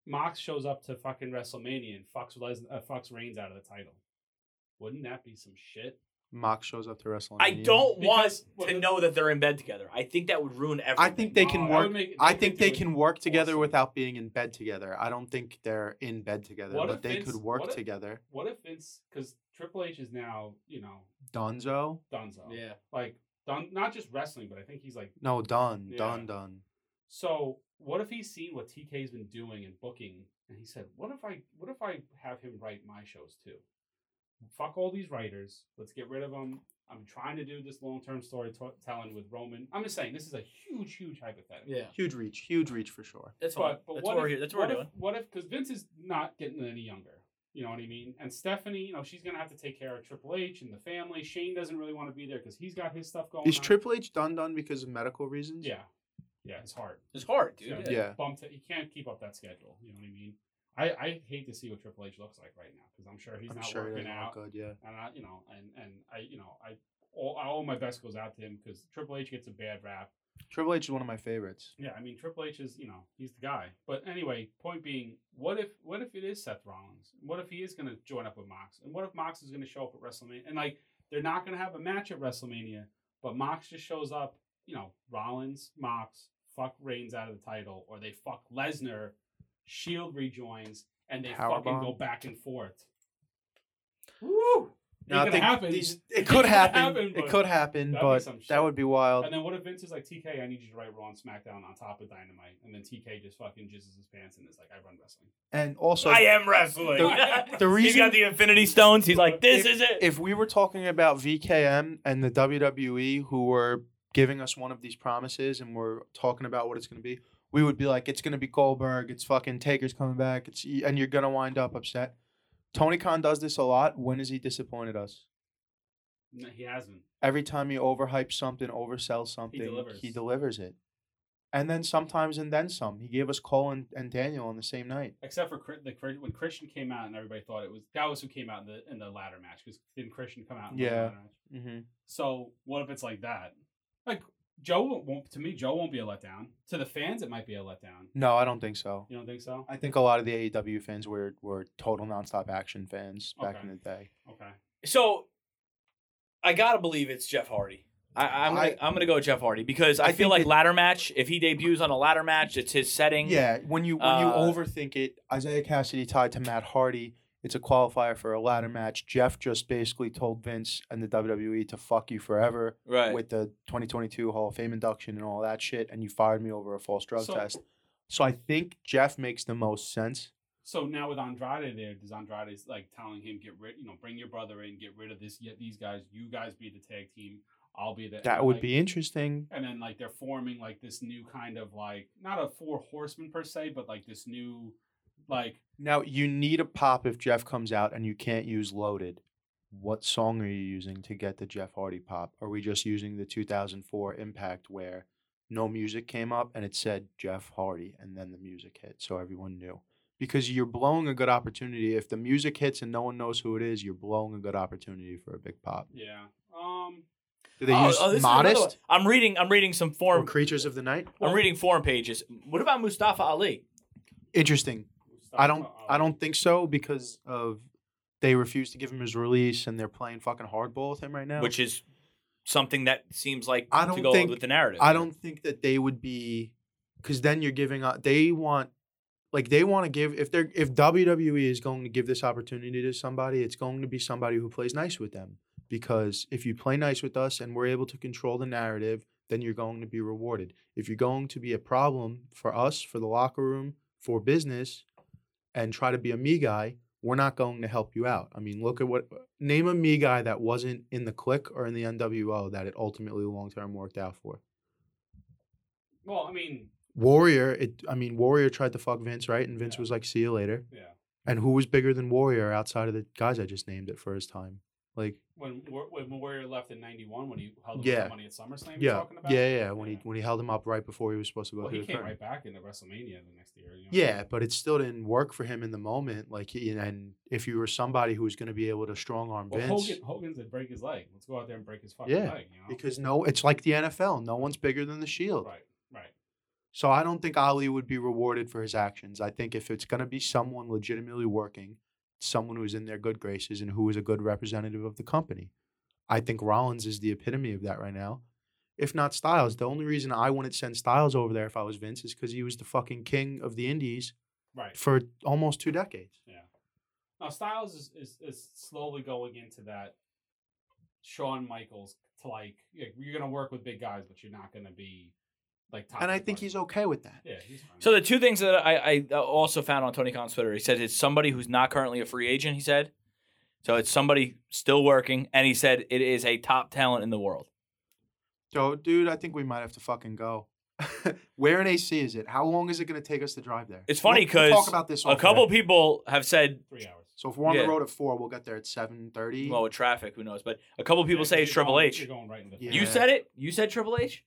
[SPEAKER 3] Mox shows up to fucking WrestleMania and fucks Les- uh, fucks Reigns out of the title. Wouldn't that be some shit?
[SPEAKER 4] Mox shows up to WrestleMania.
[SPEAKER 2] I don't
[SPEAKER 3] Because-
[SPEAKER 2] want to know that they're in bed together. I think that would ruin everything.
[SPEAKER 4] I think they
[SPEAKER 3] Wow,
[SPEAKER 4] can
[SPEAKER 3] Oh, that
[SPEAKER 4] work.
[SPEAKER 3] would make-
[SPEAKER 4] I
[SPEAKER 3] that
[SPEAKER 4] think
[SPEAKER 3] would
[SPEAKER 4] they
[SPEAKER 3] do it
[SPEAKER 4] can work together
[SPEAKER 3] awesome.
[SPEAKER 4] without being in bed together. I don't think they're in bed together,
[SPEAKER 3] What
[SPEAKER 4] but
[SPEAKER 3] if
[SPEAKER 4] they
[SPEAKER 3] it's-
[SPEAKER 4] could work
[SPEAKER 3] what if-
[SPEAKER 4] together.
[SPEAKER 3] What if it's because Triple H is now you know
[SPEAKER 4] Dunzo?
[SPEAKER 3] Dunzo, like Dun- not just wrestling, but I think he's like
[SPEAKER 4] No, Dun,
[SPEAKER 3] Yeah.
[SPEAKER 4] Dun, Dun.
[SPEAKER 3] So what if he's seen what TK's been doing and booking, and he said, "What if I, what if I have him write my shows too? Fuck all these writers. Let's get rid of them. I'm trying to do this long term storytelling with Roman. I'm just saying this is a huge, huge hypothetical.
[SPEAKER 2] Yeah,
[SPEAKER 4] Huge reach, huge reach for sure.
[SPEAKER 2] that's fine.
[SPEAKER 3] But, but
[SPEAKER 2] that's
[SPEAKER 3] what
[SPEAKER 2] what we're
[SPEAKER 3] if,
[SPEAKER 2] here. That's what we're doing.
[SPEAKER 3] If, what if because Vince is not getting any younger? You know what I mean? And Stephanie, you know, she's gonna have to take care of Triple H and the family. Shane doesn't really want to be there because he's got his stuff going.
[SPEAKER 4] Is
[SPEAKER 3] on.
[SPEAKER 4] Triple H done done because of medical reasons?
[SPEAKER 3] Yeah, yeah, it's hard.
[SPEAKER 2] It's hard, dude.
[SPEAKER 3] Yeah,
[SPEAKER 4] Yeah. Yeah.
[SPEAKER 3] bumped. He can't keep up that schedule. You know what I mean? I, I hate to see what Triple H looks like right now because I'm sure he's
[SPEAKER 4] I'm
[SPEAKER 3] not
[SPEAKER 4] sure it
[SPEAKER 3] working
[SPEAKER 4] doesn't look
[SPEAKER 3] out.
[SPEAKER 4] good. Yeah.
[SPEAKER 3] And I, you know, and and I, you know, I all, all my best goes out to him because Triple H gets a bad rap.
[SPEAKER 4] Triple H is one of my favorites.
[SPEAKER 3] Yeah, I mean Triple H is you know he's the guy. But anyway, point being, what if what if it is Seth Rollins? What if he is going to join up with Mox? And what if Mox is going to show up at WrestleMania? And like they're not going to have a match at WrestleMania, but Mox just shows up. You know, Rollins, Mox, fuck Reigns out of the title, or they fuck Lesnar, Shield rejoins, and they
[SPEAKER 4] Powerbomb.
[SPEAKER 3] fucking go back and forth.
[SPEAKER 4] Woo!
[SPEAKER 3] Now, I think
[SPEAKER 4] These,
[SPEAKER 3] It
[SPEAKER 4] it could
[SPEAKER 3] could
[SPEAKER 4] happen.
[SPEAKER 3] happen,
[SPEAKER 4] it
[SPEAKER 3] but
[SPEAKER 4] could happen,
[SPEAKER 3] that'd be
[SPEAKER 4] but
[SPEAKER 3] some shit.
[SPEAKER 4] that would be wild.
[SPEAKER 3] And then what if Vince is like TK? I need you to write Raw and SmackDown on top of Dynamite, and then TK just fucking jizzes his pants and is like, I run wrestling.
[SPEAKER 4] And also,
[SPEAKER 2] I am wrestling.
[SPEAKER 4] The- the
[SPEAKER 2] he's got
[SPEAKER 4] reason-
[SPEAKER 2] the Infinity Stones. He's like, this
[SPEAKER 4] If-
[SPEAKER 2] is it.
[SPEAKER 4] if we were talking about VKM and the WWE who were giving us one of these promises and we're talking about what it's going to be, we would be like, it's going to be Goldberg, it's fucking Taker's coming back, it's e-" and you're going to wind up upset. Tony Khan does this a lot. When has he disappointed us?
[SPEAKER 3] No, he hasn't.
[SPEAKER 4] Every time he overhypes something, oversells something, he delivers,
[SPEAKER 3] delivers.
[SPEAKER 4] it. And then sometimes and then some. He gave us Cole and, and Daniel on the same night.
[SPEAKER 3] except for Chri- the Chri- when Christian came out and everybody thought it was that was who came out in the in the ladder match because didn't Christian come out? In The
[SPEAKER 4] Yeah.
[SPEAKER 3] ladder match?
[SPEAKER 4] Mm-hmm.
[SPEAKER 3] So what if it's like that? Like Joe won't- won't. To me, Joe won't be a letdown. To the fans, it might be a letdown.
[SPEAKER 4] No, I don't think so.
[SPEAKER 3] You don't think so?
[SPEAKER 4] I think a lot of the AEW fans were were total nonstop action fans back
[SPEAKER 3] Okay.
[SPEAKER 4] in the day.
[SPEAKER 3] Okay.
[SPEAKER 2] So I gotta believe it's Jeff Hardy. I, I'm gonna,
[SPEAKER 4] I-
[SPEAKER 2] I, am gonna go Jeff Hardy because I,
[SPEAKER 4] I
[SPEAKER 2] feel
[SPEAKER 4] think
[SPEAKER 2] like
[SPEAKER 4] it-
[SPEAKER 2] ladder match. If he debuts on a ladder match, it's his setting.
[SPEAKER 4] Yeah, when you when you
[SPEAKER 2] Uh,
[SPEAKER 4] overthink it, Isaiah Cassidy tied to Matt Hardy. It's a qualifier for a ladder match. Jeff just basically told Vince and the WWE to fuck you forever
[SPEAKER 2] right.
[SPEAKER 4] with the 2022 Hall of Fame induction and all that shit, and you fired me over a false drug
[SPEAKER 3] So-
[SPEAKER 4] test. So I think Jeff makes the most sense.
[SPEAKER 3] So now with Andrade there, does Andrade's like telling him get rid? You know, bring your brother in, get rid of this. Yet these guys, you guys be the tag team. I'll be the.
[SPEAKER 4] That
[SPEAKER 3] and,
[SPEAKER 4] would
[SPEAKER 3] like-
[SPEAKER 4] be interesting.
[SPEAKER 3] And then like they're forming like this new kind of like not a four horsemen per se, but like this new like
[SPEAKER 4] Now you need a pop if Jeff comes out and you can't use Loaded. What song are you using to get the Jeff Hardy pop? Are we just using the 2004 Impact where no music came up and it said Jeff Hardy and then the music hit so everyone knew? Because you're blowing a good opportunity. If the music hits and no one knows who it is, you're blowing a good opportunity for a big pop.
[SPEAKER 3] yeah. Um.
[SPEAKER 4] Do they
[SPEAKER 2] Oh,
[SPEAKER 4] use
[SPEAKER 2] oh, this is another one.
[SPEAKER 4] Modest
[SPEAKER 2] I'm reading. I'm reading some
[SPEAKER 4] or
[SPEAKER 2] forum.
[SPEAKER 4] Creatures of the Night?
[SPEAKER 2] I'm reading forum pages. What about Mustafa Ali?
[SPEAKER 4] Interesting.
[SPEAKER 3] Mustafa
[SPEAKER 4] I don't I
[SPEAKER 3] Ali.
[SPEAKER 4] don't think so because of they refuse to give him his release and they're playing fucking hardball with him right now.
[SPEAKER 2] Which is something that seems like
[SPEAKER 4] I
[SPEAKER 2] to
[SPEAKER 4] don't
[SPEAKER 2] go
[SPEAKER 4] think-
[SPEAKER 2] with the narrative.
[SPEAKER 4] I don't think that they would be because then you're giving up. They want like they want to give if they're if WWE is going to give this opportunity to somebody, it's going to be somebody who plays nice with them. Because if you play nice with us and we're able to control the narrative, then you're going to be rewarded. If you're going to be a problem for us, for the locker room, for business, and try to be a me guy, we're not going to help you out. I mean, look at what name a me guy that wasn't in the click or in the NWO that it ultimately long term worked out for.
[SPEAKER 3] Well, I mean,
[SPEAKER 4] Warrior, it I mean Warrior tried to fuck Vince, right? And Vince
[SPEAKER 3] Yeah.
[SPEAKER 4] was like, "See you later."
[SPEAKER 3] yeah.
[SPEAKER 4] And who was bigger than Warrior outside of the guys I just named at first time? Like,
[SPEAKER 3] When War- when Warrior left in '91, when he held
[SPEAKER 4] Yeah.
[SPEAKER 3] the money at SummerSlam, you're
[SPEAKER 4] yeah,
[SPEAKER 3] talking about.
[SPEAKER 4] yeah, yeah, yeah. When
[SPEAKER 3] Yeah.
[SPEAKER 4] he when he held him up right before he was supposed to go
[SPEAKER 3] well,
[SPEAKER 4] through
[SPEAKER 3] he
[SPEAKER 4] the
[SPEAKER 3] came
[SPEAKER 4] curtain.
[SPEAKER 3] right back into WrestleMania the next year. You know?
[SPEAKER 4] Yeah, but it still didn't work for him in the moment. Like, he, and if you were somebody who was going to be able to strong arm
[SPEAKER 3] Well,
[SPEAKER 4] Vince,
[SPEAKER 3] Hogan Hogan's did break his leg. Let's go out there and break his fucking
[SPEAKER 4] Yeah,
[SPEAKER 3] leg. You know?
[SPEAKER 4] because no, it's like the NFL. No one's bigger than the Shield.
[SPEAKER 3] right, right.
[SPEAKER 4] So I don't think Ali would be rewarded for his actions. I think if it's going to be someone legitimately working, someone who's in their good graces and who is a good representative of the company, I think Rollins is the epitome of that right now. If not Styles, the only reason I wouldn't send Styles over there if I was Vince is because he was the fucking king of the Indies
[SPEAKER 3] Right.
[SPEAKER 4] for almost two decades.
[SPEAKER 3] Now Styles is, is, is slowly going into that Shawn Michaels to like, like you're gonna work with big guys, but you're not gonna be like top.
[SPEAKER 4] and I
[SPEAKER 3] of the
[SPEAKER 4] think
[SPEAKER 3] card.
[SPEAKER 4] he's okay with that.
[SPEAKER 3] yeah he's fine.
[SPEAKER 2] So the two things that I, I also found on Tony Khan's Twitter, he said it's somebody who's not currently a free agent. He said, so it's somebody still working, and he said it is a top talent in the world.
[SPEAKER 4] So, dude, I think we might have to fucking go. Where in AC is it? How long is it going to take us to drive there?
[SPEAKER 2] It's funny
[SPEAKER 4] We'll- we'll talk
[SPEAKER 2] 'cause
[SPEAKER 4] about this
[SPEAKER 2] A
[SPEAKER 4] off
[SPEAKER 2] couple
[SPEAKER 4] air.
[SPEAKER 2] people have said,
[SPEAKER 3] three hours.
[SPEAKER 4] So if we're on
[SPEAKER 2] Yeah.
[SPEAKER 4] the road at four, we'll get there at seven thirty.
[SPEAKER 2] well, with traffic, who knows? But a couple people
[SPEAKER 3] Yeah,
[SPEAKER 2] say
[SPEAKER 3] 'cause
[SPEAKER 2] it's
[SPEAKER 3] you're
[SPEAKER 2] Triple
[SPEAKER 3] going-
[SPEAKER 2] H.
[SPEAKER 3] You're going right into the
[SPEAKER 4] Yeah.
[SPEAKER 2] You said it. You said Triple H.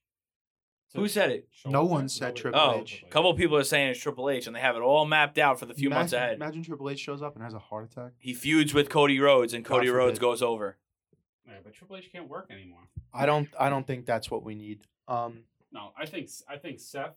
[SPEAKER 3] So
[SPEAKER 2] Who said it?
[SPEAKER 3] show
[SPEAKER 4] No
[SPEAKER 3] us
[SPEAKER 4] one
[SPEAKER 3] that.
[SPEAKER 4] said
[SPEAKER 3] we-
[SPEAKER 4] Triple
[SPEAKER 2] Oh,
[SPEAKER 4] H.
[SPEAKER 2] a couple people are saying it's Triple H, and they have it all mapped out for the few
[SPEAKER 4] imagine,
[SPEAKER 2] months ahead.
[SPEAKER 4] Imagine Triple H shows up and has a heart attack.
[SPEAKER 2] He feuds with Cody Rhodes, and
[SPEAKER 4] God
[SPEAKER 2] Cody Rhodes
[SPEAKER 4] forbid.
[SPEAKER 2] goes over.
[SPEAKER 3] Yeah, but Triple H can't work anymore.
[SPEAKER 4] I don't. I don't think that's what we need. Um,
[SPEAKER 3] No, I think s- I think Seth,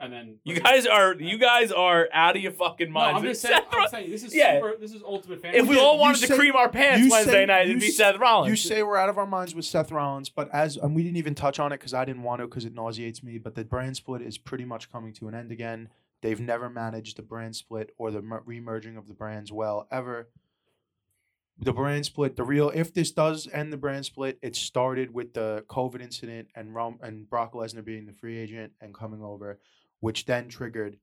[SPEAKER 3] and then
[SPEAKER 2] You guys are you guys are out of your fucking
[SPEAKER 3] No,
[SPEAKER 2] minds.
[SPEAKER 3] I'm just
[SPEAKER 2] Seth
[SPEAKER 3] saying. I'm
[SPEAKER 2] Rollins-
[SPEAKER 3] saying this is
[SPEAKER 2] Yeah.
[SPEAKER 3] super. This is ultimate fantasy.
[SPEAKER 2] if we
[SPEAKER 4] Yeah,
[SPEAKER 2] all
[SPEAKER 4] you
[SPEAKER 2] wanted to
[SPEAKER 4] say-
[SPEAKER 2] cream our pants
[SPEAKER 4] you
[SPEAKER 2] Wednesday
[SPEAKER 4] say-
[SPEAKER 2] night,
[SPEAKER 4] you
[SPEAKER 2] it'd be
[SPEAKER 4] s-
[SPEAKER 2] Seth Rollins.
[SPEAKER 4] you say we're out of our minds with Seth Rollins, but as and we didn't even touch on it because I didn't want to because it nauseates me. But the brand split is pretty much coming to an end again. They've never managed the brand split or the mer- remerging of the brands well ever. The brand split, the real if this does end the brand split, it started with the COVID incident and Rom- and Brock Lesnar being the free agent and coming over, which then triggered.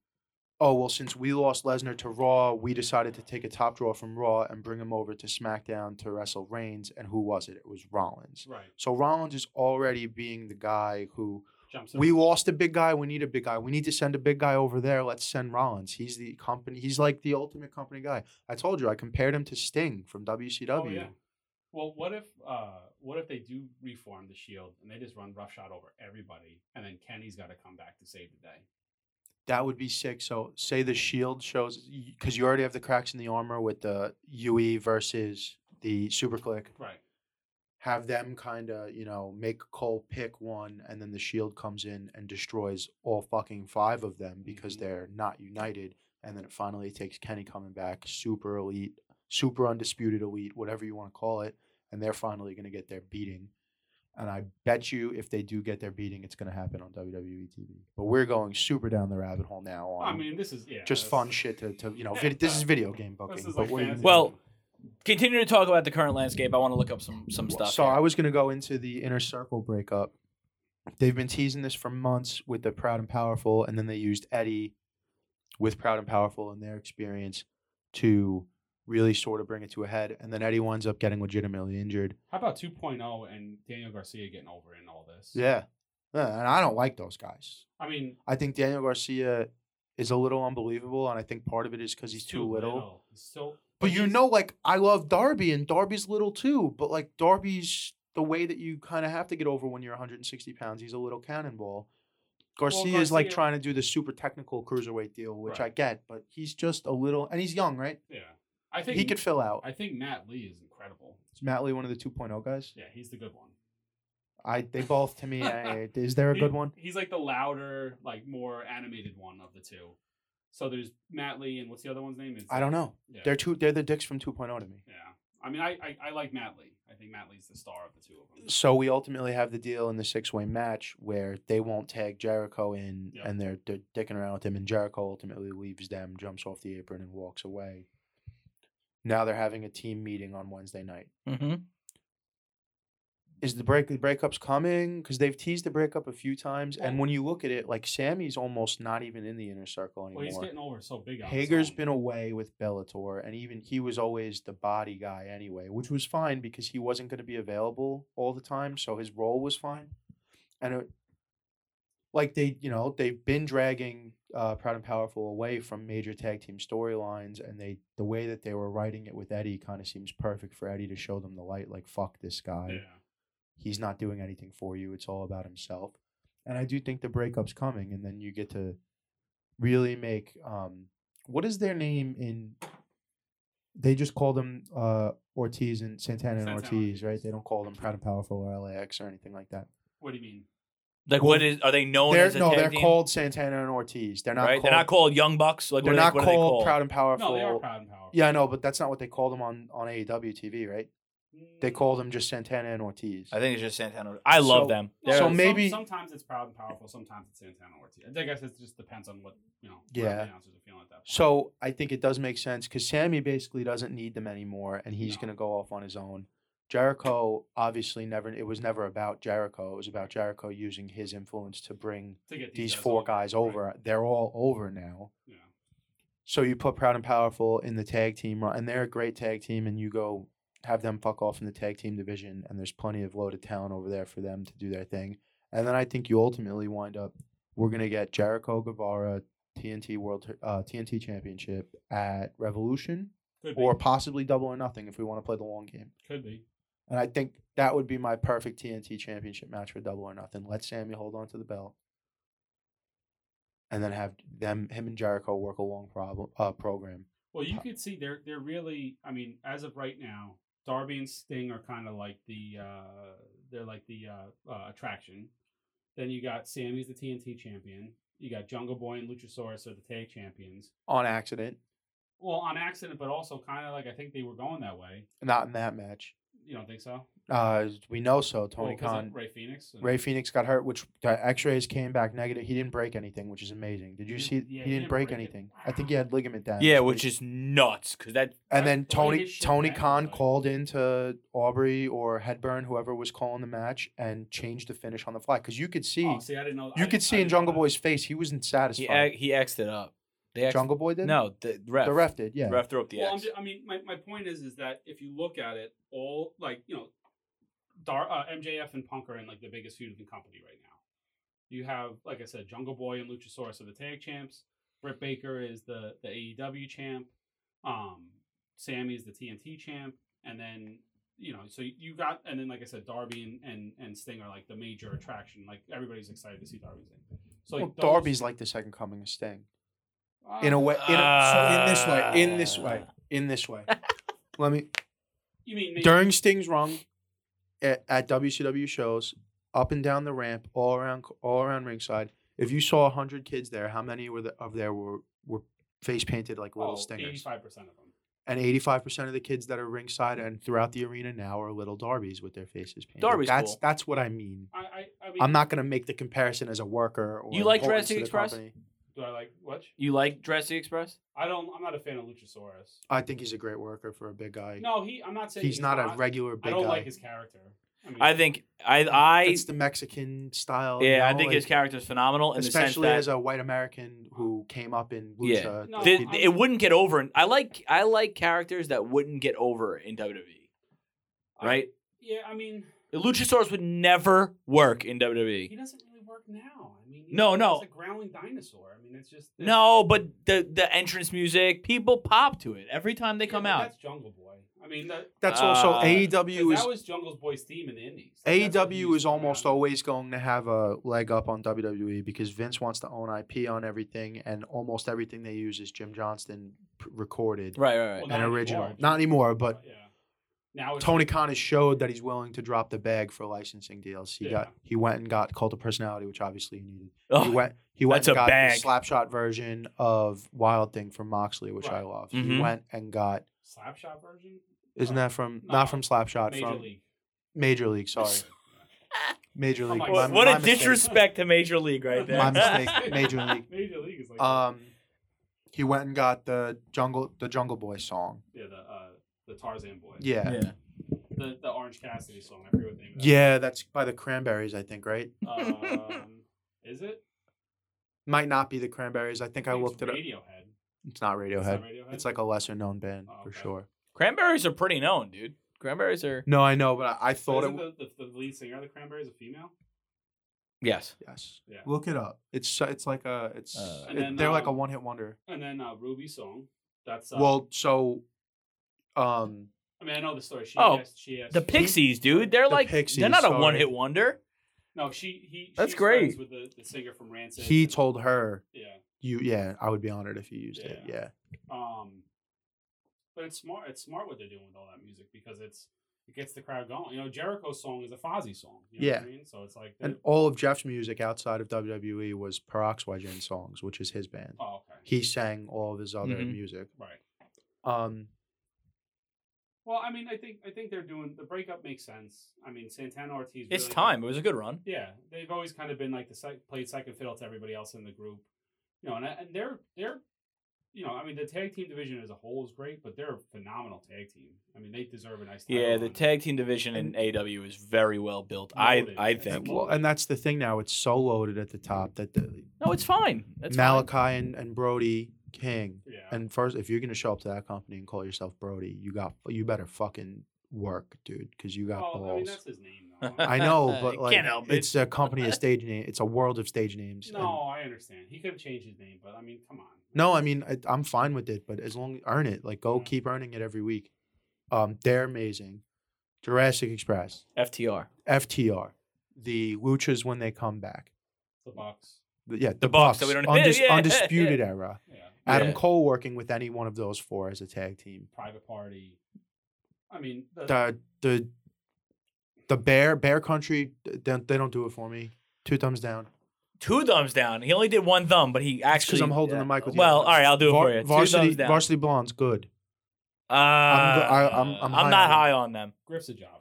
[SPEAKER 4] Oh well, since we lost Lesnar to Raw, we decided to take a top draw from Raw and bring him over to SmackDown to wrestle Reigns, and who was it? It was Rollins.
[SPEAKER 3] right,
[SPEAKER 4] So Rollins is already being the guy who
[SPEAKER 3] jumps.
[SPEAKER 4] we
[SPEAKER 3] in.
[SPEAKER 4] lost a big guy. We need a big guy. We need to send a big guy over there. Let's send Rollins. He's the company. He's like the ultimate company guy. I told you. I compared him to Sting from WCW.
[SPEAKER 3] Oh, yeah. Well, what if uh, what if they do reform the Shield and they just run roughshod over everybody, and then Kenny's got to come back to save the day?
[SPEAKER 4] That would be sick. So say the Shield shows because you already have the cracks in the armor with the UE versus the Super Click.
[SPEAKER 3] Right.
[SPEAKER 4] Have them kind of you know make Cole pick one, and then the Shield comes in and destroys all fucking five of them because
[SPEAKER 3] Mhm.
[SPEAKER 4] they're not united. And then it finally takes Kenny coming back, super elite, super undisputed elite, whatever you want to call it, and they're finally going to get their beating. And I bet you if they do get their beating, it's going to happen on WWE TV. But we're going super down the rabbit hole now on
[SPEAKER 3] I mean, this is yeah.
[SPEAKER 4] just
[SPEAKER 3] this-
[SPEAKER 4] fun shit to, to you know,
[SPEAKER 3] Yeah,
[SPEAKER 4] vid- this
[SPEAKER 3] uh,
[SPEAKER 4] is video game booking.
[SPEAKER 3] This is
[SPEAKER 4] but
[SPEAKER 3] like
[SPEAKER 4] what do you
[SPEAKER 3] fantasy.
[SPEAKER 4] mean?
[SPEAKER 2] Well, Continue to talk about the current landscape. I want to look up some some
[SPEAKER 4] Well,
[SPEAKER 2] stuff.
[SPEAKER 4] So
[SPEAKER 2] here.
[SPEAKER 4] I was going to go into the inner circle breakup. They've been teasing this for months with the Proud and Powerful, and then they used Eddie with Proud and Powerful and their experience to really sort of bring it to a head. And then Eddie winds up getting legitimately injured.
[SPEAKER 3] how about 2.0 and Daniel Garcia getting over in all this?
[SPEAKER 4] Yeah. Yeah, And I don't like those guys.
[SPEAKER 3] I mean,
[SPEAKER 4] I think Daniel Garcia is a little unbelievable, and I think part of it is because he's too little.
[SPEAKER 3] He's so.
[SPEAKER 4] But you
[SPEAKER 3] he's-
[SPEAKER 4] know, like I love Darby, and Darby's little too. But like Darby's the way that you kind of have to get over when you're 160 pounds. He's a little cannonball. Garcia, is like
[SPEAKER 3] Garcia-
[SPEAKER 4] trying to do the super technical cruiserweight deal, which I
[SPEAKER 3] Right.
[SPEAKER 4] get, but he's just a little, and he's young, right?
[SPEAKER 3] Yeah. I think
[SPEAKER 4] He could fill out.
[SPEAKER 3] I think Matt Lee is incredible.
[SPEAKER 4] Is Matt Lee one of the 2.0 guys?
[SPEAKER 3] Yeah, he's the good one.
[SPEAKER 4] I they both to me. I, is there a
[SPEAKER 3] He-
[SPEAKER 4] good one?
[SPEAKER 3] He's like the louder, like more animated one of the two. So there's Matt Lee and what's the other one's name? It's,
[SPEAKER 4] I don't know.
[SPEAKER 3] Yeah.
[SPEAKER 4] They're two. They're the dicks from 2.0 to me.
[SPEAKER 3] yeah. I mean, I, I I like Matt Lee. I think Matt Lee's the star of the two of them.
[SPEAKER 4] So we ultimately have the deal in the six way match where they won't tag Jericho in
[SPEAKER 3] Yep.
[SPEAKER 4] and they're, they're dicking around with him, and Jericho ultimately leaves them, jumps off the apron, and walks away. Now they're having a team meeting on Wednesday night.
[SPEAKER 2] Mhm.
[SPEAKER 4] Is the break the breakup's coming? Because they've teased the breakup a few times, and
[SPEAKER 3] Well-
[SPEAKER 4] when you look at it, like Sammy's almost not even in the inner circle
[SPEAKER 3] Well, he's
[SPEAKER 4] anymore.
[SPEAKER 3] getting over so big. on his
[SPEAKER 4] Hager's
[SPEAKER 3] own.
[SPEAKER 4] been away with Bellator, and even he was always the body guy anyway, which was fine because he wasn't going to be available all the time, so his role was fine. And it, like they, you know, they've been dragging uh, Proud and Powerful away from major tag team storylines, and they the way that they were writing it with Eddie kind of seems perfect for Eddie to show them the light. Like fuck this guy,
[SPEAKER 3] Yeah.
[SPEAKER 4] he's not doing anything for you. It's all about himself. And I do think the breakup's coming, and then you get to really make um, what is their name in? They just call them uh, Ortiz and Santana and
[SPEAKER 3] Santana
[SPEAKER 4] Ortiz,
[SPEAKER 3] Ortiz.
[SPEAKER 4] right? They don't call them Proud and Powerful or LAX or anything like that.
[SPEAKER 3] What do you mean?
[SPEAKER 2] like, what is? Are they known
[SPEAKER 4] they're,
[SPEAKER 2] as a
[SPEAKER 4] no,
[SPEAKER 2] tag
[SPEAKER 4] they're
[SPEAKER 2] team?
[SPEAKER 4] called Santana and Ortiz. They're not.
[SPEAKER 2] right?
[SPEAKER 4] Called,
[SPEAKER 2] they're not called Young Bucks. Like,
[SPEAKER 4] they're
[SPEAKER 2] what are
[SPEAKER 4] not
[SPEAKER 2] they, what are
[SPEAKER 4] called,
[SPEAKER 2] they called?
[SPEAKER 4] Proud and Powerful.
[SPEAKER 3] No, they are proud and powerful.
[SPEAKER 4] Yeah, I know, but that's not what they call them on on E AEW TV, right? They
[SPEAKER 3] Mm,
[SPEAKER 4] call them just Santana and Ortiz.
[SPEAKER 2] I think it's just Santana. I love
[SPEAKER 4] So-
[SPEAKER 2] them.
[SPEAKER 3] no,
[SPEAKER 2] They're-
[SPEAKER 4] so
[SPEAKER 3] some-
[SPEAKER 4] maybe-
[SPEAKER 3] sometimes it's proud and powerful. Sometimes it's Santana Ortiz. I guess it just depends on what you know.
[SPEAKER 4] Yeah.
[SPEAKER 3] The announcers are feeling at that point.
[SPEAKER 4] So I think it does make sense because Sammy basically doesn't need them anymore, and he's
[SPEAKER 3] No.
[SPEAKER 4] going to go off on his own. Jericho obviously never. It was never about Jericho. It was about Jericho using his influence to bring
[SPEAKER 3] to get
[SPEAKER 4] these four guys over. They're all over now.
[SPEAKER 3] Yeah.
[SPEAKER 4] So you put Proud and Powerful in the tag team, ro- and they're a great tag team, and you go have them fuck off in the tag team division, and there's plenty of loaded talent over there for them to do their thing. And then I think you ultimately wind up, we're gonna get Jericho Guevara TNT World uh, TNT Championship at Revolution,
[SPEAKER 3] Could be.
[SPEAKER 4] or possibly Double or Nothing if we want to play the long game.
[SPEAKER 3] could be.
[SPEAKER 4] And I think that would be my perfect TNT championship match for double or nothing. Let Sammy hold on to the belt. And then have them him and Jericho work a long problem uh, program.
[SPEAKER 3] Well, you could see they're they're really. I mean, as of right now, Darby and Sting are kind of like the uh, they're like the uh, uh, attraction. Then you got Sammy's the TNT champion. You got Jungle Boy and Luchasaurus are the tag champions.
[SPEAKER 4] On accident.
[SPEAKER 3] Well, on accident, but also kind of like I think they were going that way.
[SPEAKER 4] Not in that match.
[SPEAKER 3] You don't think so?
[SPEAKER 4] Uh, we know so.
[SPEAKER 3] Well,
[SPEAKER 4] Tony
[SPEAKER 3] because of
[SPEAKER 4] Khan.
[SPEAKER 3] Ray Phoenix, and- Oh,
[SPEAKER 4] Ray Phoenix got hurt, which the x rays came back negative. He didn't break anything, which is amazing. Did you
[SPEAKER 3] He
[SPEAKER 4] see
[SPEAKER 3] didn't- yeah,
[SPEAKER 4] he didn't break, anything? I think he had ligament damage.
[SPEAKER 2] Yeah, which is nuts because that
[SPEAKER 3] That's
[SPEAKER 4] And then
[SPEAKER 3] the way
[SPEAKER 4] Tony
[SPEAKER 3] his shit
[SPEAKER 4] Tony
[SPEAKER 3] went,
[SPEAKER 4] Khan
[SPEAKER 3] like-
[SPEAKER 4] called into Aubrey or Headburn, whoever was calling the match, and changed the finish on the fly because you could see
[SPEAKER 3] Oh, see, I didn't know. I
[SPEAKER 4] you
[SPEAKER 3] didn't-
[SPEAKER 4] could
[SPEAKER 3] I
[SPEAKER 4] see in
[SPEAKER 3] didn't know
[SPEAKER 4] Jungle
[SPEAKER 3] that.
[SPEAKER 4] Boy's face he wasn't
[SPEAKER 2] he
[SPEAKER 4] satisfied.
[SPEAKER 2] ac- he xed it up. They xed
[SPEAKER 4] Jungle Boy did.
[SPEAKER 2] No, the ref.
[SPEAKER 4] the ref did. Yeah,
[SPEAKER 2] Ref threw up the
[SPEAKER 3] Well, I'm
[SPEAKER 2] X.
[SPEAKER 3] ju- I mean, my, my point is is that if you look at it, all like you know, Dar uh, MJF and Punk are in like the biggest feud in the company right now. You have, like I said, Jungle Boy and Luchasaurus are the tag champs. Britt Baker is the the AEW champ. Um, Sammy is the TNT champ, and then you know, so you got, and then like I said, Darby and and, and Sting are like the major attraction. Like everybody's excited to see Darby. and Sting. So like
[SPEAKER 4] well,
[SPEAKER 3] those-
[SPEAKER 4] Darby's like the second coming of Sting
[SPEAKER 3] Uh,
[SPEAKER 4] in a way. In a, so in this way, in this way, in this way. Let me
[SPEAKER 3] you mean maybe-
[SPEAKER 4] during Sting's run at, at WCW shows, up and down the ramp, all around, all around ringside. If you saw hundred kids there, how many were the, of there were were face painted like little
[SPEAKER 3] oh,
[SPEAKER 4] stingers?
[SPEAKER 3] 85% of them.
[SPEAKER 4] And eighty five percent of the kids that are ringside and throughout the arena now are little Darbies with their faces painted.
[SPEAKER 2] Darby's
[SPEAKER 4] that's
[SPEAKER 2] cool.
[SPEAKER 4] that's what I mean.
[SPEAKER 3] I, I, I mean,
[SPEAKER 4] I'm not going to make the comparison as a worker. Or
[SPEAKER 2] You like
[SPEAKER 4] importance to
[SPEAKER 2] Jurassic
[SPEAKER 4] the
[SPEAKER 2] Express?
[SPEAKER 4] company.
[SPEAKER 3] Do I like what?
[SPEAKER 2] You like Jurassic Express?
[SPEAKER 3] I don't. I'm not a fan of Luchasaurus.
[SPEAKER 4] I think he's a great worker for a big guy.
[SPEAKER 3] No, he. I'm not saying
[SPEAKER 4] he's, not, a regular big
[SPEAKER 3] I don't
[SPEAKER 4] guy.
[SPEAKER 3] like his character. I, mean,
[SPEAKER 2] I think I I
[SPEAKER 4] it's the Mexican style. you
[SPEAKER 2] yeah I
[SPEAKER 4] know,
[SPEAKER 2] think his
[SPEAKER 4] like,
[SPEAKER 2] character is phenomenal in the sense
[SPEAKER 4] especially as
[SPEAKER 2] that
[SPEAKER 4] a white American who came up in
[SPEAKER 2] Yeah.
[SPEAKER 4] lucha.
[SPEAKER 3] No,
[SPEAKER 2] the-
[SPEAKER 4] he-
[SPEAKER 3] I'm-
[SPEAKER 2] it wouldn't get over. I like I like characters that wouldn't get over in WWE, right?
[SPEAKER 3] Yeah, I mean,
[SPEAKER 2] Luchasaurus would never work in E.
[SPEAKER 3] he
[SPEAKER 2] WWE.
[SPEAKER 3] doesn't really work now. I mean, he-
[SPEAKER 2] No,
[SPEAKER 3] he's
[SPEAKER 2] no.
[SPEAKER 3] a growling dinosaur. I mean, it's just it's-
[SPEAKER 2] No, but the the entrance music, people pop to it every time they
[SPEAKER 3] yeah,
[SPEAKER 2] come
[SPEAKER 3] but
[SPEAKER 2] out.
[SPEAKER 3] That's Jungle Boy. I mean, that,
[SPEAKER 4] that's also
[SPEAKER 2] Uh,
[SPEAKER 4] AEW
[SPEAKER 3] 'cause
[SPEAKER 4] is
[SPEAKER 3] that was Jungle Boy's theme in the Indies. Like, that's what he
[SPEAKER 4] AEW
[SPEAKER 3] used
[SPEAKER 4] E is
[SPEAKER 3] to come
[SPEAKER 4] almost
[SPEAKER 3] out.
[SPEAKER 4] always going to have a leg up on WWE because Vince wants to own IP on everything, and almost everything they use is Jim Johnston p- recorded
[SPEAKER 2] Right, right, right.
[SPEAKER 3] Well, not
[SPEAKER 4] and
[SPEAKER 3] anymore.
[SPEAKER 4] original. Not anymore, but
[SPEAKER 3] yeah. Now it's
[SPEAKER 4] Tony Khan has showed that he's willing to drop the bag for licensing deals. He
[SPEAKER 3] Yeah.
[SPEAKER 4] got he went and got Cult of Personality, which obviously he needed. he
[SPEAKER 2] Ugh.
[SPEAKER 4] went he
[SPEAKER 2] Oh,
[SPEAKER 4] went
[SPEAKER 2] that's
[SPEAKER 4] and
[SPEAKER 2] a
[SPEAKER 4] got
[SPEAKER 2] bag.
[SPEAKER 4] the slapshot version of Wild Thing from Moxley, which I
[SPEAKER 3] Right.
[SPEAKER 4] love. He
[SPEAKER 2] Mhm.
[SPEAKER 4] went and got
[SPEAKER 3] Slapshot version.
[SPEAKER 4] isn't
[SPEAKER 3] Right.
[SPEAKER 4] that from
[SPEAKER 3] No.
[SPEAKER 4] not from Slapshot
[SPEAKER 3] Uh, Major
[SPEAKER 4] from
[SPEAKER 3] League?
[SPEAKER 4] Major League? Sorry, Major
[SPEAKER 3] Oh
[SPEAKER 4] League.
[SPEAKER 3] my
[SPEAKER 4] my-
[SPEAKER 3] God.
[SPEAKER 2] What
[SPEAKER 4] my
[SPEAKER 2] a
[SPEAKER 4] mistake.
[SPEAKER 2] disrespect to Major League right there.
[SPEAKER 4] My mistake. Major League.
[SPEAKER 3] Major League is like
[SPEAKER 4] Um, he went and got the jungle the Jungle Boy song.
[SPEAKER 3] yeah, the uh, the Tarzan boy.
[SPEAKER 4] Yeah. yeah.
[SPEAKER 5] Yeah.
[SPEAKER 3] the, the Orange Cassidy song. I forget what the name. Of that
[SPEAKER 4] that's by the Cranberries, I think, right?
[SPEAKER 3] Um, is it?
[SPEAKER 4] Might not be the Cranberries. I think I
[SPEAKER 3] think
[SPEAKER 4] looked
[SPEAKER 3] it's
[SPEAKER 4] it up.
[SPEAKER 3] Radiohead.
[SPEAKER 4] It's not
[SPEAKER 3] It's
[SPEAKER 4] Radiohead.
[SPEAKER 3] not Radiohead.
[SPEAKER 4] It's like a lesser known band
[SPEAKER 3] Oh,
[SPEAKER 4] for
[SPEAKER 3] okay.
[SPEAKER 4] sure.
[SPEAKER 2] Cranberries are pretty known, dude. Cranberries are
[SPEAKER 4] No, I know, but I, I
[SPEAKER 3] But
[SPEAKER 4] thought it.
[SPEAKER 3] isn't
[SPEAKER 4] w-
[SPEAKER 3] the, the, the lead singer of the Cranberries a female.
[SPEAKER 2] yes.
[SPEAKER 4] yes.
[SPEAKER 3] Yeah.
[SPEAKER 4] Look it up. It's so- it's like a it's
[SPEAKER 5] Uh,
[SPEAKER 4] it-
[SPEAKER 3] And then,
[SPEAKER 4] they're like a
[SPEAKER 3] um,
[SPEAKER 4] one hit wonder.
[SPEAKER 3] And then uh, Ruby song. That's uh,
[SPEAKER 4] well, so um
[SPEAKER 3] I mean, I know the story. She
[SPEAKER 2] Oh,
[SPEAKER 3] asked, she asked,
[SPEAKER 2] The Pixies, dude. They're
[SPEAKER 4] The
[SPEAKER 2] like
[SPEAKER 4] Pixies,
[SPEAKER 2] they're not a
[SPEAKER 4] sorry.
[SPEAKER 2] one hit wonder.
[SPEAKER 3] No, she he.
[SPEAKER 2] That's
[SPEAKER 3] she's friends
[SPEAKER 2] great.
[SPEAKER 3] With the, the singer from Rancid.
[SPEAKER 4] he
[SPEAKER 3] and-
[SPEAKER 4] told her
[SPEAKER 3] Yeah.
[SPEAKER 4] you yeah I would be honored if you used it
[SPEAKER 3] Yeah.
[SPEAKER 4] yeah
[SPEAKER 3] Um, but it's smart. It's smart what they're doing with all that music because it's it gets the crowd going. You know, Jericho's song is a Fozzy song. You know What I
[SPEAKER 4] Yeah.
[SPEAKER 3] mean, so it's like.
[SPEAKER 4] and all of Jeff's music outside of WWE was Peroxygen songs, which is his band.
[SPEAKER 3] oh, Mm-hmm. okay.
[SPEAKER 4] He sang all of his other
[SPEAKER 2] Mhm.
[SPEAKER 4] music.
[SPEAKER 3] Right.
[SPEAKER 4] Um
[SPEAKER 3] Well, I mean, I think I think they're doing the breakup makes sense. I mean, Santana Ortiz.
[SPEAKER 2] It's
[SPEAKER 3] really-
[SPEAKER 2] time. It was a good run.
[SPEAKER 3] Yeah, they've always kind of been like the sec- played second fiddle to everybody else in the group, you know. And, and uh, they're they're you know, I mean, the tag team division as a whole is great, but they're a phenomenal tag team. I mean, they deserve a nice. title
[SPEAKER 2] Yeah, the
[SPEAKER 3] run.
[SPEAKER 2] tag team division in AW is very well built. I
[SPEAKER 3] Loaded.
[SPEAKER 2] I
[SPEAKER 3] It's
[SPEAKER 2] think.
[SPEAKER 4] Well, and that's the thing now. It's so loaded at the top that the,
[SPEAKER 2] No, it's fine. That's
[SPEAKER 4] Malachi and, and Brody King.
[SPEAKER 3] Yeah.
[SPEAKER 4] And first, if you're gonna show up to that company and call yourself Brody, you got you better fucking work, dude, because you
[SPEAKER 2] Oh,
[SPEAKER 4] got
[SPEAKER 3] well, I mean,
[SPEAKER 4] balls.
[SPEAKER 3] that's his name. Though.
[SPEAKER 4] I, know, but
[SPEAKER 2] You
[SPEAKER 4] like
[SPEAKER 2] can't help it.
[SPEAKER 4] it's a company of stage name. It's a world of stage names. and-
[SPEAKER 3] no, I understand. He could have changed his name, but I mean, come on.
[SPEAKER 4] no, I mean I, I'm fine with it, but as long earn it, like go
[SPEAKER 2] Mm.
[SPEAKER 3] Yeah.
[SPEAKER 4] keep earning it every week. Um, they're amazing. Jurassic Express,
[SPEAKER 2] FTR.
[SPEAKER 4] FTR, the Luchas when they come back.
[SPEAKER 3] the Bucks.
[SPEAKER 4] The- yeah, the,
[SPEAKER 2] Bucks that we don't-
[SPEAKER 4] undis-
[SPEAKER 2] Yeah.
[SPEAKER 4] undisputed era.
[SPEAKER 3] Yeah,
[SPEAKER 4] Adam
[SPEAKER 2] Yeah.
[SPEAKER 4] Cole working with any one of those four as a tag team.
[SPEAKER 3] private party. I mean, the,
[SPEAKER 4] The the the bear bear country th- they, they don't do it for me. Two thumbs down.
[SPEAKER 2] Two thumbs down. He only did one thumb, but he actually.
[SPEAKER 4] Because I'm holding the mic with you.
[SPEAKER 2] Well, all right, I'll do it for you. Two
[SPEAKER 4] Varsity
[SPEAKER 2] thumbs down.
[SPEAKER 4] Varsity Blonde's good.
[SPEAKER 2] uh,
[SPEAKER 4] I'm go- I- I'm-
[SPEAKER 2] I'm,
[SPEAKER 4] I'm high
[SPEAKER 2] not
[SPEAKER 4] on it.
[SPEAKER 2] high on them.
[SPEAKER 3] Griff's a jobber.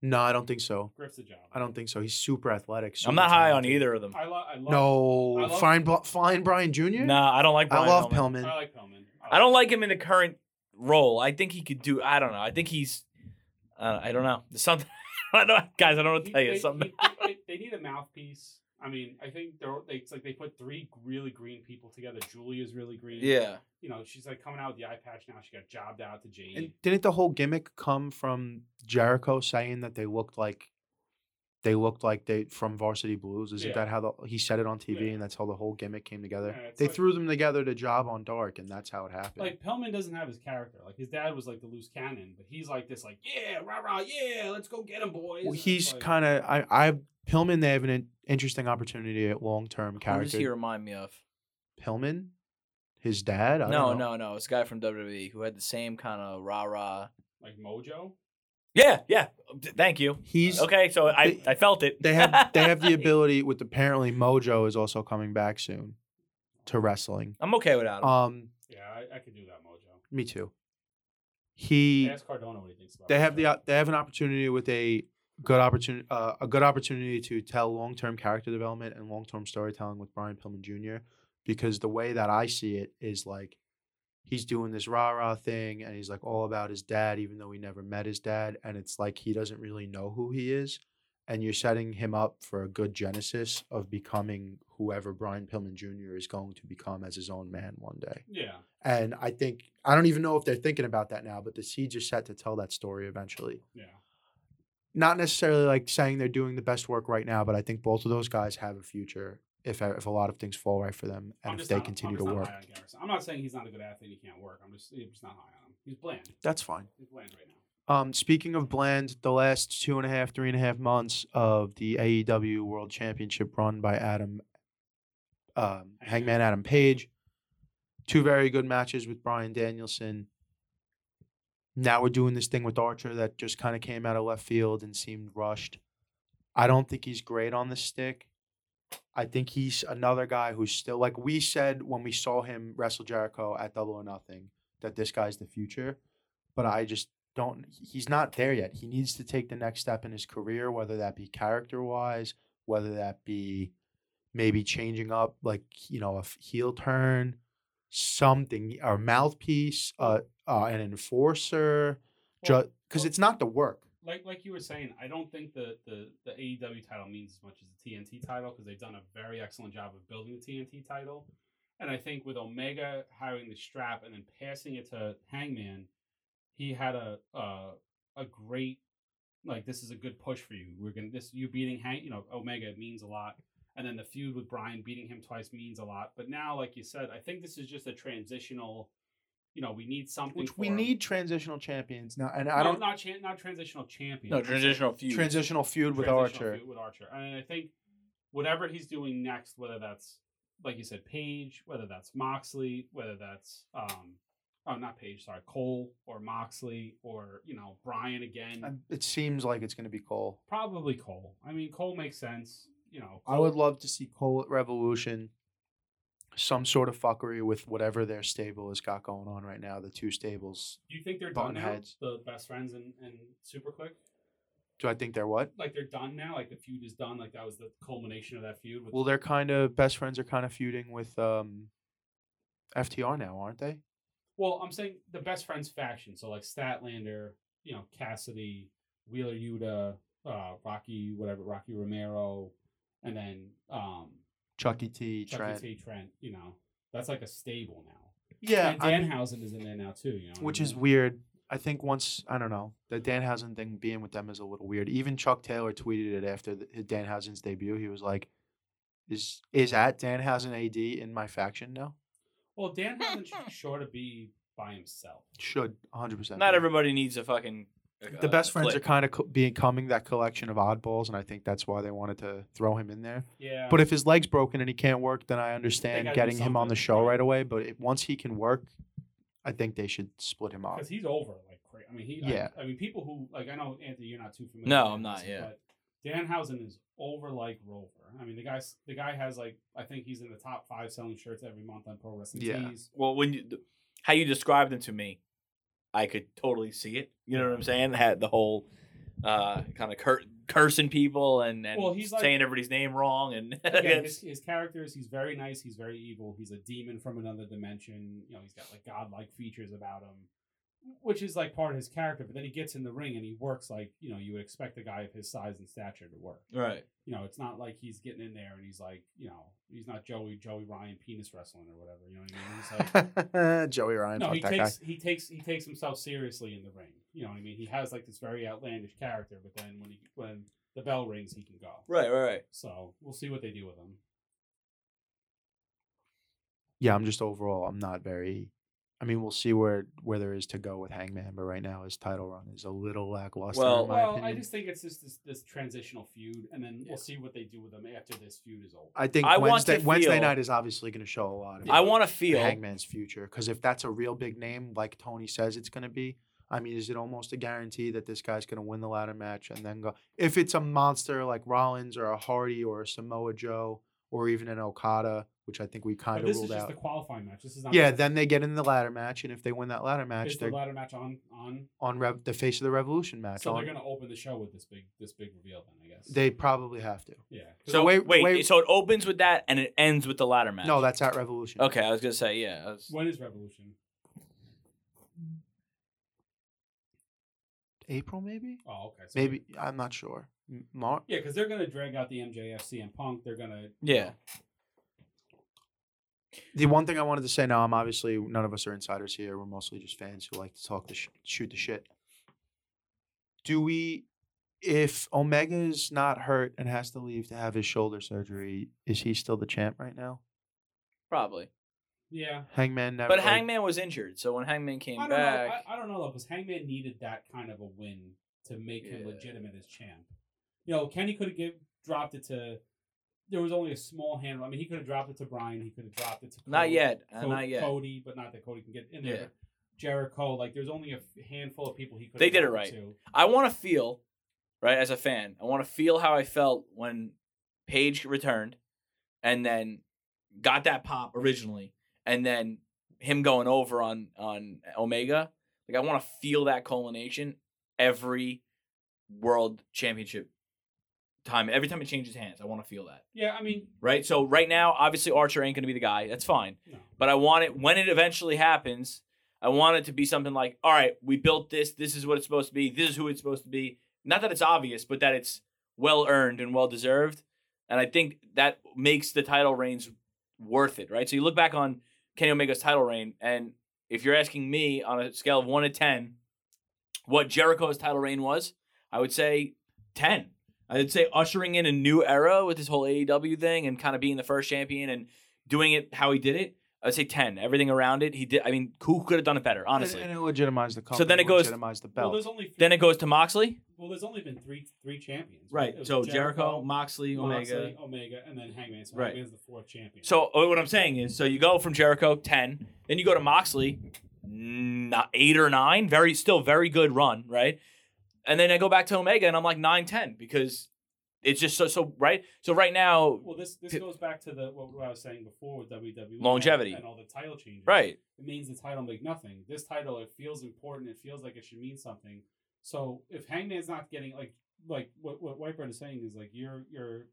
[SPEAKER 4] No, I don't think so.
[SPEAKER 3] Griff's a jobber.
[SPEAKER 4] I don't think so. He's super athletic.
[SPEAKER 2] I'm
[SPEAKER 4] super
[SPEAKER 2] not high on
[SPEAKER 4] talented.
[SPEAKER 2] either of them.
[SPEAKER 3] I, lo- I love. I
[SPEAKER 4] No,
[SPEAKER 3] love-
[SPEAKER 4] fine, Bl- fine, Brian Jr.
[SPEAKER 2] Nah, I don't like.
[SPEAKER 4] I
[SPEAKER 2] Brian
[SPEAKER 4] love
[SPEAKER 2] Pillman.
[SPEAKER 4] Pillman.
[SPEAKER 3] I like Pillman.
[SPEAKER 2] I don't like him in the current role. I think he could do. I don't know. I think he's. Uh, I don't know. There's something. I don't, guys, I don't know what to
[SPEAKER 3] He-
[SPEAKER 2] tell you.
[SPEAKER 3] they-
[SPEAKER 2] Something.
[SPEAKER 3] he- they, they need a mouthpiece. I mean, I think they're they, it's like they put three really green people together. Julia's really green.
[SPEAKER 2] Yeah.
[SPEAKER 3] You know, she's like coming out with the eye patch now. She got jobbed out to Jade.
[SPEAKER 4] And didn't the whole gimmick come from Jericho saying that they looked like they looked like they from Varsity Blues? Isn't
[SPEAKER 3] Yeah.
[SPEAKER 4] that how the, he said it on TV?
[SPEAKER 3] Yeah.
[SPEAKER 4] And that's how the whole gimmick came together.
[SPEAKER 3] Yeah, it's
[SPEAKER 4] they
[SPEAKER 3] like-
[SPEAKER 4] threw them together to job on Dark, and that's how it happened.
[SPEAKER 3] like Pillman doesn't have his character. Like his dad was like the loose cannon, but he's like this, like yeah, rah rah, yeah, let's go get him, boys.
[SPEAKER 4] well,
[SPEAKER 3] And it's
[SPEAKER 4] he's
[SPEAKER 3] like,
[SPEAKER 4] kind of I, I Pillman. They have an in- interesting opportunity at long term
[SPEAKER 2] Who does
[SPEAKER 4] character.
[SPEAKER 2] he remind me of?
[SPEAKER 4] Pillman, his dad. I
[SPEAKER 2] No,
[SPEAKER 4] don't
[SPEAKER 2] no,
[SPEAKER 4] know.
[SPEAKER 2] no. It's a guy from WWE who had the same kind of rah rah.
[SPEAKER 3] like Mojo.
[SPEAKER 2] Yeah, yeah. Th- Thank you.
[SPEAKER 4] He's
[SPEAKER 2] Okay, so I,
[SPEAKER 4] They-
[SPEAKER 2] I felt it.
[SPEAKER 4] they have they have the ability with apparently Mojo is also coming back soon to wrestling.
[SPEAKER 2] I'm okay without him.
[SPEAKER 4] Um,
[SPEAKER 3] Yeah, I, I could do that, Mojo.
[SPEAKER 4] me too. He
[SPEAKER 3] Ask Cardona what he thinks about.
[SPEAKER 4] they have the
[SPEAKER 3] Mojo.
[SPEAKER 4] op- they have an opportunity with a good opportunity uh, a good opportunity to tell long term character development and long term storytelling with Brian Pillman Jr. Because the way that I see it is like he's doing this rah rah thing and he's like all about his dad even though he never met his dad and it's like he doesn't really know who he is and you're setting him up for a good genesis of becoming whoever Brian Pillman Jr. is going to become as his own man one day.
[SPEAKER 3] Yeah,
[SPEAKER 4] And I think I don't even know if they're thinking about that now, but the seeds are set to tell that story eventually.
[SPEAKER 3] yeah.
[SPEAKER 4] Not necessarily like saying they're doing the best work right now, but I think both of those guys have a future if if a lot of things fall right for them
[SPEAKER 3] I'm
[SPEAKER 4] and if
[SPEAKER 3] just
[SPEAKER 4] they
[SPEAKER 3] not- I'm
[SPEAKER 4] continue to
[SPEAKER 3] just not
[SPEAKER 4] work.
[SPEAKER 3] high on Garrison. I'm not saying he's not a good athlete. He can't work. I'm just, I'm just not high on him. He's bland.
[SPEAKER 4] That's fine.
[SPEAKER 3] He's bland right now.
[SPEAKER 4] Um, speaking of bland, the last two and a half, three and a half months of the AEW World Championship run by Adam, um, Hangman Adam Page, two very good matches with Brian Danielson. Now we're doing this thing with Archer that just kind of came out of left field and seemed rushed. I don't think he's great on the stick. I think he's another guy who's still like we said when we saw him wrestle Jericho at Double or Nothing that this guy's the future, but I just don't he's not there yet. He needs to take the next step in his career, whether that be character wise, whether that be maybe changing up like you know a f- heel turn, something or mouthpiece, uh, uh an enforcer,
[SPEAKER 3] Well,
[SPEAKER 4] because it's not the work.
[SPEAKER 3] like like you were saying, I don't think the the, the AEW title means as much as the TNT title because they've done a very excellent job of building the TNT title. And I think with Omega hiring the strap and then passing it to Hangman, he had a uh, a great like this is a good push for you. We're gonna this you beating Hang you know Omega means a lot. And then the feud with Brian beating him twice means a lot. But now, like you said, I think this is just a transitional. You know, we need something.
[SPEAKER 4] Which we
[SPEAKER 3] for him.
[SPEAKER 4] need transitional champions now, and
[SPEAKER 3] No,
[SPEAKER 4] I don't
[SPEAKER 3] not chan- not transitional champion.
[SPEAKER 2] No,
[SPEAKER 3] I'm sorry
[SPEAKER 2] transitional feud.
[SPEAKER 4] transitional feud with
[SPEAKER 3] transitional
[SPEAKER 4] Archer.
[SPEAKER 3] feud With Archer, and I think whatever he's doing next, whether that's like you said, Page, whether that's Moxley, whether that's um, oh not Page, sorry, Cole or Moxley or you know Brian again,
[SPEAKER 4] Um, It seems like it's going to be Cole.
[SPEAKER 3] probably Cole. I mean, Cole makes sense. You know,
[SPEAKER 4] I would love to see Cole at Revolution. Some sort of fuckery with whatever their stable has got going on right now. The two stables.
[SPEAKER 3] Do you think they're
[SPEAKER 4] Button
[SPEAKER 3] done now?
[SPEAKER 4] heads.
[SPEAKER 3] The best friends and and super quick,
[SPEAKER 4] Do I think they're what?
[SPEAKER 3] like they're done now. Like the feud is done. Like that was the culmination of that feud. With
[SPEAKER 4] Well, they're kind of best friends. Are kind of feuding with um, FTR now, aren't they?
[SPEAKER 3] Well, I'm saying the best friends faction. So like Statlander, you know, Cassidy, Wheeler Yuta, uh, Rocky, whatever, Rocky Romero, and then um
[SPEAKER 4] Chucky E. T,
[SPEAKER 3] Chucky
[SPEAKER 4] Trent.
[SPEAKER 3] E. T. Trent, you know. That's like a stable now.
[SPEAKER 4] Yeah,
[SPEAKER 3] And
[SPEAKER 4] I mean,
[SPEAKER 3] Danhausen is in there now too, you know. what I
[SPEAKER 4] which is
[SPEAKER 3] mean?
[SPEAKER 4] weird. I think once I don't know the Danhausen thing being with them is a little weird. Even Chuck Taylor tweeted it after the, Danhausen's debut. He was like, "Is is at Danhausen AD in my faction now?
[SPEAKER 3] Well, Danhausen should sure to be by himself.
[SPEAKER 4] Should 100 percent.
[SPEAKER 2] Not everybody needs a fucking.
[SPEAKER 4] The
[SPEAKER 3] uh,
[SPEAKER 4] best friends are kind of co- becoming that collection of oddballs, and I think that's why they wanted to throw him in there.
[SPEAKER 3] Yeah.
[SPEAKER 4] But if his leg's broken and he can't work, then I understand
[SPEAKER 3] gotta do
[SPEAKER 4] getting him on the
[SPEAKER 3] something,
[SPEAKER 4] show
[SPEAKER 3] right.
[SPEAKER 4] right away. But it, once he can work, I think they should split him up.
[SPEAKER 3] because he's over like crazy. I mean, he.
[SPEAKER 4] Yeah.
[SPEAKER 3] I, I mean, people who like I know Anthony, you're not too familiar.
[SPEAKER 2] No,
[SPEAKER 3] with
[SPEAKER 2] I'm not,
[SPEAKER 3] Danhausen,
[SPEAKER 2] yeah.
[SPEAKER 3] But Danhausen is over like Rover. I mean, the guy's the guy has like I think he's in the top five selling shirts every month on Pro Wrestling
[SPEAKER 4] Yeah.
[SPEAKER 3] Tees.
[SPEAKER 2] Well, when you, th- how you described them to me, I could totally see it. You know what I'm saying? Had the whole uh, kind of cur- cursing people and, and
[SPEAKER 3] Well, he's like-
[SPEAKER 2] saying everybody's name wrong and
[SPEAKER 3] Again, his, his character is he's very nice. He's very evil. He's a demon from another dimension. You know, he's got like godlike features about him, which is like part of his character. But then he gets in the ring and he works like you know you would expect a guy of his size and stature to work.
[SPEAKER 2] right.
[SPEAKER 3] you know, it's not like he's getting in there and he's like, you know, he's not Joey Joey Ryan penis wrestling or whatever. You know what I mean? He's like,
[SPEAKER 4] Joey Ryan,
[SPEAKER 3] no,
[SPEAKER 4] fuck
[SPEAKER 3] he
[SPEAKER 4] that
[SPEAKER 3] takes
[SPEAKER 4] guy.
[SPEAKER 3] he takes he takes himself seriously in the ring. You know what I mean? He has like this very outlandish character, but then when he when the bell rings, he can go.
[SPEAKER 2] Right, right, right.
[SPEAKER 3] So we'll see what they do with him.
[SPEAKER 4] Yeah, I'm just overall, I'm not very. I mean, we'll see where where there is to go with Hangman, but right now his title run is a little lackluster
[SPEAKER 2] Well-
[SPEAKER 4] in my
[SPEAKER 3] Well, I
[SPEAKER 4] opinion. I,
[SPEAKER 3] just think it's just this, this transitional feud, and then we'll see what they do with him after this feud is over.
[SPEAKER 4] think
[SPEAKER 2] I want to
[SPEAKER 4] Wednesday Wednesday
[SPEAKER 2] feel-
[SPEAKER 4] night is obviously going to show a lot.
[SPEAKER 2] I
[SPEAKER 4] about
[SPEAKER 2] want to feel.
[SPEAKER 4] Hangman's future because if that's a real big name, like Tony says it's going to be, I mean, is it almost a guarantee that this guy's going to win the ladder match and then go? If it's a monster like Rollins or a Hardy or a Samoa Joe or even an Okada, which I think we
[SPEAKER 3] But
[SPEAKER 4] kind of
[SPEAKER 3] Oh, this is
[SPEAKER 4] ruled
[SPEAKER 3] just
[SPEAKER 4] out.
[SPEAKER 3] the qualifying match. This is not
[SPEAKER 4] yeah, then they get in the ladder match, and if they win that ladder
[SPEAKER 3] it's
[SPEAKER 4] match,
[SPEAKER 3] the
[SPEAKER 4] they're
[SPEAKER 3] ladder match on on.
[SPEAKER 4] on Rev- the face of the Revolution match.
[SPEAKER 3] So
[SPEAKER 4] on-
[SPEAKER 3] they're gonna open the show with this big this big reveal. Then I guess
[SPEAKER 4] they probably have to.
[SPEAKER 3] yeah. 'Cause
[SPEAKER 2] So
[SPEAKER 4] wait-
[SPEAKER 2] wait, wait,
[SPEAKER 4] wait-
[SPEAKER 2] So it opens with that and it ends with the ladder match.
[SPEAKER 4] No, that's at Revolution.
[SPEAKER 2] okay. I was gonna say yeah. I was-
[SPEAKER 3] When is Revolution?
[SPEAKER 4] April maybe,
[SPEAKER 3] Oh, okay. So
[SPEAKER 4] maybe I'm not sure. M- Mar-
[SPEAKER 3] Yeah, because they're gonna drag out the MJF CM Punk. They're gonna
[SPEAKER 2] yeah.
[SPEAKER 4] The one thing I wanted to say now, I'm obviously none of us are insiders here. We're mostly just fans who like to talk the sh- shoot the shit. Do we, if Omega is not hurt and has to leave to have his shoulder surgery, is he still the champ right now?
[SPEAKER 2] Probably.
[SPEAKER 3] yeah.
[SPEAKER 4] Hangman never.
[SPEAKER 2] But
[SPEAKER 4] like-
[SPEAKER 2] Hangman was injured, so when Hangman came
[SPEAKER 3] I don't know.
[SPEAKER 2] back,
[SPEAKER 3] I, I don't know though, because Hangman needed that kind of a win to make him
[SPEAKER 2] Yeah.
[SPEAKER 3] legitimate as champ. You know, Kenny could have give dropped it to. There was only a small handle. I mean, he could have dropped it to Brian. He could have dropped it to
[SPEAKER 2] not
[SPEAKER 3] Cody-
[SPEAKER 2] yet, uh,
[SPEAKER 3] Co-
[SPEAKER 2] not yet.
[SPEAKER 3] Cody, but not that Cody can get in there.
[SPEAKER 2] Yeah.
[SPEAKER 3] but Jericho, like there's only a f- handful of people he could.
[SPEAKER 2] They did it right.
[SPEAKER 3] To.
[SPEAKER 2] I want to feel, right, as a fan, I want to feel how I felt when Paige returned and then got that pop originally and then him going over on on Omega. Like I want to feel that culmination every world championship time. Every time it changes hands, I want to feel that.
[SPEAKER 3] Yeah, I mean,
[SPEAKER 2] Right? So right now, obviously Archer ain't going to be the guy. That's fine.
[SPEAKER 3] no.
[SPEAKER 2] But I want it when it eventually happens. I want it to be something like, all right, we built this. This is what it's supposed to be. This is who it's supposed to be. Not that it's obvious, but that it's well earned and well deserved. And I think that makes the title reigns worth it, right? So you look back on Kenny Omega's title reign, and if you're asking me on a scale of one to ten, what Jericho's title reign was, I would say ten. I'd say ushering in a new era with this whole AEW thing and kind of being the first champion and doing it how he did it. I'd say ten. Everything around it, he did. I mean, who could have done it better?
[SPEAKER 4] And-
[SPEAKER 2] Honestly.
[SPEAKER 4] and, it legitimized the company.
[SPEAKER 2] So then it goes-
[SPEAKER 4] legitimized the
[SPEAKER 3] Well,
[SPEAKER 4] belt.
[SPEAKER 3] there's only three,
[SPEAKER 2] then it goes to Moxley,
[SPEAKER 3] well, there's only been three three champions.
[SPEAKER 2] right?
[SPEAKER 3] It was
[SPEAKER 2] So Jericho, Moxley, Omega.
[SPEAKER 3] Moxley, Omega, and then Hangman. So
[SPEAKER 2] Right.
[SPEAKER 3] Hangman's the fourth champion.
[SPEAKER 2] So uh, what I'm saying is, so you go from Jericho ten, then you go to Moxley, n- eight or nine, very still very good run, right? And then I go back to Omega, and I'm like nine ten because it's just so so right. So right now,
[SPEAKER 3] well, this this
[SPEAKER 2] T-
[SPEAKER 3] goes back to the what, what I was saying before with WWE
[SPEAKER 2] Longevity.
[SPEAKER 3] and all the title changes.
[SPEAKER 2] right,
[SPEAKER 3] it means the title make nothing. This title it feels important. It feels like it should mean something. So if Hangman's not getting like like what what Whiteburn is saying is like you're you're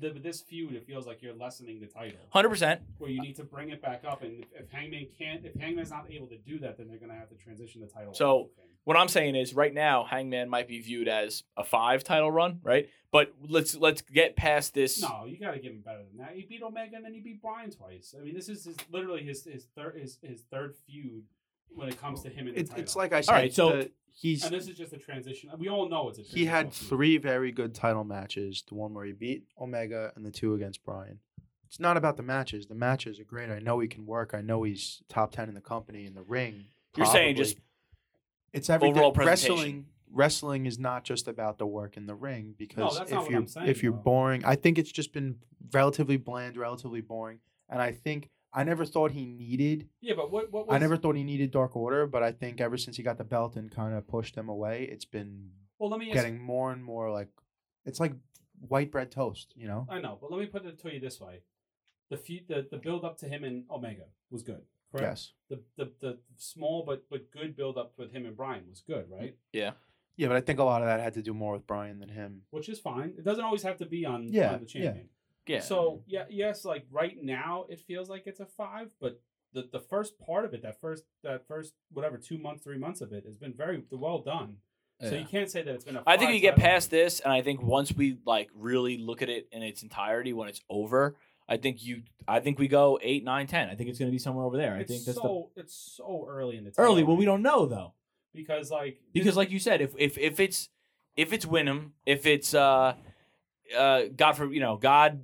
[SPEAKER 3] the, this feud, it feels like you're lessening the title.
[SPEAKER 2] Hundred percent.
[SPEAKER 3] Where you need to bring it back up, and if, if Hangman can't, if Hangman's not able to do that, then they're gonna have to transition the title.
[SPEAKER 2] So,
[SPEAKER 3] off of him.
[SPEAKER 2] What I'm saying is, right now, Hangman might be viewed as a five title run, right? But let's let's get past this.
[SPEAKER 3] No, you got to give him better than that. He beat Omega and then he beat Bryan twice. I mean, this is his, literally his his third his, his third feud when it comes to him in the
[SPEAKER 4] It,
[SPEAKER 3] title.
[SPEAKER 4] it's like I said.
[SPEAKER 5] right, so-
[SPEAKER 4] the- he's
[SPEAKER 3] and this is just a transition. We all know it's a.
[SPEAKER 4] he had
[SPEAKER 3] transitional feud.
[SPEAKER 4] three very good title matches. The one where he beat Omega and the two against Bryan. It's not about the matches. The matches are great. I know he can work. I know he's top ten in the company in the ring.
[SPEAKER 2] You're saying just
[SPEAKER 4] probably. it's everything.
[SPEAKER 2] overall presentation.
[SPEAKER 4] wrestling. Wrestling is not just about the work in the ring because
[SPEAKER 3] that's not
[SPEAKER 4] if
[SPEAKER 3] what
[SPEAKER 4] you're
[SPEAKER 3] I'm saying,
[SPEAKER 4] if you're
[SPEAKER 3] though.
[SPEAKER 4] boring, I think it's just been relatively bland, relatively boring. And I think I never thought he needed
[SPEAKER 3] Yeah, but what what was,
[SPEAKER 4] I never thought he needed Dark Order, but I think ever since he got the belt and kind of pushed them away, it's been
[SPEAKER 3] Well, let me. Ask,
[SPEAKER 4] getting more and more like it's like white bread toast, you know?
[SPEAKER 3] I know, but let me put it to you this way: the feud, the the build up to him and Omega was good. Correct.
[SPEAKER 4] Yes.
[SPEAKER 3] The, the the small but but good build up with him and Bryan was good,
[SPEAKER 4] Mm-hmm.
[SPEAKER 3] right?
[SPEAKER 2] yeah.
[SPEAKER 4] Yeah, but I think a lot of that had to do more with Brian than him.
[SPEAKER 3] Which is fine. It doesn't always have to be on,
[SPEAKER 4] Yeah,
[SPEAKER 3] on the
[SPEAKER 4] yeah.
[SPEAKER 3] champion.
[SPEAKER 2] Yeah.
[SPEAKER 3] So yeah, yes, like right now it feels like it's a five, but the the first part of it, that first that first whatever two months, three months of it, has been very well done. So
[SPEAKER 2] Yeah.
[SPEAKER 3] you can't say that it's been a.
[SPEAKER 2] I think
[SPEAKER 3] five
[SPEAKER 2] you get
[SPEAKER 3] title.
[SPEAKER 2] past this, and I think once we like really look at it in its entirety when it's over, I think you, I think we go eight, nine, ten. I
[SPEAKER 5] I
[SPEAKER 2] think
[SPEAKER 5] think it's going to be somewhere over there. I
[SPEAKER 3] It's
[SPEAKER 5] think that's
[SPEAKER 3] so it's so early in the
[SPEAKER 5] the early.
[SPEAKER 3] timeline
[SPEAKER 5] Well, we don't know though
[SPEAKER 3] because like
[SPEAKER 2] because, like you said, if if if it's if it's Wyndham, if it's uh, uh, God for you know God,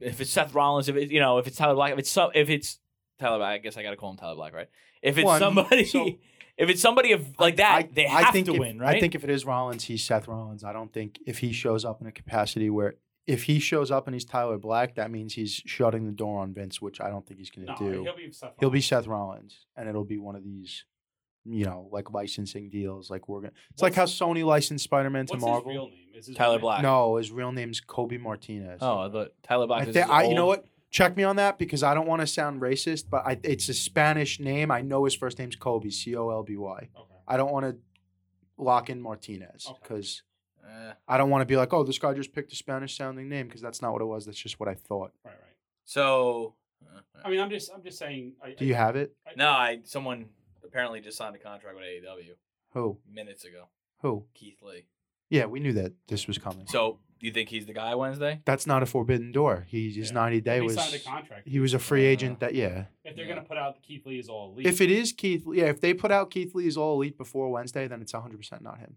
[SPEAKER 2] if it's Seth Rollins, if it's you know if it's Tyler Black, if it's some, if it's Tyler Black, I guess I gotta call him Tyler Black, right? If it's
[SPEAKER 4] Well, I mean,
[SPEAKER 2] somebody,
[SPEAKER 4] so-
[SPEAKER 2] if it's somebody of like that,
[SPEAKER 4] I,
[SPEAKER 2] they
[SPEAKER 4] I
[SPEAKER 2] have
[SPEAKER 4] think
[SPEAKER 2] to
[SPEAKER 4] if-
[SPEAKER 2] win, right?
[SPEAKER 4] I think if it is Rollins, he's Seth Rollins. I don't think if he shows up in a capacity where if he shows up and he's Tyler Black, that means he's shutting the door on Vince, which I don't think he's gonna
[SPEAKER 3] no,
[SPEAKER 4] do.
[SPEAKER 3] he'll be Seth
[SPEAKER 4] he'll be
[SPEAKER 3] Rollins.
[SPEAKER 4] Seth Rollins, and it'll be one of these, you know, like licensing deals. Like we're gonna. It's like how
[SPEAKER 3] What's-
[SPEAKER 4] Sony licensed Spider Man to
[SPEAKER 3] What's
[SPEAKER 4] Marvel.
[SPEAKER 3] his real name? Is his
[SPEAKER 2] Tyler
[SPEAKER 3] real name-
[SPEAKER 2] Black.
[SPEAKER 4] No, his real name's Kobe Martinez.
[SPEAKER 2] oh, I thought Tyler Black.
[SPEAKER 4] I
[SPEAKER 2] is
[SPEAKER 4] think
[SPEAKER 2] his
[SPEAKER 4] I. You know
[SPEAKER 2] old-
[SPEAKER 4] what? Check me on that because I don't want to sound racist, but I, it's a Spanish name. I know his first name's Kobe, C O L B Y.
[SPEAKER 3] Okay.
[SPEAKER 4] I don't want to lock in Martinez
[SPEAKER 3] Okay.
[SPEAKER 4] because
[SPEAKER 2] Eh.
[SPEAKER 4] I don't want to be like, oh, this guy just picked a Spanish sounding name because that's not what it was. That's just what I thought.
[SPEAKER 3] Right, right.
[SPEAKER 2] so.
[SPEAKER 3] I mean, I'm just I'm just saying. I,
[SPEAKER 4] Do you have it?
[SPEAKER 2] No, I someone apparently just signed a contract with AEW
[SPEAKER 4] Who?
[SPEAKER 2] minutes ago.
[SPEAKER 4] Who?
[SPEAKER 2] Keith Lee.
[SPEAKER 4] Yeah, we knew that this was coming.
[SPEAKER 2] So do you think he's the guy Wednesday?
[SPEAKER 4] that's not a forbidden door. He his
[SPEAKER 3] Yeah.
[SPEAKER 4] ninety day
[SPEAKER 3] He
[SPEAKER 4] was
[SPEAKER 3] signed a contract.
[SPEAKER 4] he was a free
[SPEAKER 2] Uh,
[SPEAKER 4] agent. That yeah.
[SPEAKER 3] if they're
[SPEAKER 2] Yeah.
[SPEAKER 3] gonna put out Keith Lee is all elite.
[SPEAKER 4] If it is Keith, yeah. If they put out Keith Lee is all elite before Wednesday, then it's hundred percent not him.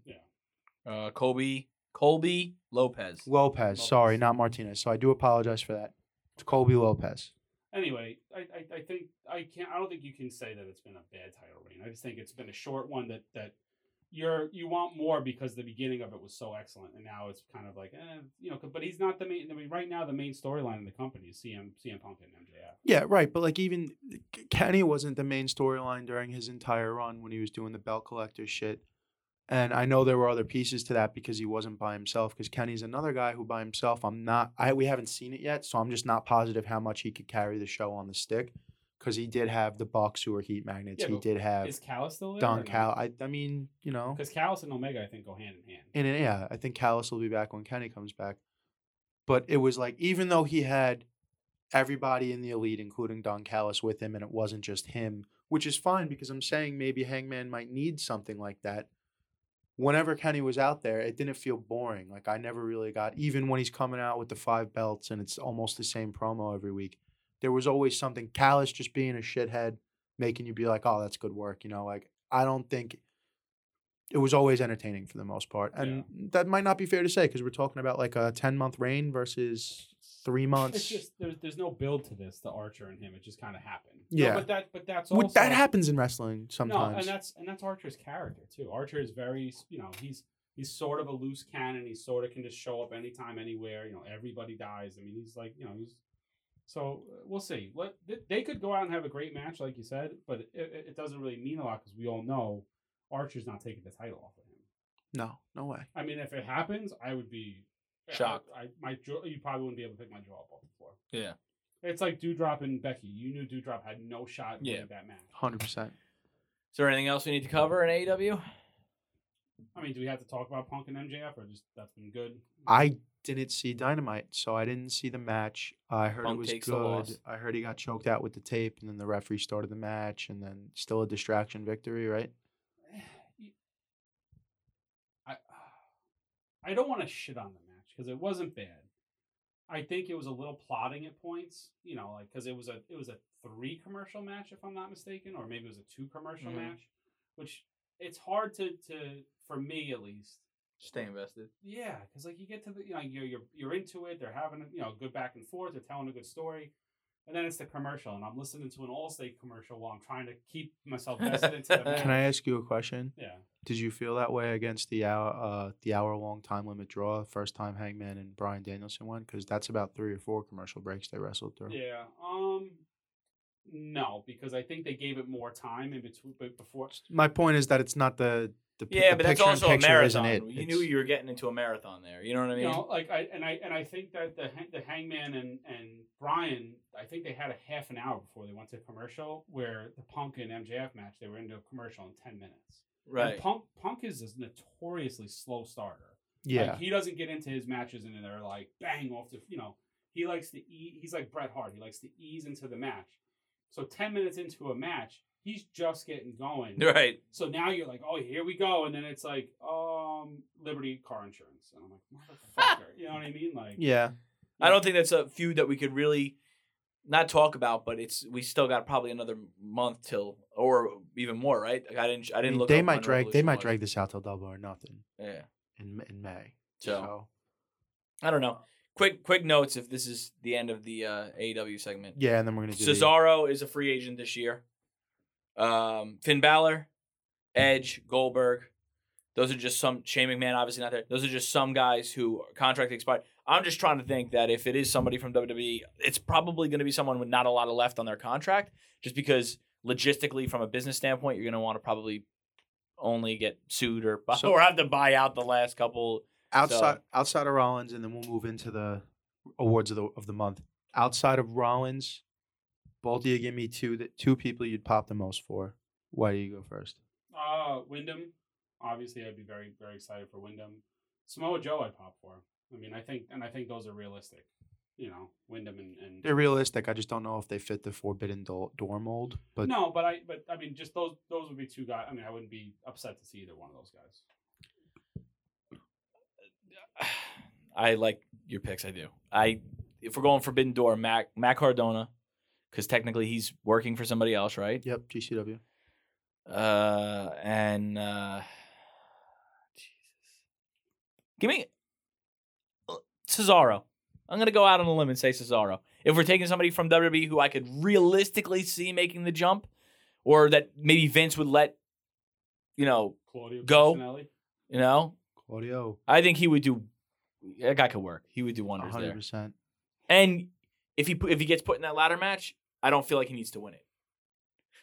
[SPEAKER 2] Uh, Kobe. Colby Lopez.
[SPEAKER 4] Lopez,
[SPEAKER 3] Lopez.
[SPEAKER 4] sorry, not Martinez. So I do apologize for that. It's Colby Lopez.
[SPEAKER 3] anyway, I, I, I think I can't. I don't think you can say that it's been a bad title reign. I just think it's been a short one that that you're you want more because the beginning of it was so excellent, and now it's kind of like eh, you know. But he's not the main. I mean, right now the main storyline in the company is CM CM Punk and MJF.
[SPEAKER 4] Yeah, right. But like even K- Kenny wasn't the main storyline during his entire run when he was doing the belt collector shit. And I know there were other pieces to that because he wasn't by himself. Because Kenny's another guy who by himself, I'm not. I we haven't seen it yet, so I'm just not positive how much he could carry the show on the stick. Because he did have the Bucks who were heat magnets.
[SPEAKER 3] Yeah,
[SPEAKER 4] he
[SPEAKER 3] but
[SPEAKER 4] did have
[SPEAKER 3] Is Callis still there?
[SPEAKER 4] Don Cal. I I mean, you know,
[SPEAKER 3] Because Callis and Omega, I think, go hand in hand.
[SPEAKER 4] and then, yeah, I think Callis will be back when Kenny comes back. But it was like even though he had everybody in the elite, including Don Callis, with him, and it wasn't just him, which is fine because I'm saying maybe Hangman might need something like that. Whenever Kenny was out there, it didn't feel boring. Like I never really got even when he's coming out with the five belts and it's almost the same promo every week. There was always something Callis just being a shithead, making you be like, "Oh, that's good work," you know. Like I don't think it was always entertaining for the most part, and that might not be fair to say because we're talking about like a ten month reign versus three months.
[SPEAKER 3] It's just there's there's no build to this. The Archer and him, it just kind of happened. No,
[SPEAKER 4] Yeah.
[SPEAKER 3] but that but that's
[SPEAKER 4] Would-
[SPEAKER 3] also
[SPEAKER 4] that happens in wrestling
[SPEAKER 3] No, and
[SPEAKER 4] sometimes.
[SPEAKER 3] that's and that's Archer's character too. Archer is very, you know, he's he's sort of a loose cannon. He sort of can just show up anytime, anywhere. You know, everybody dies. I mean, he's like, you know, he's. So uh, we'll see. What th- they could go out and have a great match, like you said, but it, it, it doesn't really mean a lot because we all know Archer's not taking the title off of him.
[SPEAKER 4] no, no way.
[SPEAKER 3] I mean, if it happens, I would be
[SPEAKER 2] Shocked.
[SPEAKER 3] I, I my jaw, you probably wouldn't be able to pick my jaw up off the floor.
[SPEAKER 2] Yeah.
[SPEAKER 3] It's like Dewdrop and Becky. You knew Dewdrop had no shot in winning
[SPEAKER 2] Yeah.
[SPEAKER 3] that match.
[SPEAKER 4] Hundred percent.
[SPEAKER 2] Is there anything else we need to cover in E AEW?
[SPEAKER 3] I mean, do we have to talk about Punk and MJF or just that's been good?
[SPEAKER 4] I didn't see Dynamite, so I didn't see the match. I heard
[SPEAKER 2] Punk
[SPEAKER 4] it was
[SPEAKER 2] takes the
[SPEAKER 4] good.
[SPEAKER 2] loss.
[SPEAKER 4] I heard he got choked out with the tape, and then the referee started the match, and then still a distraction victory, right?
[SPEAKER 3] I I don't want to shit on the match because it wasn't bad. I think it was a little plotting at points, you know, like because it was a it was a three commercial match if I'm not mistaken, or maybe it was a two commercial
[SPEAKER 2] Mhm.
[SPEAKER 3] match, which it's hard to to for me at least.
[SPEAKER 2] Stay invested.
[SPEAKER 3] Yeah, because like you get to the you know you're you're you're into it. They're having you know good back and forth. They're telling a good story, and then it's the commercial, and I'm listening to an Allstate commercial while I'm trying to keep myself vested into the match.
[SPEAKER 4] Can I ask you a question?
[SPEAKER 3] Yeah.
[SPEAKER 4] Did you feel that way against the hour, uh, the hour-long time limit draw? First time Hangman and Brian Danielson won, because that's about three or four commercial breaks they wrestled through.
[SPEAKER 3] Yeah. Um. No, because I think they gave it more time in between, but before.
[SPEAKER 4] My point is that it's not the the pi-
[SPEAKER 2] Yeah,
[SPEAKER 4] the
[SPEAKER 2] but that's
[SPEAKER 4] picture in
[SPEAKER 2] also a
[SPEAKER 4] picture
[SPEAKER 2] marathon.
[SPEAKER 4] Isn't it?
[SPEAKER 2] You
[SPEAKER 4] It's-
[SPEAKER 2] knew you were getting into a marathon there. You know what I mean?
[SPEAKER 3] You know, like I and I and I think that the Hang- the Hangman and and Brian, I think they had a half an hour before they went to commercial, where the Punk and MJF match, they were into a commercial in ten minutes. And
[SPEAKER 2] right.
[SPEAKER 3] Punk Punk is a notoriously slow starter.
[SPEAKER 4] yeah.
[SPEAKER 3] Like, he doesn't get into his matches and they're like bang off the you know he likes to eat. He's like Bret Hart. He likes to ease into the match. So ten minutes into a match, he's just getting going.
[SPEAKER 2] Right.
[SPEAKER 3] So now you're like, oh, here we go, and then it's like, um, Liberty car insurance, and I'm like, motherfucker, you know what I mean? Like,
[SPEAKER 4] yeah.
[SPEAKER 2] I don't think that's a feud that we could really not talk about, but it's we still got probably another month till or even more, right? Like, I didn't I
[SPEAKER 4] I
[SPEAKER 2] didn't
[SPEAKER 4] mean,
[SPEAKER 2] look.
[SPEAKER 4] they
[SPEAKER 2] up
[SPEAKER 4] might
[SPEAKER 2] when
[SPEAKER 4] drag they
[SPEAKER 2] Revolution
[SPEAKER 4] might
[SPEAKER 2] was.
[SPEAKER 4] drag this out till double or nothing
[SPEAKER 2] Yeah.
[SPEAKER 4] in in May.
[SPEAKER 2] So, I don't know. Quick quick notes if this is the end of the uh, AEW segment.
[SPEAKER 4] yeah, and then we're gonna do the-
[SPEAKER 2] Cesaro is a free agent this year. Um, Finn Balor, Edge, Goldberg. Those are just some Shane McMahon, obviously not there. Those are just some guys who contract expired. I'm just trying to think that if it is somebody from WWE, it's probably going to be someone with not a lot of left on their contract, just because logistically, from a business standpoint, you're going to want to probably only get sued or buy,
[SPEAKER 4] So-
[SPEAKER 2] or have to buy out the last couple.
[SPEAKER 4] outside outside of Rollins, and then we'll move into the awards of the of the month. Outside of Rollins, both of you give me two that two people you'd pop the most for. Why do you go first?
[SPEAKER 3] Uh, Wyndham. Obviously, I'd be very, very excited for Wyndham. Samoa Joe, I'd pop for. I mean, I think, and I think those are realistic. You know, Wyndham and, and
[SPEAKER 4] They're realistic. I just don't know if they fit the forbidden do- door mold. But
[SPEAKER 3] no, but I, but I mean, just those, those would be two guys. I mean, I wouldn't be upset to see either one of those guys.
[SPEAKER 2] I like your picks. I do. I if we're going Forbidden Door, Mac Mac Cardona, because technically he's working for somebody else, right?
[SPEAKER 4] yep, GCW.
[SPEAKER 2] Uh, and uh, Jesus, give me uh, Cesaro. I'm gonna go out on a limb and say Cesaro. If we're taking somebody from WWE who I could realistically see making the jump, or that maybe Vince would let, you know,
[SPEAKER 3] Claudio
[SPEAKER 2] Go.
[SPEAKER 3] Castagnelli?
[SPEAKER 2] you know,
[SPEAKER 4] Claudio,
[SPEAKER 2] I think he would do. That guy could work. He would do wonders
[SPEAKER 4] hundred
[SPEAKER 2] there.
[SPEAKER 4] percent.
[SPEAKER 2] And if he pu- if he gets put in that ladder match, I don't feel like he needs to win it.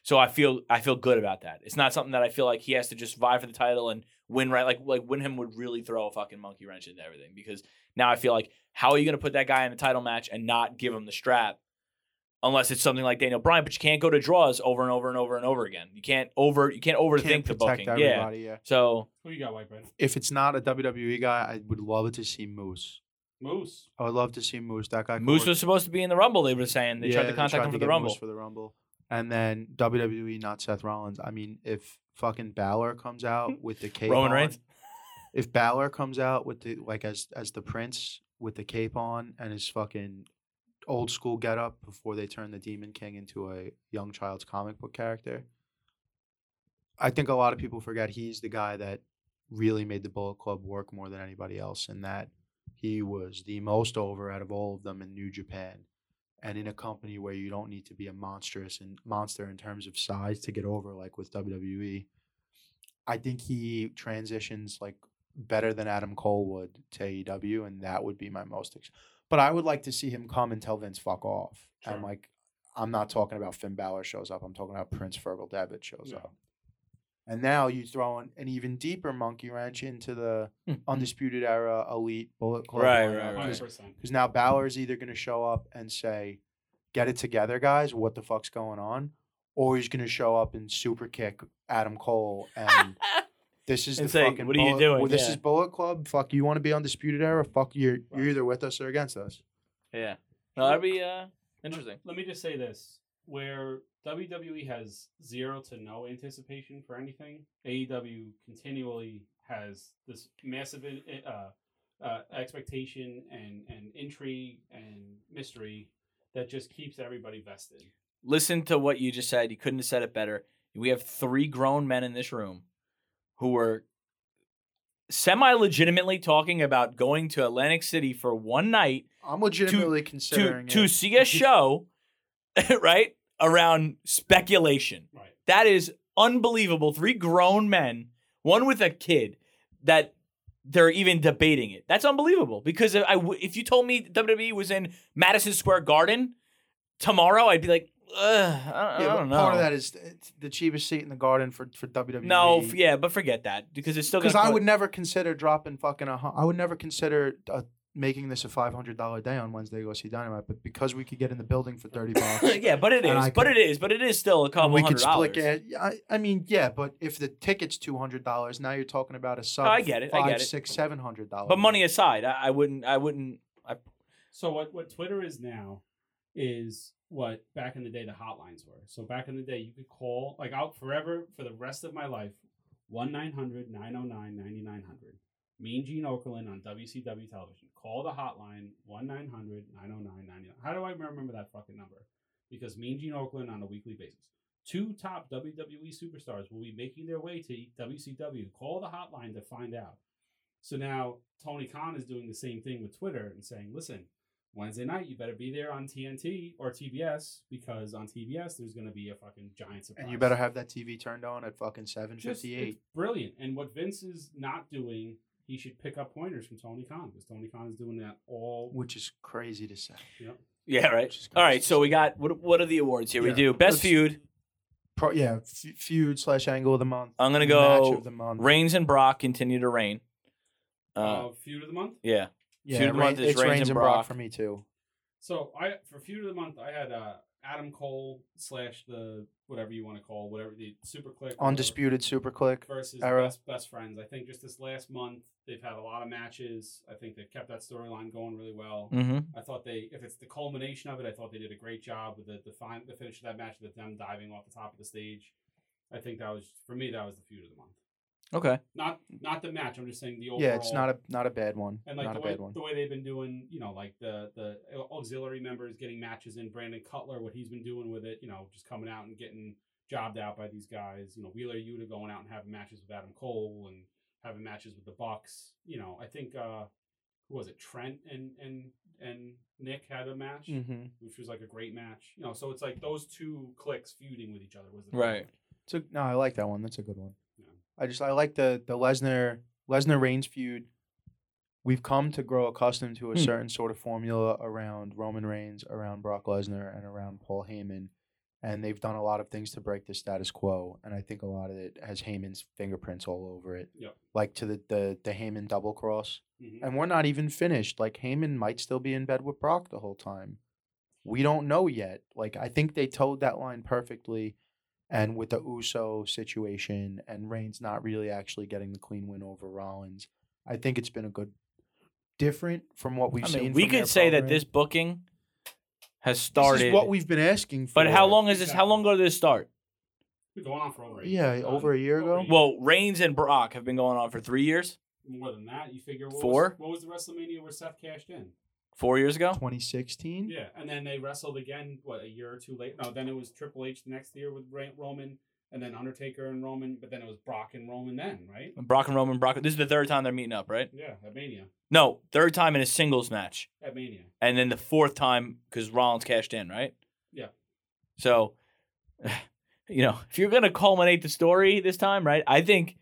[SPEAKER 2] So I feel I feel good about that. It's not something that I feel like he has to just vie for the title and win right. Like like Wyndham would really throw a fucking monkey wrench into everything because now I feel like how are you going to put that guy in a title match and not give him the strap unless it's something like Daniel Bryan? But you can't go to draws over and over and over and over again. You can't over you can't overthink
[SPEAKER 4] Can't
[SPEAKER 2] the
[SPEAKER 4] protect
[SPEAKER 2] booking. Yeah.
[SPEAKER 4] everybody. Yeah.
[SPEAKER 2] So
[SPEAKER 3] Who you got, White Bread?
[SPEAKER 4] If it's not a WWE guy, I would love to see Moose.
[SPEAKER 3] Moose.
[SPEAKER 4] I would love to see Moose. That guy. could
[SPEAKER 2] Moose
[SPEAKER 4] work
[SPEAKER 2] was supposed to be in the Rumble. They were saying they tried to
[SPEAKER 4] they
[SPEAKER 2] contact
[SPEAKER 4] tried
[SPEAKER 2] him for
[SPEAKER 4] to
[SPEAKER 2] the
[SPEAKER 4] get
[SPEAKER 2] Rumble.
[SPEAKER 4] Moose for the Rumble. And then WWE, not Seth Rollins. I mean, if fucking Balor comes out with the cape
[SPEAKER 2] Roman
[SPEAKER 4] on,
[SPEAKER 2] Reigns.
[SPEAKER 4] if Balor comes out with the like as as the Prince with the cape on and his fucking old school getup before they turn the Demon King into a young child's comic book character, I think a lot of people forget he's the guy that really made the Bullet Club work more than anybody else, and that he was the most over out of all of them in New Japan. And in a company where you don't need to be a monstrous and monster in terms of size to get over, like with WWE, I think he transitions like better than Adam Cole would to AEW, and that would be my most. Ex- but I would like to see him come and tell Vince fuck off.
[SPEAKER 3] Sure.
[SPEAKER 4] And like, I'm not talking about Finn Balor shows up. I'm talking about Prince Fergal Devitt shows
[SPEAKER 3] Yeah.
[SPEAKER 4] up. And now you throw in an even deeper monkey wrench into the undisputed era elite Bullet Club.
[SPEAKER 2] Hmm, Right,
[SPEAKER 4] lineup,
[SPEAKER 2] right, right.
[SPEAKER 4] because-
[SPEAKER 3] 100%.
[SPEAKER 4] because now Balor's either going to show up and say, "Get it together, guys! What the fuck's going on?" Or he's going to show up and super kick Adam Cole and This is
[SPEAKER 2] and
[SPEAKER 4] the
[SPEAKER 2] say,
[SPEAKER 4] fucking.
[SPEAKER 2] "What are you
[SPEAKER 4] bullet-
[SPEAKER 2] doing?"
[SPEAKER 4] well, This
[SPEAKER 2] Yeah.
[SPEAKER 4] is Bullet Club. Fuck, you want to be undisputed era? Fuck, you're you're either with us or against us.
[SPEAKER 2] Yeah. No, that'd be uh, interesting.
[SPEAKER 3] Let me just say this: where WWE has zero to no anticipation for anything, AEW continually has this massive in- uh, uh, expectation and and intrigue and mystery that just keeps everybody vested.
[SPEAKER 2] Listen to what you just said. You couldn't have said it better. We have three grown men in this room who were semi legitimately talking about going to Atlantic City for one night
[SPEAKER 4] I'm legitimately considering
[SPEAKER 2] to to
[SPEAKER 4] it.
[SPEAKER 2] see a show, right? Around speculation.
[SPEAKER 3] Right.
[SPEAKER 2] That is unbelievable. Three grown men, one with a kid, that they're even debating it. That's unbelievable. Because if, I, w- if you told me WWE was in Madison Square Garden tomorrow, I'd be like, Ugh, I, I
[SPEAKER 4] yeah,
[SPEAKER 2] don't
[SPEAKER 4] but
[SPEAKER 2] know.
[SPEAKER 4] part of that is eh, it's the cheapest seat in the garden for for E. WWE.
[SPEAKER 2] no, f- yeah, but forget that because it's still
[SPEAKER 4] because
[SPEAKER 2] because
[SPEAKER 4] I would never consider dropping fucking a. hun- I would never consider uh, making this a five hundred dollar day on Wednesday to go see Dynamite. But because we could get in the building for thirty bucks,
[SPEAKER 2] yeah, but it
[SPEAKER 4] And I
[SPEAKER 2] is, but
[SPEAKER 4] could-
[SPEAKER 2] it is, but it is still a couple
[SPEAKER 4] we
[SPEAKER 2] hundred
[SPEAKER 4] could split
[SPEAKER 2] dollars.
[SPEAKER 4] it. I, I mean, yeah, but if the ticket's two hundred dollars, now you're talking about a sub.
[SPEAKER 2] I get it, I
[SPEAKER 4] Five,
[SPEAKER 2] get it.
[SPEAKER 4] six, seven hundred dollars.
[SPEAKER 2] But money aside, I, I wouldn't, I wouldn't.
[SPEAKER 3] So what what Twitter is now is what back in the day the hotlines were. So back in the day you could call like out forever for the rest of my life 1-900-909-9900. Mean Gene Okerlund on WCW television. Call the hotline 1-900-909-9900. How do I remember that fucking number? Because Mean Gene Okerlund on a weekly basis. Two top WWE superstars will be making their way to WCW. Call the hotline to find out. So now Tony Khan is doing the same thing with Twitter and saying, listen, Wednesday night, you better be there on TNT or TBS because on TBS there's going to be a fucking giant surprise.
[SPEAKER 4] And you better have that TV turned on at fucking seven
[SPEAKER 3] Just-
[SPEAKER 4] fifty eight.
[SPEAKER 3] It's brilliant. And what Vince is not doing, he should pick up pointers from Tony Khan because Tony Khan is doing that all.
[SPEAKER 4] which is crazy to say.
[SPEAKER 3] Yep.
[SPEAKER 2] Yeah, right.
[SPEAKER 4] Which is
[SPEAKER 2] All
[SPEAKER 4] kinda
[SPEAKER 2] right, so we got what? What are the awards here? We
[SPEAKER 4] Yeah,
[SPEAKER 2] do best
[SPEAKER 4] let's-
[SPEAKER 2] feud.
[SPEAKER 4] Pro, yeah, f- feud slash angle of the month.
[SPEAKER 2] I'm gonna
[SPEAKER 4] match
[SPEAKER 2] go
[SPEAKER 4] of the month.
[SPEAKER 2] Reigns and Brock continue to reign. Uh,
[SPEAKER 4] Oh.
[SPEAKER 3] Uh, feud of the month.
[SPEAKER 2] yeah,
[SPEAKER 4] yeah,
[SPEAKER 2] feud of the month
[SPEAKER 4] Reign-
[SPEAKER 2] is
[SPEAKER 4] it's
[SPEAKER 2] Reigns and
[SPEAKER 4] and Brock.
[SPEAKER 2] Brock.
[SPEAKER 4] for me too.
[SPEAKER 3] So I for feud of the month, I had uh, Adam Cole slash the whatever you want to call whatever the super click or whatever.
[SPEAKER 4] Undisputed super click.
[SPEAKER 3] versus
[SPEAKER 4] era.
[SPEAKER 3] best, best friends. I think just this last month they've had a lot of matches. I think they've kept that storyline going really well.
[SPEAKER 2] mm-hmm.
[SPEAKER 3] I thought they, if it's the culmination of it, I thought they did a great job with the the, fin- the finish of that match with them diving off the top of the stage. I think that was for me that was the feud of the month.
[SPEAKER 2] okay.
[SPEAKER 3] Not not the match. I'm just saying the overall.
[SPEAKER 4] Yeah, it's not a not a bad one.
[SPEAKER 3] and like
[SPEAKER 4] not
[SPEAKER 3] the
[SPEAKER 4] a
[SPEAKER 3] way
[SPEAKER 4] bad one.
[SPEAKER 3] the way they've been doing, you know, like the the auxiliary members getting matches in. Brandon Cutler, what he's been doing with it, you know, just coming out and getting jobbed out by these guys. You know, Wheeler Yuta going out and having matches with Adam Cole and having matches with the Bucks. You know, I think uh who was it? Trent and and and Nick had a match,
[SPEAKER 4] Mm-hmm.
[SPEAKER 3] which was like a great match. You know, so it's like those two clicks feuding with each other was the big
[SPEAKER 2] Right.
[SPEAKER 3] one.
[SPEAKER 4] So no, I like that one. That's a good one.
[SPEAKER 3] Yeah.
[SPEAKER 4] I just I like the the Lesnar Lesnar Reigns feud. We've come to grow accustomed to a
[SPEAKER 2] Hmm.
[SPEAKER 4] certain sort of formula around Roman Reigns, around Brock Lesnar, and around Paul Heyman, and they've done a lot of things to break the status quo. And I think a lot of it has Heyman's fingerprints all over it.
[SPEAKER 3] Yep.
[SPEAKER 4] Like to the the the Heyman double cross,
[SPEAKER 3] Mhm.
[SPEAKER 4] and we're not even finished. Like Heyman might still be in bed with Brock the whole time. We don't know yet. Like I think they towed that line perfectly, and with the Uso situation and Reigns not really actually getting the clean win over Rollins, I think it's been a good, different from what we've
[SPEAKER 2] I
[SPEAKER 4] seen.
[SPEAKER 2] mean, we
[SPEAKER 4] from their
[SPEAKER 2] could say that
[SPEAKER 4] program.
[SPEAKER 2] this booking has
[SPEAKER 4] This
[SPEAKER 2] started.
[SPEAKER 4] is what we've been asking for.
[SPEAKER 2] but how long is this? How long ago did this start?
[SPEAKER 3] Been going on for over a
[SPEAKER 4] Yeah,
[SPEAKER 3] year.
[SPEAKER 4] over a year
[SPEAKER 3] Over a
[SPEAKER 4] ago?
[SPEAKER 3] year.
[SPEAKER 2] Well, Reigns and Brock have been going on for three years,
[SPEAKER 3] more than that. You figure what
[SPEAKER 2] Four?
[SPEAKER 3] Was, what was the WrestleMania where Seth cashed in?
[SPEAKER 2] four years ago. Mm-hmm.
[SPEAKER 4] 2016?
[SPEAKER 3] Yeah, and then they wrestled again. What a year or two later? No, then it was Triple H the next year with Ra- Roman, and then Undertaker and Roman. But then it was Brock and Roman. Then right?
[SPEAKER 2] Brock and Roman. Brock. This is the third time they're meeting up, right?
[SPEAKER 3] Yeah, at Mania.
[SPEAKER 2] No, third time in a singles match,
[SPEAKER 3] At Mania.
[SPEAKER 2] and then the fourth time because Rollins cashed in, right?
[SPEAKER 3] Yeah.
[SPEAKER 2] So, you know, if you're gonna culminate the story this time, right? I think.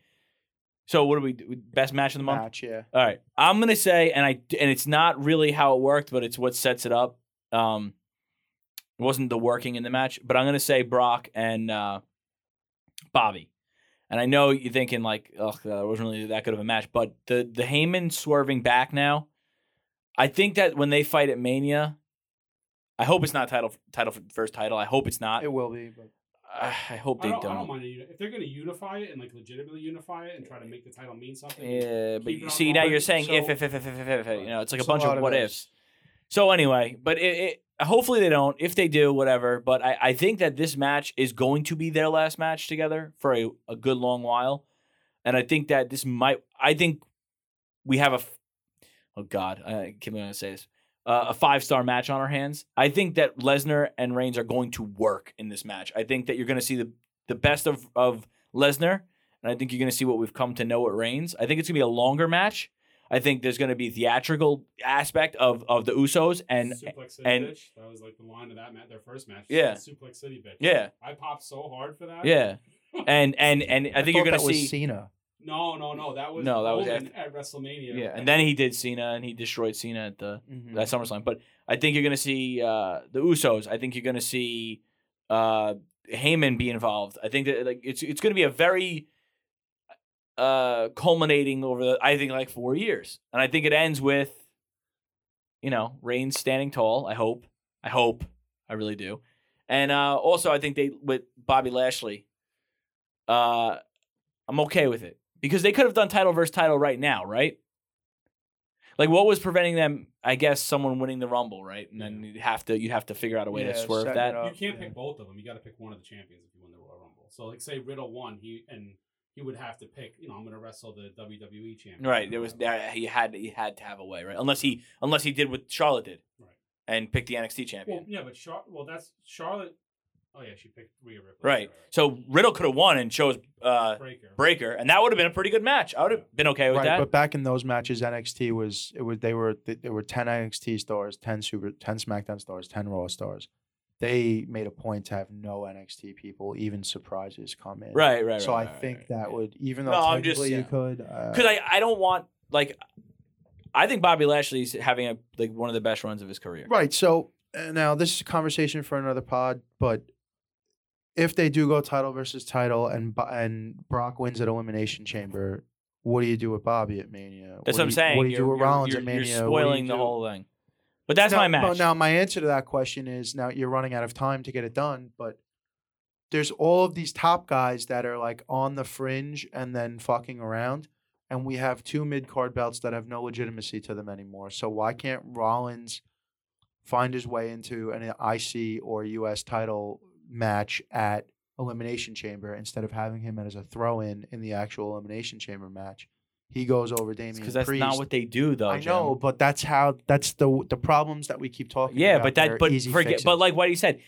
[SPEAKER 2] So what do we do? Best match of the month.
[SPEAKER 4] Match, yeah.
[SPEAKER 2] All right, I'm gonna say, and I and it's not really how it worked, but it's what sets it up. Um, it wasn't the working in the match, but I'm gonna say Brock and uh, Bobby. And I know you're thinking like, oh, that wasn't really that good of a match, but the the Heyman swerving back now. I think that when they fight at Mania, I hope it's not title title for first title. I hope it's not.
[SPEAKER 4] It will be. But
[SPEAKER 2] I I hope
[SPEAKER 3] I
[SPEAKER 2] they
[SPEAKER 3] don't,
[SPEAKER 2] don't.
[SPEAKER 3] I don't mind it. if they're going to unify it and like legitimately unify it and try to make the title mean something.
[SPEAKER 2] Yeah, but
[SPEAKER 3] keep
[SPEAKER 2] you-
[SPEAKER 3] it on
[SPEAKER 2] see now
[SPEAKER 3] going.
[SPEAKER 2] you're saying if,
[SPEAKER 4] So-
[SPEAKER 2] if, if, if, if, if, if, if, you know, it's like a
[SPEAKER 4] It's a
[SPEAKER 2] bunch
[SPEAKER 4] lot
[SPEAKER 2] of
[SPEAKER 4] of
[SPEAKER 2] what
[SPEAKER 4] ifs.
[SPEAKER 2] ifs. So anyway, but it, it hopefully they don't. If they do, whatever. But I, I think that this match is going to be their last match together for a, a good long while, and I think that this might. I think we have a. f- Oh God, I can't going to say this. Uh, a five star match on our hands. I think that Lesnar and Reigns are going to work in this match. I think that you're going to see the the best of of Lesnar, and I think you're going to see what we've come to know at Reigns. I think it's going to be a longer match. I think there's going to be theatrical aspect of of the Usos and
[SPEAKER 3] Suplex City
[SPEAKER 2] and-
[SPEAKER 3] bitch. That was like the line of that match, their first match.
[SPEAKER 2] Yeah.
[SPEAKER 3] Suplex City bitch.
[SPEAKER 2] yeah,
[SPEAKER 3] I popped so hard for that.
[SPEAKER 2] yeah, and and and I think you're
[SPEAKER 4] thought
[SPEAKER 2] going to
[SPEAKER 4] that was
[SPEAKER 2] see
[SPEAKER 4] Cena.
[SPEAKER 3] No, no, no. That was
[SPEAKER 2] No, that was
[SPEAKER 3] Roman at WrestleMania.
[SPEAKER 2] yeah, and then he did Cena and he destroyed Cena at the
[SPEAKER 4] Mm-hmm.
[SPEAKER 2] at SummerSlam. But I think you're going to see uh, the Usos. I think you're going to see uh, Heyman be involved. I think that like it's it's going to be a very uh, culminating over the I think like four years, and I think it ends with you know Reigns standing tall. I hope. I hope. I really do. And uh, also, I think they with Bobby Lashley. Uh, I'm okay with it because they could have done title versus title right now, right? Like, what was preventing them? I guess someone winning the Rumble, right? And then you'd have to you'd have to figure out a way to
[SPEAKER 4] Yeah,
[SPEAKER 2] swerve
[SPEAKER 4] setting
[SPEAKER 2] that.
[SPEAKER 4] it up.
[SPEAKER 3] you can't
[SPEAKER 4] yeah.
[SPEAKER 3] pick both of them. You got to pick one of the champions if you win the Royal Rumble. So like, say Riddle won, he and he would have to pick. You know, I'm going to wrestle the WWE champion.
[SPEAKER 2] Right. There was there, he had he had to have a way, right? Unless he unless he did what Charlotte did,
[SPEAKER 3] Right.
[SPEAKER 2] and picked the NXT champion,
[SPEAKER 3] Well, yeah, but Char- well, that's Charlotte. Oh yeah, she picked Rhea Ripley.
[SPEAKER 2] right? So Riddle could have won and chose uh,
[SPEAKER 3] Breaker.
[SPEAKER 2] Breaker, and that would have been a pretty good match. I would have been okay with
[SPEAKER 4] Right,
[SPEAKER 2] that.
[SPEAKER 4] but back in those matches, NXT was it was they were th- there were ten NXT stars, ten Super, ten SmackDown stars, ten Raw stars. They made a point to have no NXT people, even surprises come in.
[SPEAKER 2] right, right, right.
[SPEAKER 4] So I
[SPEAKER 2] right,
[SPEAKER 4] think
[SPEAKER 2] right.
[SPEAKER 4] that would, even though
[SPEAKER 2] No, I'm just-
[SPEAKER 4] technically you
[SPEAKER 2] yeah.
[SPEAKER 4] could, uh,
[SPEAKER 2] because I, I don't want like I think Bobby Lashley's having a like one of the best runs of his career.
[SPEAKER 4] Right. So uh, now this is a conversation for another pod, but if they do go title versus title and Bo- and Brock wins at Elimination Chamber, what do you do with Bobby at Mania?
[SPEAKER 2] That's
[SPEAKER 4] do
[SPEAKER 2] what I'm
[SPEAKER 4] you-
[SPEAKER 2] saying.
[SPEAKER 4] What do you
[SPEAKER 2] You're-
[SPEAKER 4] do with
[SPEAKER 2] you're-
[SPEAKER 4] Rollins
[SPEAKER 2] you're,
[SPEAKER 4] at Mania?
[SPEAKER 2] You're
[SPEAKER 4] What do you
[SPEAKER 2] spoiling the
[SPEAKER 4] do-
[SPEAKER 2] whole thing. But that's
[SPEAKER 4] now,
[SPEAKER 2] my
[SPEAKER 4] but
[SPEAKER 2] match.
[SPEAKER 4] Now my answer to that question is now you're running out of time to get it done, but there's all of these top guys that are like on the fringe and then fucking around. And we have two mid card belts that have no legitimacy to them anymore. So why can't Rollins find his way into an IC or US title match at Elimination Chamber instead of having him as a throw in in the actual Elimination Chamber match? He goes over Damien
[SPEAKER 2] because that's
[SPEAKER 4] Priest.
[SPEAKER 2] not what they do though.
[SPEAKER 4] I
[SPEAKER 2] Jim.
[SPEAKER 4] know, but that's how that's the the problems that we keep talking
[SPEAKER 2] Yeah,
[SPEAKER 4] about.
[SPEAKER 2] but
[SPEAKER 4] they're
[SPEAKER 2] that but
[SPEAKER 4] easy
[SPEAKER 2] forget
[SPEAKER 4] fixes.
[SPEAKER 2] but like what he said,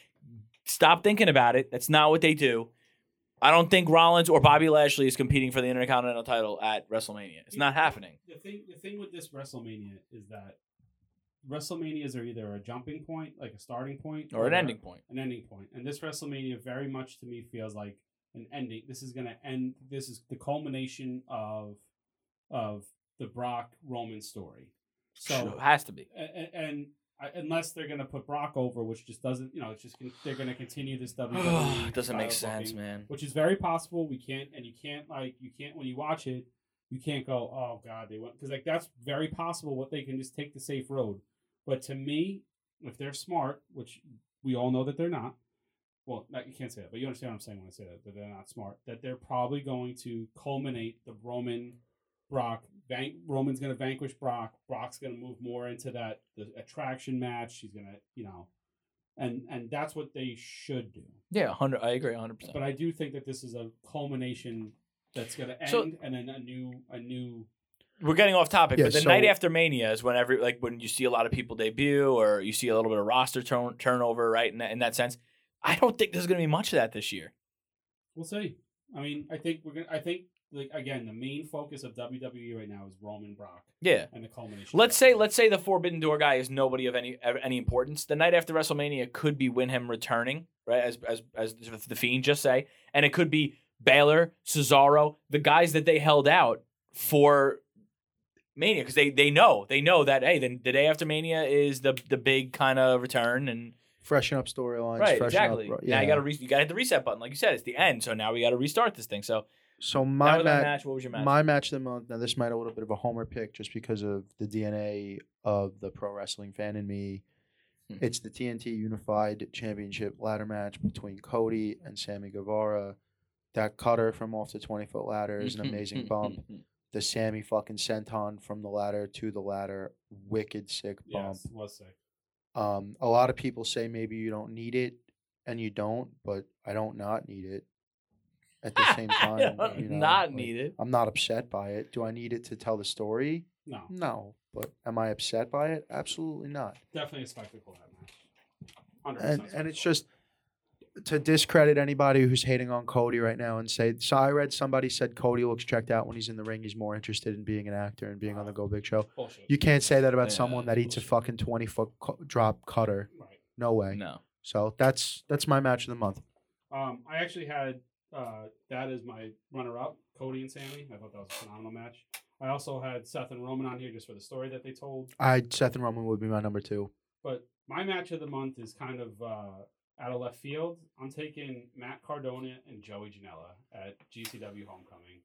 [SPEAKER 2] stop thinking about it. That's not what they do. I don't think Rollins or Bobby Lashley is competing for the Intercontinental title at WrestleMania. It's not happening.
[SPEAKER 3] The thing, the thing with this WrestleMania is that WrestleManias are either a jumping point, like a starting point,
[SPEAKER 2] Or an
[SPEAKER 3] a-
[SPEAKER 2] ending point.
[SPEAKER 3] An ending point. And this WrestleMania very much to me feels like an ending. This is going to end. This is the culmination of of the Brock Roman story. So
[SPEAKER 2] Sure, has to be.
[SPEAKER 3] and, and I, unless they're going to put Brock over, which just doesn't, you know, it's just gonna, they're going to continue this E WWE.
[SPEAKER 2] it doesn't make
[SPEAKER 3] style booking,
[SPEAKER 2] sense, man.
[SPEAKER 3] Which is very possible. We can't, and you can't like you can't when you watch it, you can't go, oh god, they went because like that's very possible. What they can just take the safe road. But to me, if they're smart, which we all know that they're not. Well, not, you can't say that, but you understand what I'm saying when I say that, that they're not smart. That they're probably going to culminate the Roman Brock. Van- Roman's going to vanquish Brock. Brock's going to move more into that the attraction match. He's going to, you know, and and that's what they should do.
[SPEAKER 2] Yeah, hundred. I agree, hundred percent.
[SPEAKER 3] But I do think that this is a culmination that's going to end,
[SPEAKER 2] So-
[SPEAKER 3] and then a new a new.
[SPEAKER 2] we're getting off topic,
[SPEAKER 4] Yeah,
[SPEAKER 2] but the
[SPEAKER 4] so-
[SPEAKER 2] night after Mania is when every like when you see a lot of people debut or you see a little bit of roster turn, turnover, right? In that, in that sense, I don't think there's going to be much of that this year.
[SPEAKER 3] We'll see. I mean, I think we're gonna. I think like again, the main focus of WWE right now is Roman Brock
[SPEAKER 2] Yeah.
[SPEAKER 3] and the culmination.
[SPEAKER 2] Let's say let's say the Forbidden Door guy is nobody of any of any importance. The night after WrestleMania could be Winham returning, right? As as as the Fiend just say, and it could be Baylor, Cesaro, the guys that they held out for Mania because they they know they know that hey, then the day after Mania is the the big kind of return and.
[SPEAKER 4] freshen up storylines.
[SPEAKER 2] right,
[SPEAKER 4] freshen
[SPEAKER 2] exactly.
[SPEAKER 4] Up,
[SPEAKER 2] Now you got to re- you got to hit the reset button, like you said. It's the end, so now we got to restart this thing. So
[SPEAKER 4] so
[SPEAKER 2] that
[SPEAKER 4] my
[SPEAKER 2] was our
[SPEAKER 4] match,
[SPEAKER 2] match. What was your match?
[SPEAKER 4] my match of the month. Now this might a little bit of a homer pick just because of the DNA of the pro wrestling fan in me
[SPEAKER 2] Hmm.
[SPEAKER 4] It's the TNT Unified Championship ladder match between Cody and Sammy Guevara. That cutter from off the 20 foot ladder is
[SPEAKER 2] Mm-hmm,
[SPEAKER 4] an amazing bump. The Sammy fucking senton from the ladder to the ladder, wicked sick bump.
[SPEAKER 3] Yes, was sick.
[SPEAKER 4] Um, a lot of people say maybe you don't need it, and you don't, but I don't not need it. At the same time, you know,
[SPEAKER 2] not
[SPEAKER 4] like,
[SPEAKER 2] needed.
[SPEAKER 4] I'm not upset by it. Do I need it to tell the story?
[SPEAKER 3] No,
[SPEAKER 4] No. But am I upset by it? Absolutely not.
[SPEAKER 3] definitely a spectacle that match. 100%
[SPEAKER 4] And and it's
[SPEAKER 3] spectacle.
[SPEAKER 4] just to discredit anybody who's hating on Cody right now and say so I read somebody said Cody looks checked out when he's in the ring. He's more interested in being an actor and being on the Go Big Show.
[SPEAKER 3] bullshit.
[SPEAKER 4] You can't say that about
[SPEAKER 2] Yeah,
[SPEAKER 4] someone that eats a
[SPEAKER 2] bullshit.
[SPEAKER 4] fucking twenty foot cu- drop cutter.
[SPEAKER 3] right.
[SPEAKER 4] No way.
[SPEAKER 2] No.
[SPEAKER 4] So that's that's my match of the month.
[SPEAKER 3] Um, I actually had uh, that as my runner-up, Cody and Sammy. I thought that was a phenomenal match. I also had Seth and Roman on here just for the story that they told.
[SPEAKER 4] I Seth and Roman would be my number two.
[SPEAKER 3] But my match of the month is kind of uh, out of left field. I'm taking Matt Cardona and Joey Janela at GCW Homecoming.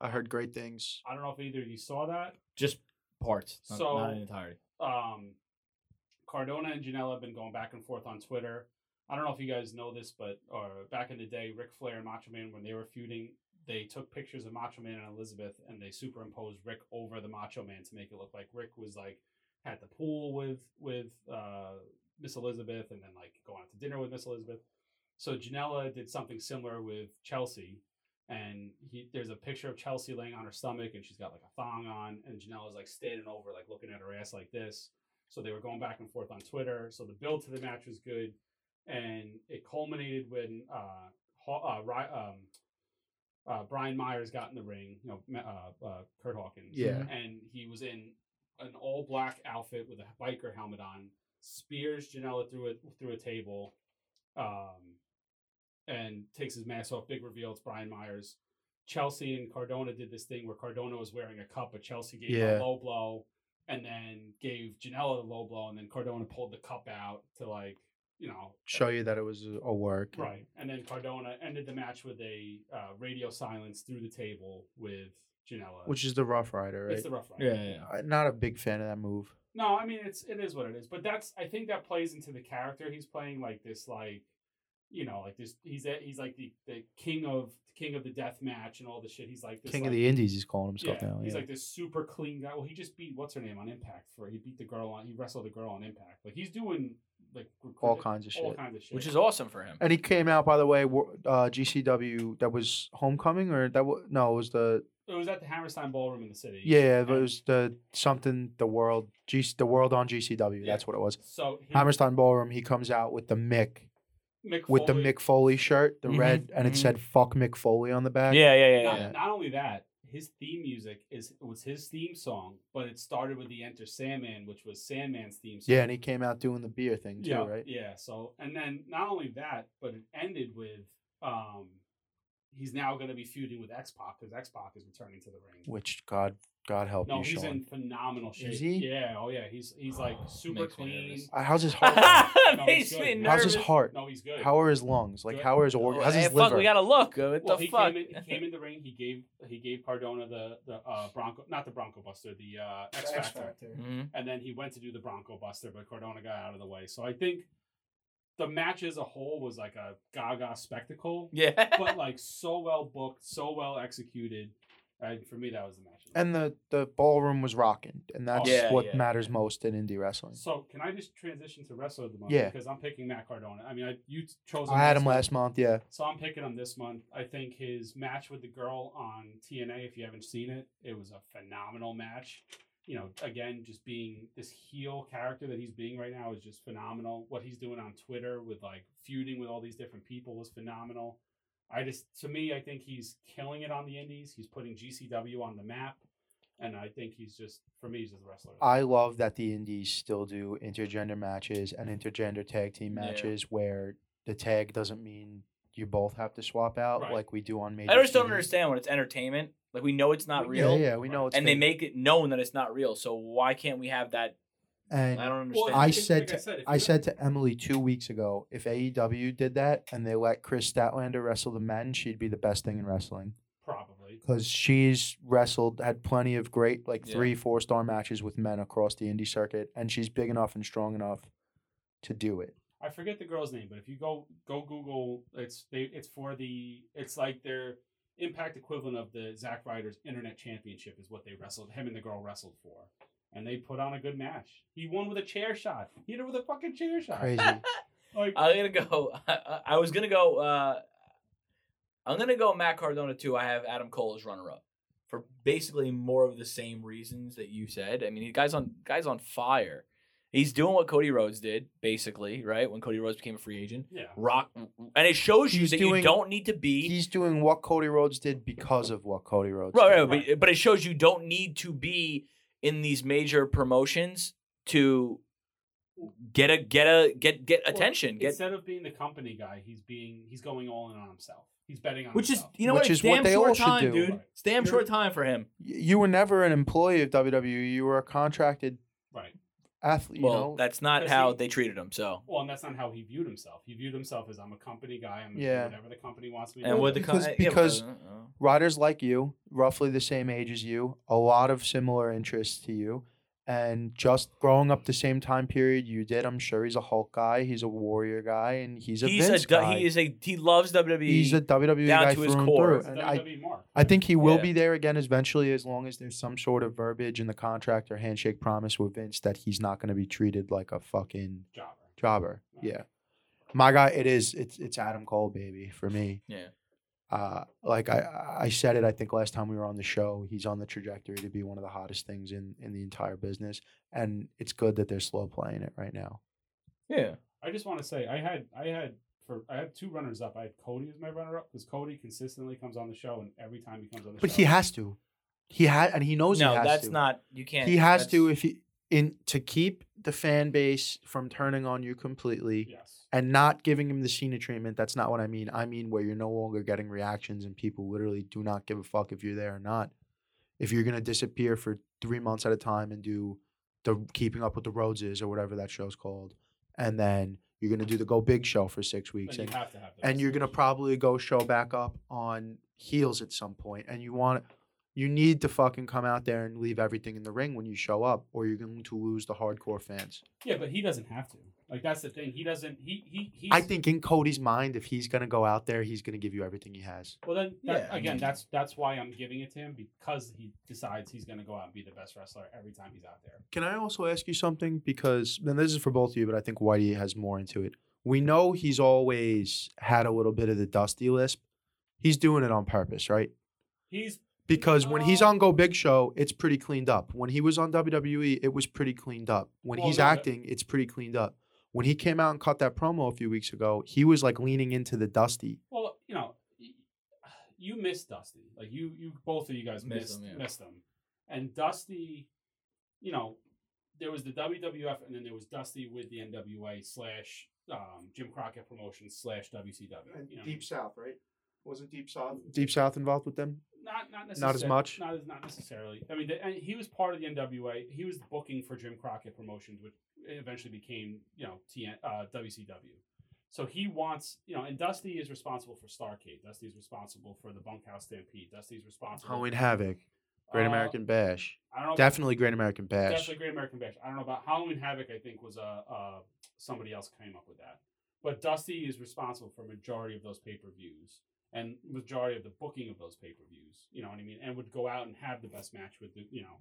[SPEAKER 4] I heard great things.
[SPEAKER 3] I don't know if either of you saw that.
[SPEAKER 2] Just parts. Not,
[SPEAKER 3] So-
[SPEAKER 2] not in entirety.
[SPEAKER 3] Um, Cardona and Janela have been going back and forth on Twitter. I don't know if you guys know this, but uh, back in the day, Ric Flair and Macho Man, when they were feuding, they took pictures of Macho Man and Elizabeth and they superimposed Rick over the Macho Man to make it look like Rick was like at the pool with with uh, Miss Elizabeth and then like going out to dinner with Miss Elizabeth. So Janela did something similar with Chelsea, and he, there's a picture of Chelsea laying on her stomach and she's got like a thong on, and Janela's like standing over, like looking at her ass like this. So they were going back and forth on Twitter. So the build to the match was good, and it culminated when uh, Haw- uh, Ry- um, uh, Brian Myers got in the ring. You know, Ma- uh, uh, Kurt Hawkins.
[SPEAKER 4] Yeah.
[SPEAKER 3] and he was in an all black outfit with a biker helmet on. Spears Janela through it through a table, um, and takes his mask off. Big reveal. It's Brian Myers. Chelsea and Cardona did this thing where Cardona was wearing a cup, but Chelsea gave him
[SPEAKER 4] Yeah.
[SPEAKER 3] a low blow and then gave Janela the low blow, and then Cardona pulled the cup out to like, you know,
[SPEAKER 4] Show you that it was a work.
[SPEAKER 3] right. And then Cardona ended the match with a uh, radio silence through the table with Janela,
[SPEAKER 4] Which is the Rough Rider, right?
[SPEAKER 3] it's the rough rider.
[SPEAKER 5] Yeah, yeah, yeah.
[SPEAKER 4] I'm not a big fan of that move.
[SPEAKER 3] No, I mean it's it is what it is, but that's I think that plays into the character he's playing, like this, like you know, like this. He's a, he's like the, the king of king of the death match and all the shit. He's like this
[SPEAKER 4] King
[SPEAKER 3] like,
[SPEAKER 4] of the Indies, he's calling himself
[SPEAKER 3] Yeah,
[SPEAKER 4] now.
[SPEAKER 3] he's
[SPEAKER 4] yeah.
[SPEAKER 3] like this super clean guy. Well, he just beat what's her name on Impact for he beat the girl on he wrestled the girl on Impact. Like he's doing like
[SPEAKER 4] all
[SPEAKER 3] recruit-
[SPEAKER 4] kinds of shit.
[SPEAKER 3] all kinds of shit.
[SPEAKER 2] Which is awesome for him.
[SPEAKER 4] and he came out, by the way, wo- uh, GCW. That was Homecoming, or that was no, it was the
[SPEAKER 3] it was at the Hammerstein Ballroom in the city.
[SPEAKER 4] yeah, it
[SPEAKER 3] And
[SPEAKER 4] was the something the world, G- the world on GCW. That's what it was.
[SPEAKER 3] so he,
[SPEAKER 4] Hammerstein Ballroom. He comes out with the Mick,
[SPEAKER 3] Mick
[SPEAKER 4] with the
[SPEAKER 3] Foley-
[SPEAKER 4] Mick Foley shirt, the
[SPEAKER 2] Mhm,
[SPEAKER 4] red, and it
[SPEAKER 2] mhm.
[SPEAKER 4] said "fuck Mick Foley" on the back.
[SPEAKER 2] Yeah, yeah, yeah.
[SPEAKER 3] Not,
[SPEAKER 2] yeah.
[SPEAKER 3] not only that, his theme music is was his theme song, but it started with the Enter Sandman, which was Sandman's theme song.
[SPEAKER 4] yeah, and he came out doing the beer thing too,
[SPEAKER 3] yeah,
[SPEAKER 4] right?
[SPEAKER 3] Yeah. So, and then not only that, but it ended with um, he's now going to be feuding with X Pac because X Pac is returning to the ring.
[SPEAKER 4] Which God, God help
[SPEAKER 3] No,
[SPEAKER 4] you,
[SPEAKER 3] he's
[SPEAKER 4] Sean.
[SPEAKER 3] in phenomenal shape.
[SPEAKER 4] he?
[SPEAKER 3] Yeah, oh yeah, he's he's like super
[SPEAKER 2] makes me
[SPEAKER 3] clean.
[SPEAKER 2] nervous.
[SPEAKER 4] Uh, how's his heart?
[SPEAKER 3] No,
[SPEAKER 2] It
[SPEAKER 3] he's
[SPEAKER 2] Makes
[SPEAKER 3] good.
[SPEAKER 2] me
[SPEAKER 4] how's
[SPEAKER 2] nervous.
[SPEAKER 4] his heart?
[SPEAKER 3] No, he's good.
[SPEAKER 4] How are his lungs? Like
[SPEAKER 3] Good.
[SPEAKER 4] how are his
[SPEAKER 2] Oh,
[SPEAKER 4] organs? How's
[SPEAKER 2] hey,
[SPEAKER 4] his
[SPEAKER 2] fuck,
[SPEAKER 4] liver?
[SPEAKER 2] we gotta look. Uh, What
[SPEAKER 3] well,
[SPEAKER 2] the
[SPEAKER 3] he
[SPEAKER 2] fuck?
[SPEAKER 3] came in. He came in the ring. He gave he gave Cardona the the uh, Bronco, not the Bronco Buster, the uh, X Factor,
[SPEAKER 2] Mhm.
[SPEAKER 3] and then he went to do the Bronco Buster, but Cardona got out of the way. So I think the match as a whole was like a Gaga spectacle,
[SPEAKER 2] Yeah.
[SPEAKER 3] but like so well booked, so well executed. And for me, that was the match. of the
[SPEAKER 4] and the the ballroom was rocking, and that's
[SPEAKER 2] yeah,
[SPEAKER 4] what
[SPEAKER 2] yeah,
[SPEAKER 4] matters most in indie wrestling.
[SPEAKER 3] So can I just transition to wrestler of the month?
[SPEAKER 4] Yeah.
[SPEAKER 3] Because I'm picking Matt Cardona. I mean, I, you t- chose.
[SPEAKER 4] I had him
[SPEAKER 3] month,
[SPEAKER 4] last month, yeah.
[SPEAKER 3] So I'm picking him this month. I think his match with the girl on TNA, if you haven't seen it, it was a phenomenal match. You know, again, just being this heel character that he's being right now is just phenomenal. What he's doing on Twitter with like feuding with all these different people is phenomenal. I just, to me, I think he's killing it on the indies. He's putting GCW on the map. And I think he's just, for me, he's just a wrestler.
[SPEAKER 4] I love that the indies still do intergender matches and intergender tag team
[SPEAKER 2] Yeah.
[SPEAKER 4] matches where the tag doesn't mean you both have to swap out
[SPEAKER 3] Right.
[SPEAKER 4] like we do on major.
[SPEAKER 2] I just don't
[SPEAKER 4] TV.
[SPEAKER 2] understand when it's entertainment. Like we know it's not
[SPEAKER 4] Yeah,
[SPEAKER 2] real,
[SPEAKER 4] yeah, we know it's
[SPEAKER 2] and they
[SPEAKER 4] fake.
[SPEAKER 2] make it known that it's not real. So why can't we have that?
[SPEAKER 4] and
[SPEAKER 2] I don't understand.
[SPEAKER 3] Well,
[SPEAKER 4] I
[SPEAKER 3] if-
[SPEAKER 4] said
[SPEAKER 3] like
[SPEAKER 4] to-
[SPEAKER 3] said, if
[SPEAKER 4] I
[SPEAKER 3] you-
[SPEAKER 4] said to Emily two weeks ago, if AEW did that and they let Chris Statlander wrestle the men, she'd be the best thing in wrestling
[SPEAKER 3] probably.
[SPEAKER 4] because she's wrestled, had plenty of great like
[SPEAKER 2] Yeah.
[SPEAKER 4] three, four star matches with men across the indie circuit, and she's big enough and strong enough to do it.
[SPEAKER 3] I forget the girl's name, but if you go go Google, it's they it's for the it's like their impact equivalent of the Zack Ryder's Internet Championship is what they wrestled him and the girl wrestled for, and they put on a good match. He won with a chair shot. He hit her with a fucking chair shot.
[SPEAKER 4] Crazy.
[SPEAKER 3] Like
[SPEAKER 2] I'm gonna go. I, I was gonna go. Uh, I'm gonna go Matt Cardona too. I have Adam Cole as runner up for basically more of the same reasons that you said. I mean, the guys on guys on fire. He's doing what Cody Rhodes did basically, right? When Cody Rhodes became a free agent,
[SPEAKER 3] yeah,
[SPEAKER 2] rock, and it shows you
[SPEAKER 4] He's
[SPEAKER 2] that you
[SPEAKER 4] doing-
[SPEAKER 2] don't need to be
[SPEAKER 4] He's doing what Cody Rhodes did because of what Cody Rhodes
[SPEAKER 2] right,
[SPEAKER 4] did.
[SPEAKER 2] right, But, but it shows you don't need to be in these major promotions to get a get a get get
[SPEAKER 3] Well,
[SPEAKER 2] attention. Get
[SPEAKER 3] instead of being the company guy, he's being he's going all in on himself. He's betting on
[SPEAKER 5] Which is
[SPEAKER 3] himself.
[SPEAKER 5] you know
[SPEAKER 4] Which
[SPEAKER 5] what? It's
[SPEAKER 4] is what
[SPEAKER 5] damn
[SPEAKER 4] they all
[SPEAKER 5] short
[SPEAKER 4] should
[SPEAKER 5] time,
[SPEAKER 4] do.
[SPEAKER 5] dude. It's damn
[SPEAKER 3] You're-
[SPEAKER 5] short time for him.
[SPEAKER 4] Y- You were never an employee of WWE. You were a contracted
[SPEAKER 3] right.
[SPEAKER 4] athlete. You
[SPEAKER 2] well,
[SPEAKER 4] know?
[SPEAKER 2] that's not
[SPEAKER 3] 'cause
[SPEAKER 2] how
[SPEAKER 3] he-
[SPEAKER 2] they treated him. So
[SPEAKER 3] Well, and that's not how he viewed himself. He viewed himself as I'm a company guy. I'm gonna do
[SPEAKER 4] Yeah.
[SPEAKER 3] whatever the company wants me to.
[SPEAKER 2] and
[SPEAKER 3] do.
[SPEAKER 2] what the
[SPEAKER 4] because-
[SPEAKER 2] con-
[SPEAKER 4] because-
[SPEAKER 2] yeah, but, uh, uh,
[SPEAKER 4] Riders like you, roughly the same age as you, a lot of similar interests to you, and just growing up the same time period you did. I'm sure he's a Hulk guy. He's a Warrior guy, and he's a
[SPEAKER 2] he's
[SPEAKER 4] Vince
[SPEAKER 2] a du-
[SPEAKER 4] guy.
[SPEAKER 2] he is a he loves E. WWE.
[SPEAKER 4] he's a WWE
[SPEAKER 2] down
[SPEAKER 4] guy
[SPEAKER 2] to his
[SPEAKER 4] through and
[SPEAKER 2] core.
[SPEAKER 4] through.
[SPEAKER 3] It's
[SPEAKER 4] And I,
[SPEAKER 3] WWE mark.
[SPEAKER 4] I think he will
[SPEAKER 2] Yeah.
[SPEAKER 4] be there again eventually, as long as there's some sort of verbiage in the contract or handshake promise with Vince that he's not going to be treated like a fucking
[SPEAKER 3] jobber.
[SPEAKER 4] jobber.
[SPEAKER 3] Right.
[SPEAKER 4] Yeah, my guy, it is. It's it's Adam Cole, baby, for me.
[SPEAKER 2] Yeah.
[SPEAKER 4] Uh, like I I said it. I think last time we were on the show, he's on the trajectory to be one of the hottest things in in the entire business, and it's good that they're slow playing it right now.
[SPEAKER 2] yeah.
[SPEAKER 3] I just want to say I had I had for I had two runners up. I had Cody as my runner up because Cody consistently comes on the show, and every time he comes on the
[SPEAKER 4] But
[SPEAKER 3] show,
[SPEAKER 4] he has to. He had and he knows.
[SPEAKER 2] No,
[SPEAKER 4] he has
[SPEAKER 2] that's
[SPEAKER 4] to.
[SPEAKER 2] not you can't.
[SPEAKER 4] He has
[SPEAKER 2] that's-
[SPEAKER 4] to if he in to keep the fan base from turning on you completely.
[SPEAKER 3] yes.
[SPEAKER 4] and not giving him the Cena treatment. That's not what I mean. I mean where you're no longer getting reactions and people literally do not give a fuck if you're there or not. If you're gonna disappear for three months at a time and do the Keeping Up with the Rhodeses or whatever that show's called, and then you're gonna do the Go Big show for six
[SPEAKER 3] Then
[SPEAKER 4] weeks,
[SPEAKER 3] you
[SPEAKER 4] and,
[SPEAKER 3] have to have that.
[SPEAKER 4] and you're gonna probably go show back up on heels at some point, and you want. You need to fucking come out there and leave everything in the ring when you show up, or you're going to lose the hardcore fans.
[SPEAKER 3] yeah, but he doesn't have to. Like that's the thing. He doesn't. He he he.
[SPEAKER 4] I think in Cody's mind, if he's gonna go out there, he's gonna give you everything he has.
[SPEAKER 3] Well then, that,
[SPEAKER 2] Yeah, I
[SPEAKER 3] again,
[SPEAKER 2] mean-
[SPEAKER 3] that's that's why I'm giving it to him because he decides he's gonna go out and be the best wrestler every time he's out there.
[SPEAKER 4] Can I also ask you something? Because and this is for both of you, but I think Whitey has more into it. We know he's always had a little bit of the dusty lisp. He's doing it on purpose, right?
[SPEAKER 3] He's
[SPEAKER 4] Because when he's
[SPEAKER 3] Uh,
[SPEAKER 4] on Go Big Show, it's pretty cleaned up. When he was on WWE, it was pretty cleaned up. When
[SPEAKER 3] Well,
[SPEAKER 4] he's
[SPEAKER 3] no, but-
[SPEAKER 4] acting, it's pretty cleaned up. When he came out and cut that promo a few weeks ago, he was like leaning into the dusty.
[SPEAKER 3] well, you know, y- you miss Dusty. Like you, you both of you guys
[SPEAKER 2] Miss
[SPEAKER 3] missed
[SPEAKER 2] him, yeah.
[SPEAKER 3] missed him, and Dusty, you know, there was the WWF, and then there was Dusty with the NWA slash um, Jim Crockett Promotions slash WCW. You know,
[SPEAKER 4] South, right? Wasn't Deep South Deep South involved with them?
[SPEAKER 3] not not
[SPEAKER 4] Not as
[SPEAKER 3] necessar-
[SPEAKER 4] much?
[SPEAKER 3] Not as not necessarily. I mean, the, and he was part of the NWA. He was booking for Jim Crockett Promotions, which eventually became you know TN, uh, WCW. So he wants you know, and Dusty is responsible for Starcade. Dusty is responsible for the Bunkhouse Stampede. Dusty is responsible.
[SPEAKER 4] Halloween Havoc, Great
[SPEAKER 3] Uh,
[SPEAKER 4] American Bash.
[SPEAKER 3] I don't know.
[SPEAKER 4] Definitely Great American Bash.
[SPEAKER 3] Definitely Great American Bash. I don't know about Halloween Havoc. I think was uh, uh, somebody else came up with that. But Dusty is responsible for majority of those pay per views and majority of the booking of those pay per views. You know what I mean? And would go out and have the best match with the you know.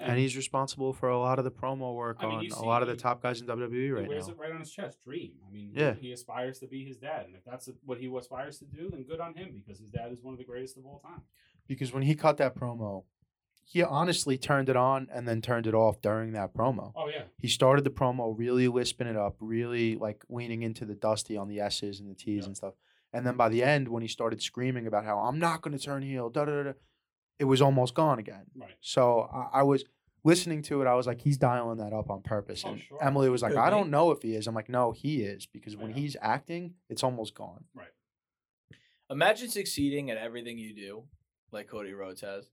[SPEAKER 4] and he's responsible for a lot of the promo work
[SPEAKER 3] I mean, you
[SPEAKER 4] on a
[SPEAKER 3] see
[SPEAKER 4] lot of the
[SPEAKER 3] he-
[SPEAKER 4] top guys in WWE
[SPEAKER 3] he
[SPEAKER 4] right
[SPEAKER 3] wears
[SPEAKER 4] now.
[SPEAKER 3] it right on his chest. Dream. I mean,
[SPEAKER 4] Yeah.
[SPEAKER 3] he aspires to be his dad, and if that's what he aspires to do, then good on him because his dad is one of the greatest of all time.
[SPEAKER 4] Because when he cut that promo, he honestly turned it on and then turned it off during that promo.
[SPEAKER 3] Oh yeah,
[SPEAKER 4] He started the promo really lisping it up, really like leaning into the dusty on the S's and the T's
[SPEAKER 3] Yeah.
[SPEAKER 4] and stuff. And then by the end, when he started screaming about how I'm not going to turn heel, da da da, da, it was almost gone again.
[SPEAKER 3] right.
[SPEAKER 4] So I, I was listening to it. I was like, he's dialing that up on purpose.
[SPEAKER 3] Oh,
[SPEAKER 4] And
[SPEAKER 3] sure.
[SPEAKER 4] Emily was like,
[SPEAKER 2] Could
[SPEAKER 4] I
[SPEAKER 2] be.
[SPEAKER 4] don't know if he is. I'm like, no, he is because when
[SPEAKER 3] Yeah.
[SPEAKER 4] he's acting, it's almost gone.
[SPEAKER 2] Imagine succeeding at everything you do, like Cody Rhodes has.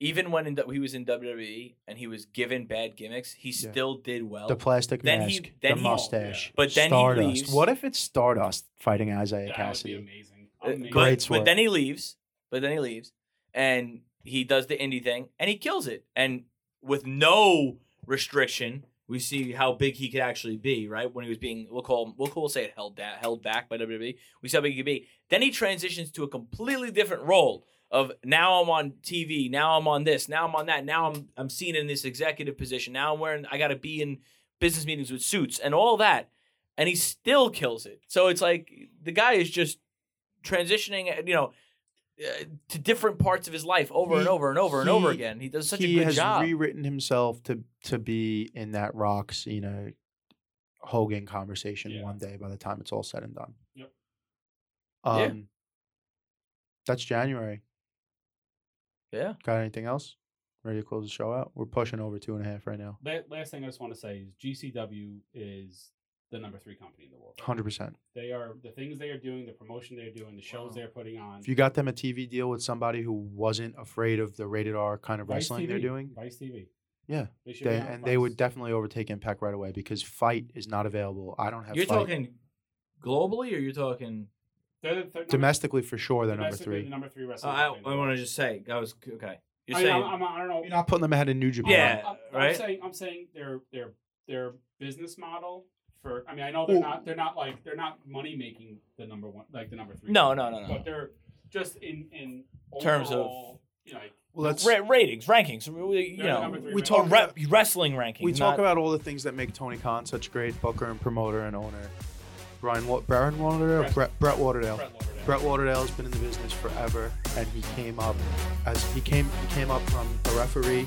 [SPEAKER 2] Even when in, he was in WWE and he was given bad gimmicks, he
[SPEAKER 4] Yeah.
[SPEAKER 2] still did well.
[SPEAKER 3] Oh,
[SPEAKER 4] The plastic
[SPEAKER 2] Then he-
[SPEAKER 4] mask,
[SPEAKER 2] then
[SPEAKER 4] the
[SPEAKER 2] he-
[SPEAKER 4] mustache,
[SPEAKER 2] But then he
[SPEAKER 4] Stardust.
[SPEAKER 2] leaves.
[SPEAKER 4] What if it's Stardust fighting Isaiah
[SPEAKER 3] That would be
[SPEAKER 4] Cassidy?
[SPEAKER 3] amazing.
[SPEAKER 2] Uh,
[SPEAKER 3] amazing.
[SPEAKER 4] Great
[SPEAKER 2] but,
[SPEAKER 4] sweat.
[SPEAKER 2] but then he leaves. But then he leaves, and he does the indie thing, and he kills it, and with no restriction, we see how big he could actually be, right? When he was being, we'll call, him- we'll call, we'll say it held down, held back by WWE. We see how big he could be. Then he transitions to a completely different role of now I'm on TV, now I'm on this, now I'm on that, now I'm I'm seen in this executive position, now I'm wearing, I got to be in business meetings with suits and all that, and he still kills it. So it's like the guy is just transitioning, you know. uh, To different parts of his life over and
[SPEAKER 4] He-
[SPEAKER 2] over and over and over
[SPEAKER 4] he-
[SPEAKER 2] again. He does such
[SPEAKER 4] he
[SPEAKER 2] a good
[SPEAKER 4] has
[SPEAKER 2] job.
[SPEAKER 4] rewritten himself to to be in that rocks, you know, Hogan conversation
[SPEAKER 3] Yeah.
[SPEAKER 4] one day. By the time it's all said and done.
[SPEAKER 3] Yep.
[SPEAKER 4] Um,
[SPEAKER 2] Yeah.
[SPEAKER 4] That's January.
[SPEAKER 2] Yeah.
[SPEAKER 4] Got anything else? Ready to close the show out? We're pushing over two and a half right now.
[SPEAKER 3] La- last thing I just want to say is GCW is the number three company in the world.
[SPEAKER 4] Hundred percent.
[SPEAKER 3] They are the things they are doing, the promotion they're doing, the shows
[SPEAKER 2] Wow.
[SPEAKER 3] they're putting on.
[SPEAKER 4] If you got them a TV deal with somebody who wasn't afraid of the rated R kind of
[SPEAKER 3] Vice
[SPEAKER 4] wrestling they're
[SPEAKER 3] TV,
[SPEAKER 4] doing,
[SPEAKER 3] Vice TV.
[SPEAKER 4] yeah,
[SPEAKER 3] They should be
[SPEAKER 4] they,
[SPEAKER 3] on
[SPEAKER 4] and they would
[SPEAKER 3] Vice.
[SPEAKER 4] definitely overtake Impact right away because Fight is not available. I don't have.
[SPEAKER 5] You're
[SPEAKER 4] Fight.
[SPEAKER 5] talking globally, or you're talking?
[SPEAKER 3] They're the third number-
[SPEAKER 4] domestically for sure. They're number
[SPEAKER 3] domestically
[SPEAKER 4] three.
[SPEAKER 3] the number three
[SPEAKER 5] Uh,
[SPEAKER 2] Oh,
[SPEAKER 3] wrestling.
[SPEAKER 5] I,
[SPEAKER 3] company in the
[SPEAKER 5] I
[SPEAKER 3] world.
[SPEAKER 5] want to just say I was okay. You're
[SPEAKER 3] I mean,
[SPEAKER 5] saying
[SPEAKER 3] I'm, I'm, I don't know.
[SPEAKER 4] You're not putting them ahead in New Japan.
[SPEAKER 5] Yeah,
[SPEAKER 3] I'm, I'm
[SPEAKER 5] right?
[SPEAKER 3] saying I'm saying their their their business model for. I mean, I know they're
[SPEAKER 4] Well-
[SPEAKER 3] not they're not like they're not money making the number one like the number three.
[SPEAKER 2] No,
[SPEAKER 3] company,
[SPEAKER 2] no, no, no.
[SPEAKER 3] But they're just in in
[SPEAKER 2] Terms of-
[SPEAKER 3] overall, you know, like,
[SPEAKER 4] Well, that's
[SPEAKER 2] Ra- ratings, rankings. we- we- You
[SPEAKER 3] They're the number
[SPEAKER 2] know,
[SPEAKER 3] three
[SPEAKER 4] we
[SPEAKER 3] ranked.
[SPEAKER 4] talk
[SPEAKER 2] or re-
[SPEAKER 4] about,
[SPEAKER 2] wrestling rankings.
[SPEAKER 4] we talk
[SPEAKER 2] not-
[SPEAKER 4] about all the things that make Tony Khan such a great booker and promoter and owner. Brian Wa- Baron Waterdale,
[SPEAKER 3] Brett.
[SPEAKER 4] Brett, Brett Waterdale.
[SPEAKER 3] Brett Lauderdale.
[SPEAKER 4] Brett Waterdale has been in the business forever, and he came up as he came he came up from a referee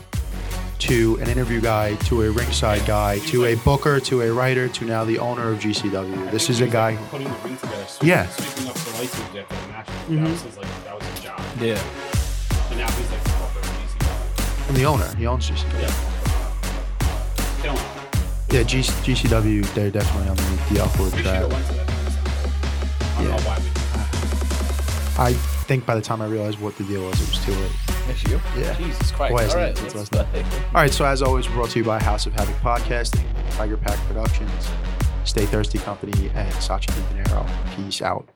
[SPEAKER 4] to an interview guy to a ringside guy to a booker to a writer to now the owner of GCW. This is a guy.
[SPEAKER 3] putting the ring together. sweep-
[SPEAKER 4] Yeah.
[SPEAKER 3] Sweeping up the license after the match.
[SPEAKER 4] Mhm.
[SPEAKER 3] That was his like that was his job.
[SPEAKER 2] Yeah.
[SPEAKER 3] And now he's like the corporate release guy.
[SPEAKER 4] And the owner, he owns GCW.
[SPEAKER 3] They don't.
[SPEAKER 4] Yeah, G- GCW, they're definitely on the, the upward
[SPEAKER 3] We should have
[SPEAKER 4] track.
[SPEAKER 3] went to that. I don't know
[SPEAKER 4] Yeah.
[SPEAKER 3] why we.
[SPEAKER 4] I think by the time I realized what the deal was, it was too late.
[SPEAKER 2] Next year.
[SPEAKER 4] Yeah.
[SPEAKER 2] Jesus Christ.
[SPEAKER 4] Why isn't
[SPEAKER 2] All
[SPEAKER 4] it?
[SPEAKER 2] right,
[SPEAKER 4] It's
[SPEAKER 2] let's
[SPEAKER 4] last night.
[SPEAKER 2] play.
[SPEAKER 4] All right, so as always, we're brought to you by House of Havoc Podcasting, Tiger Pack Productions, Stay Thirsty Company, and Sachi Di Dinero. Peace out.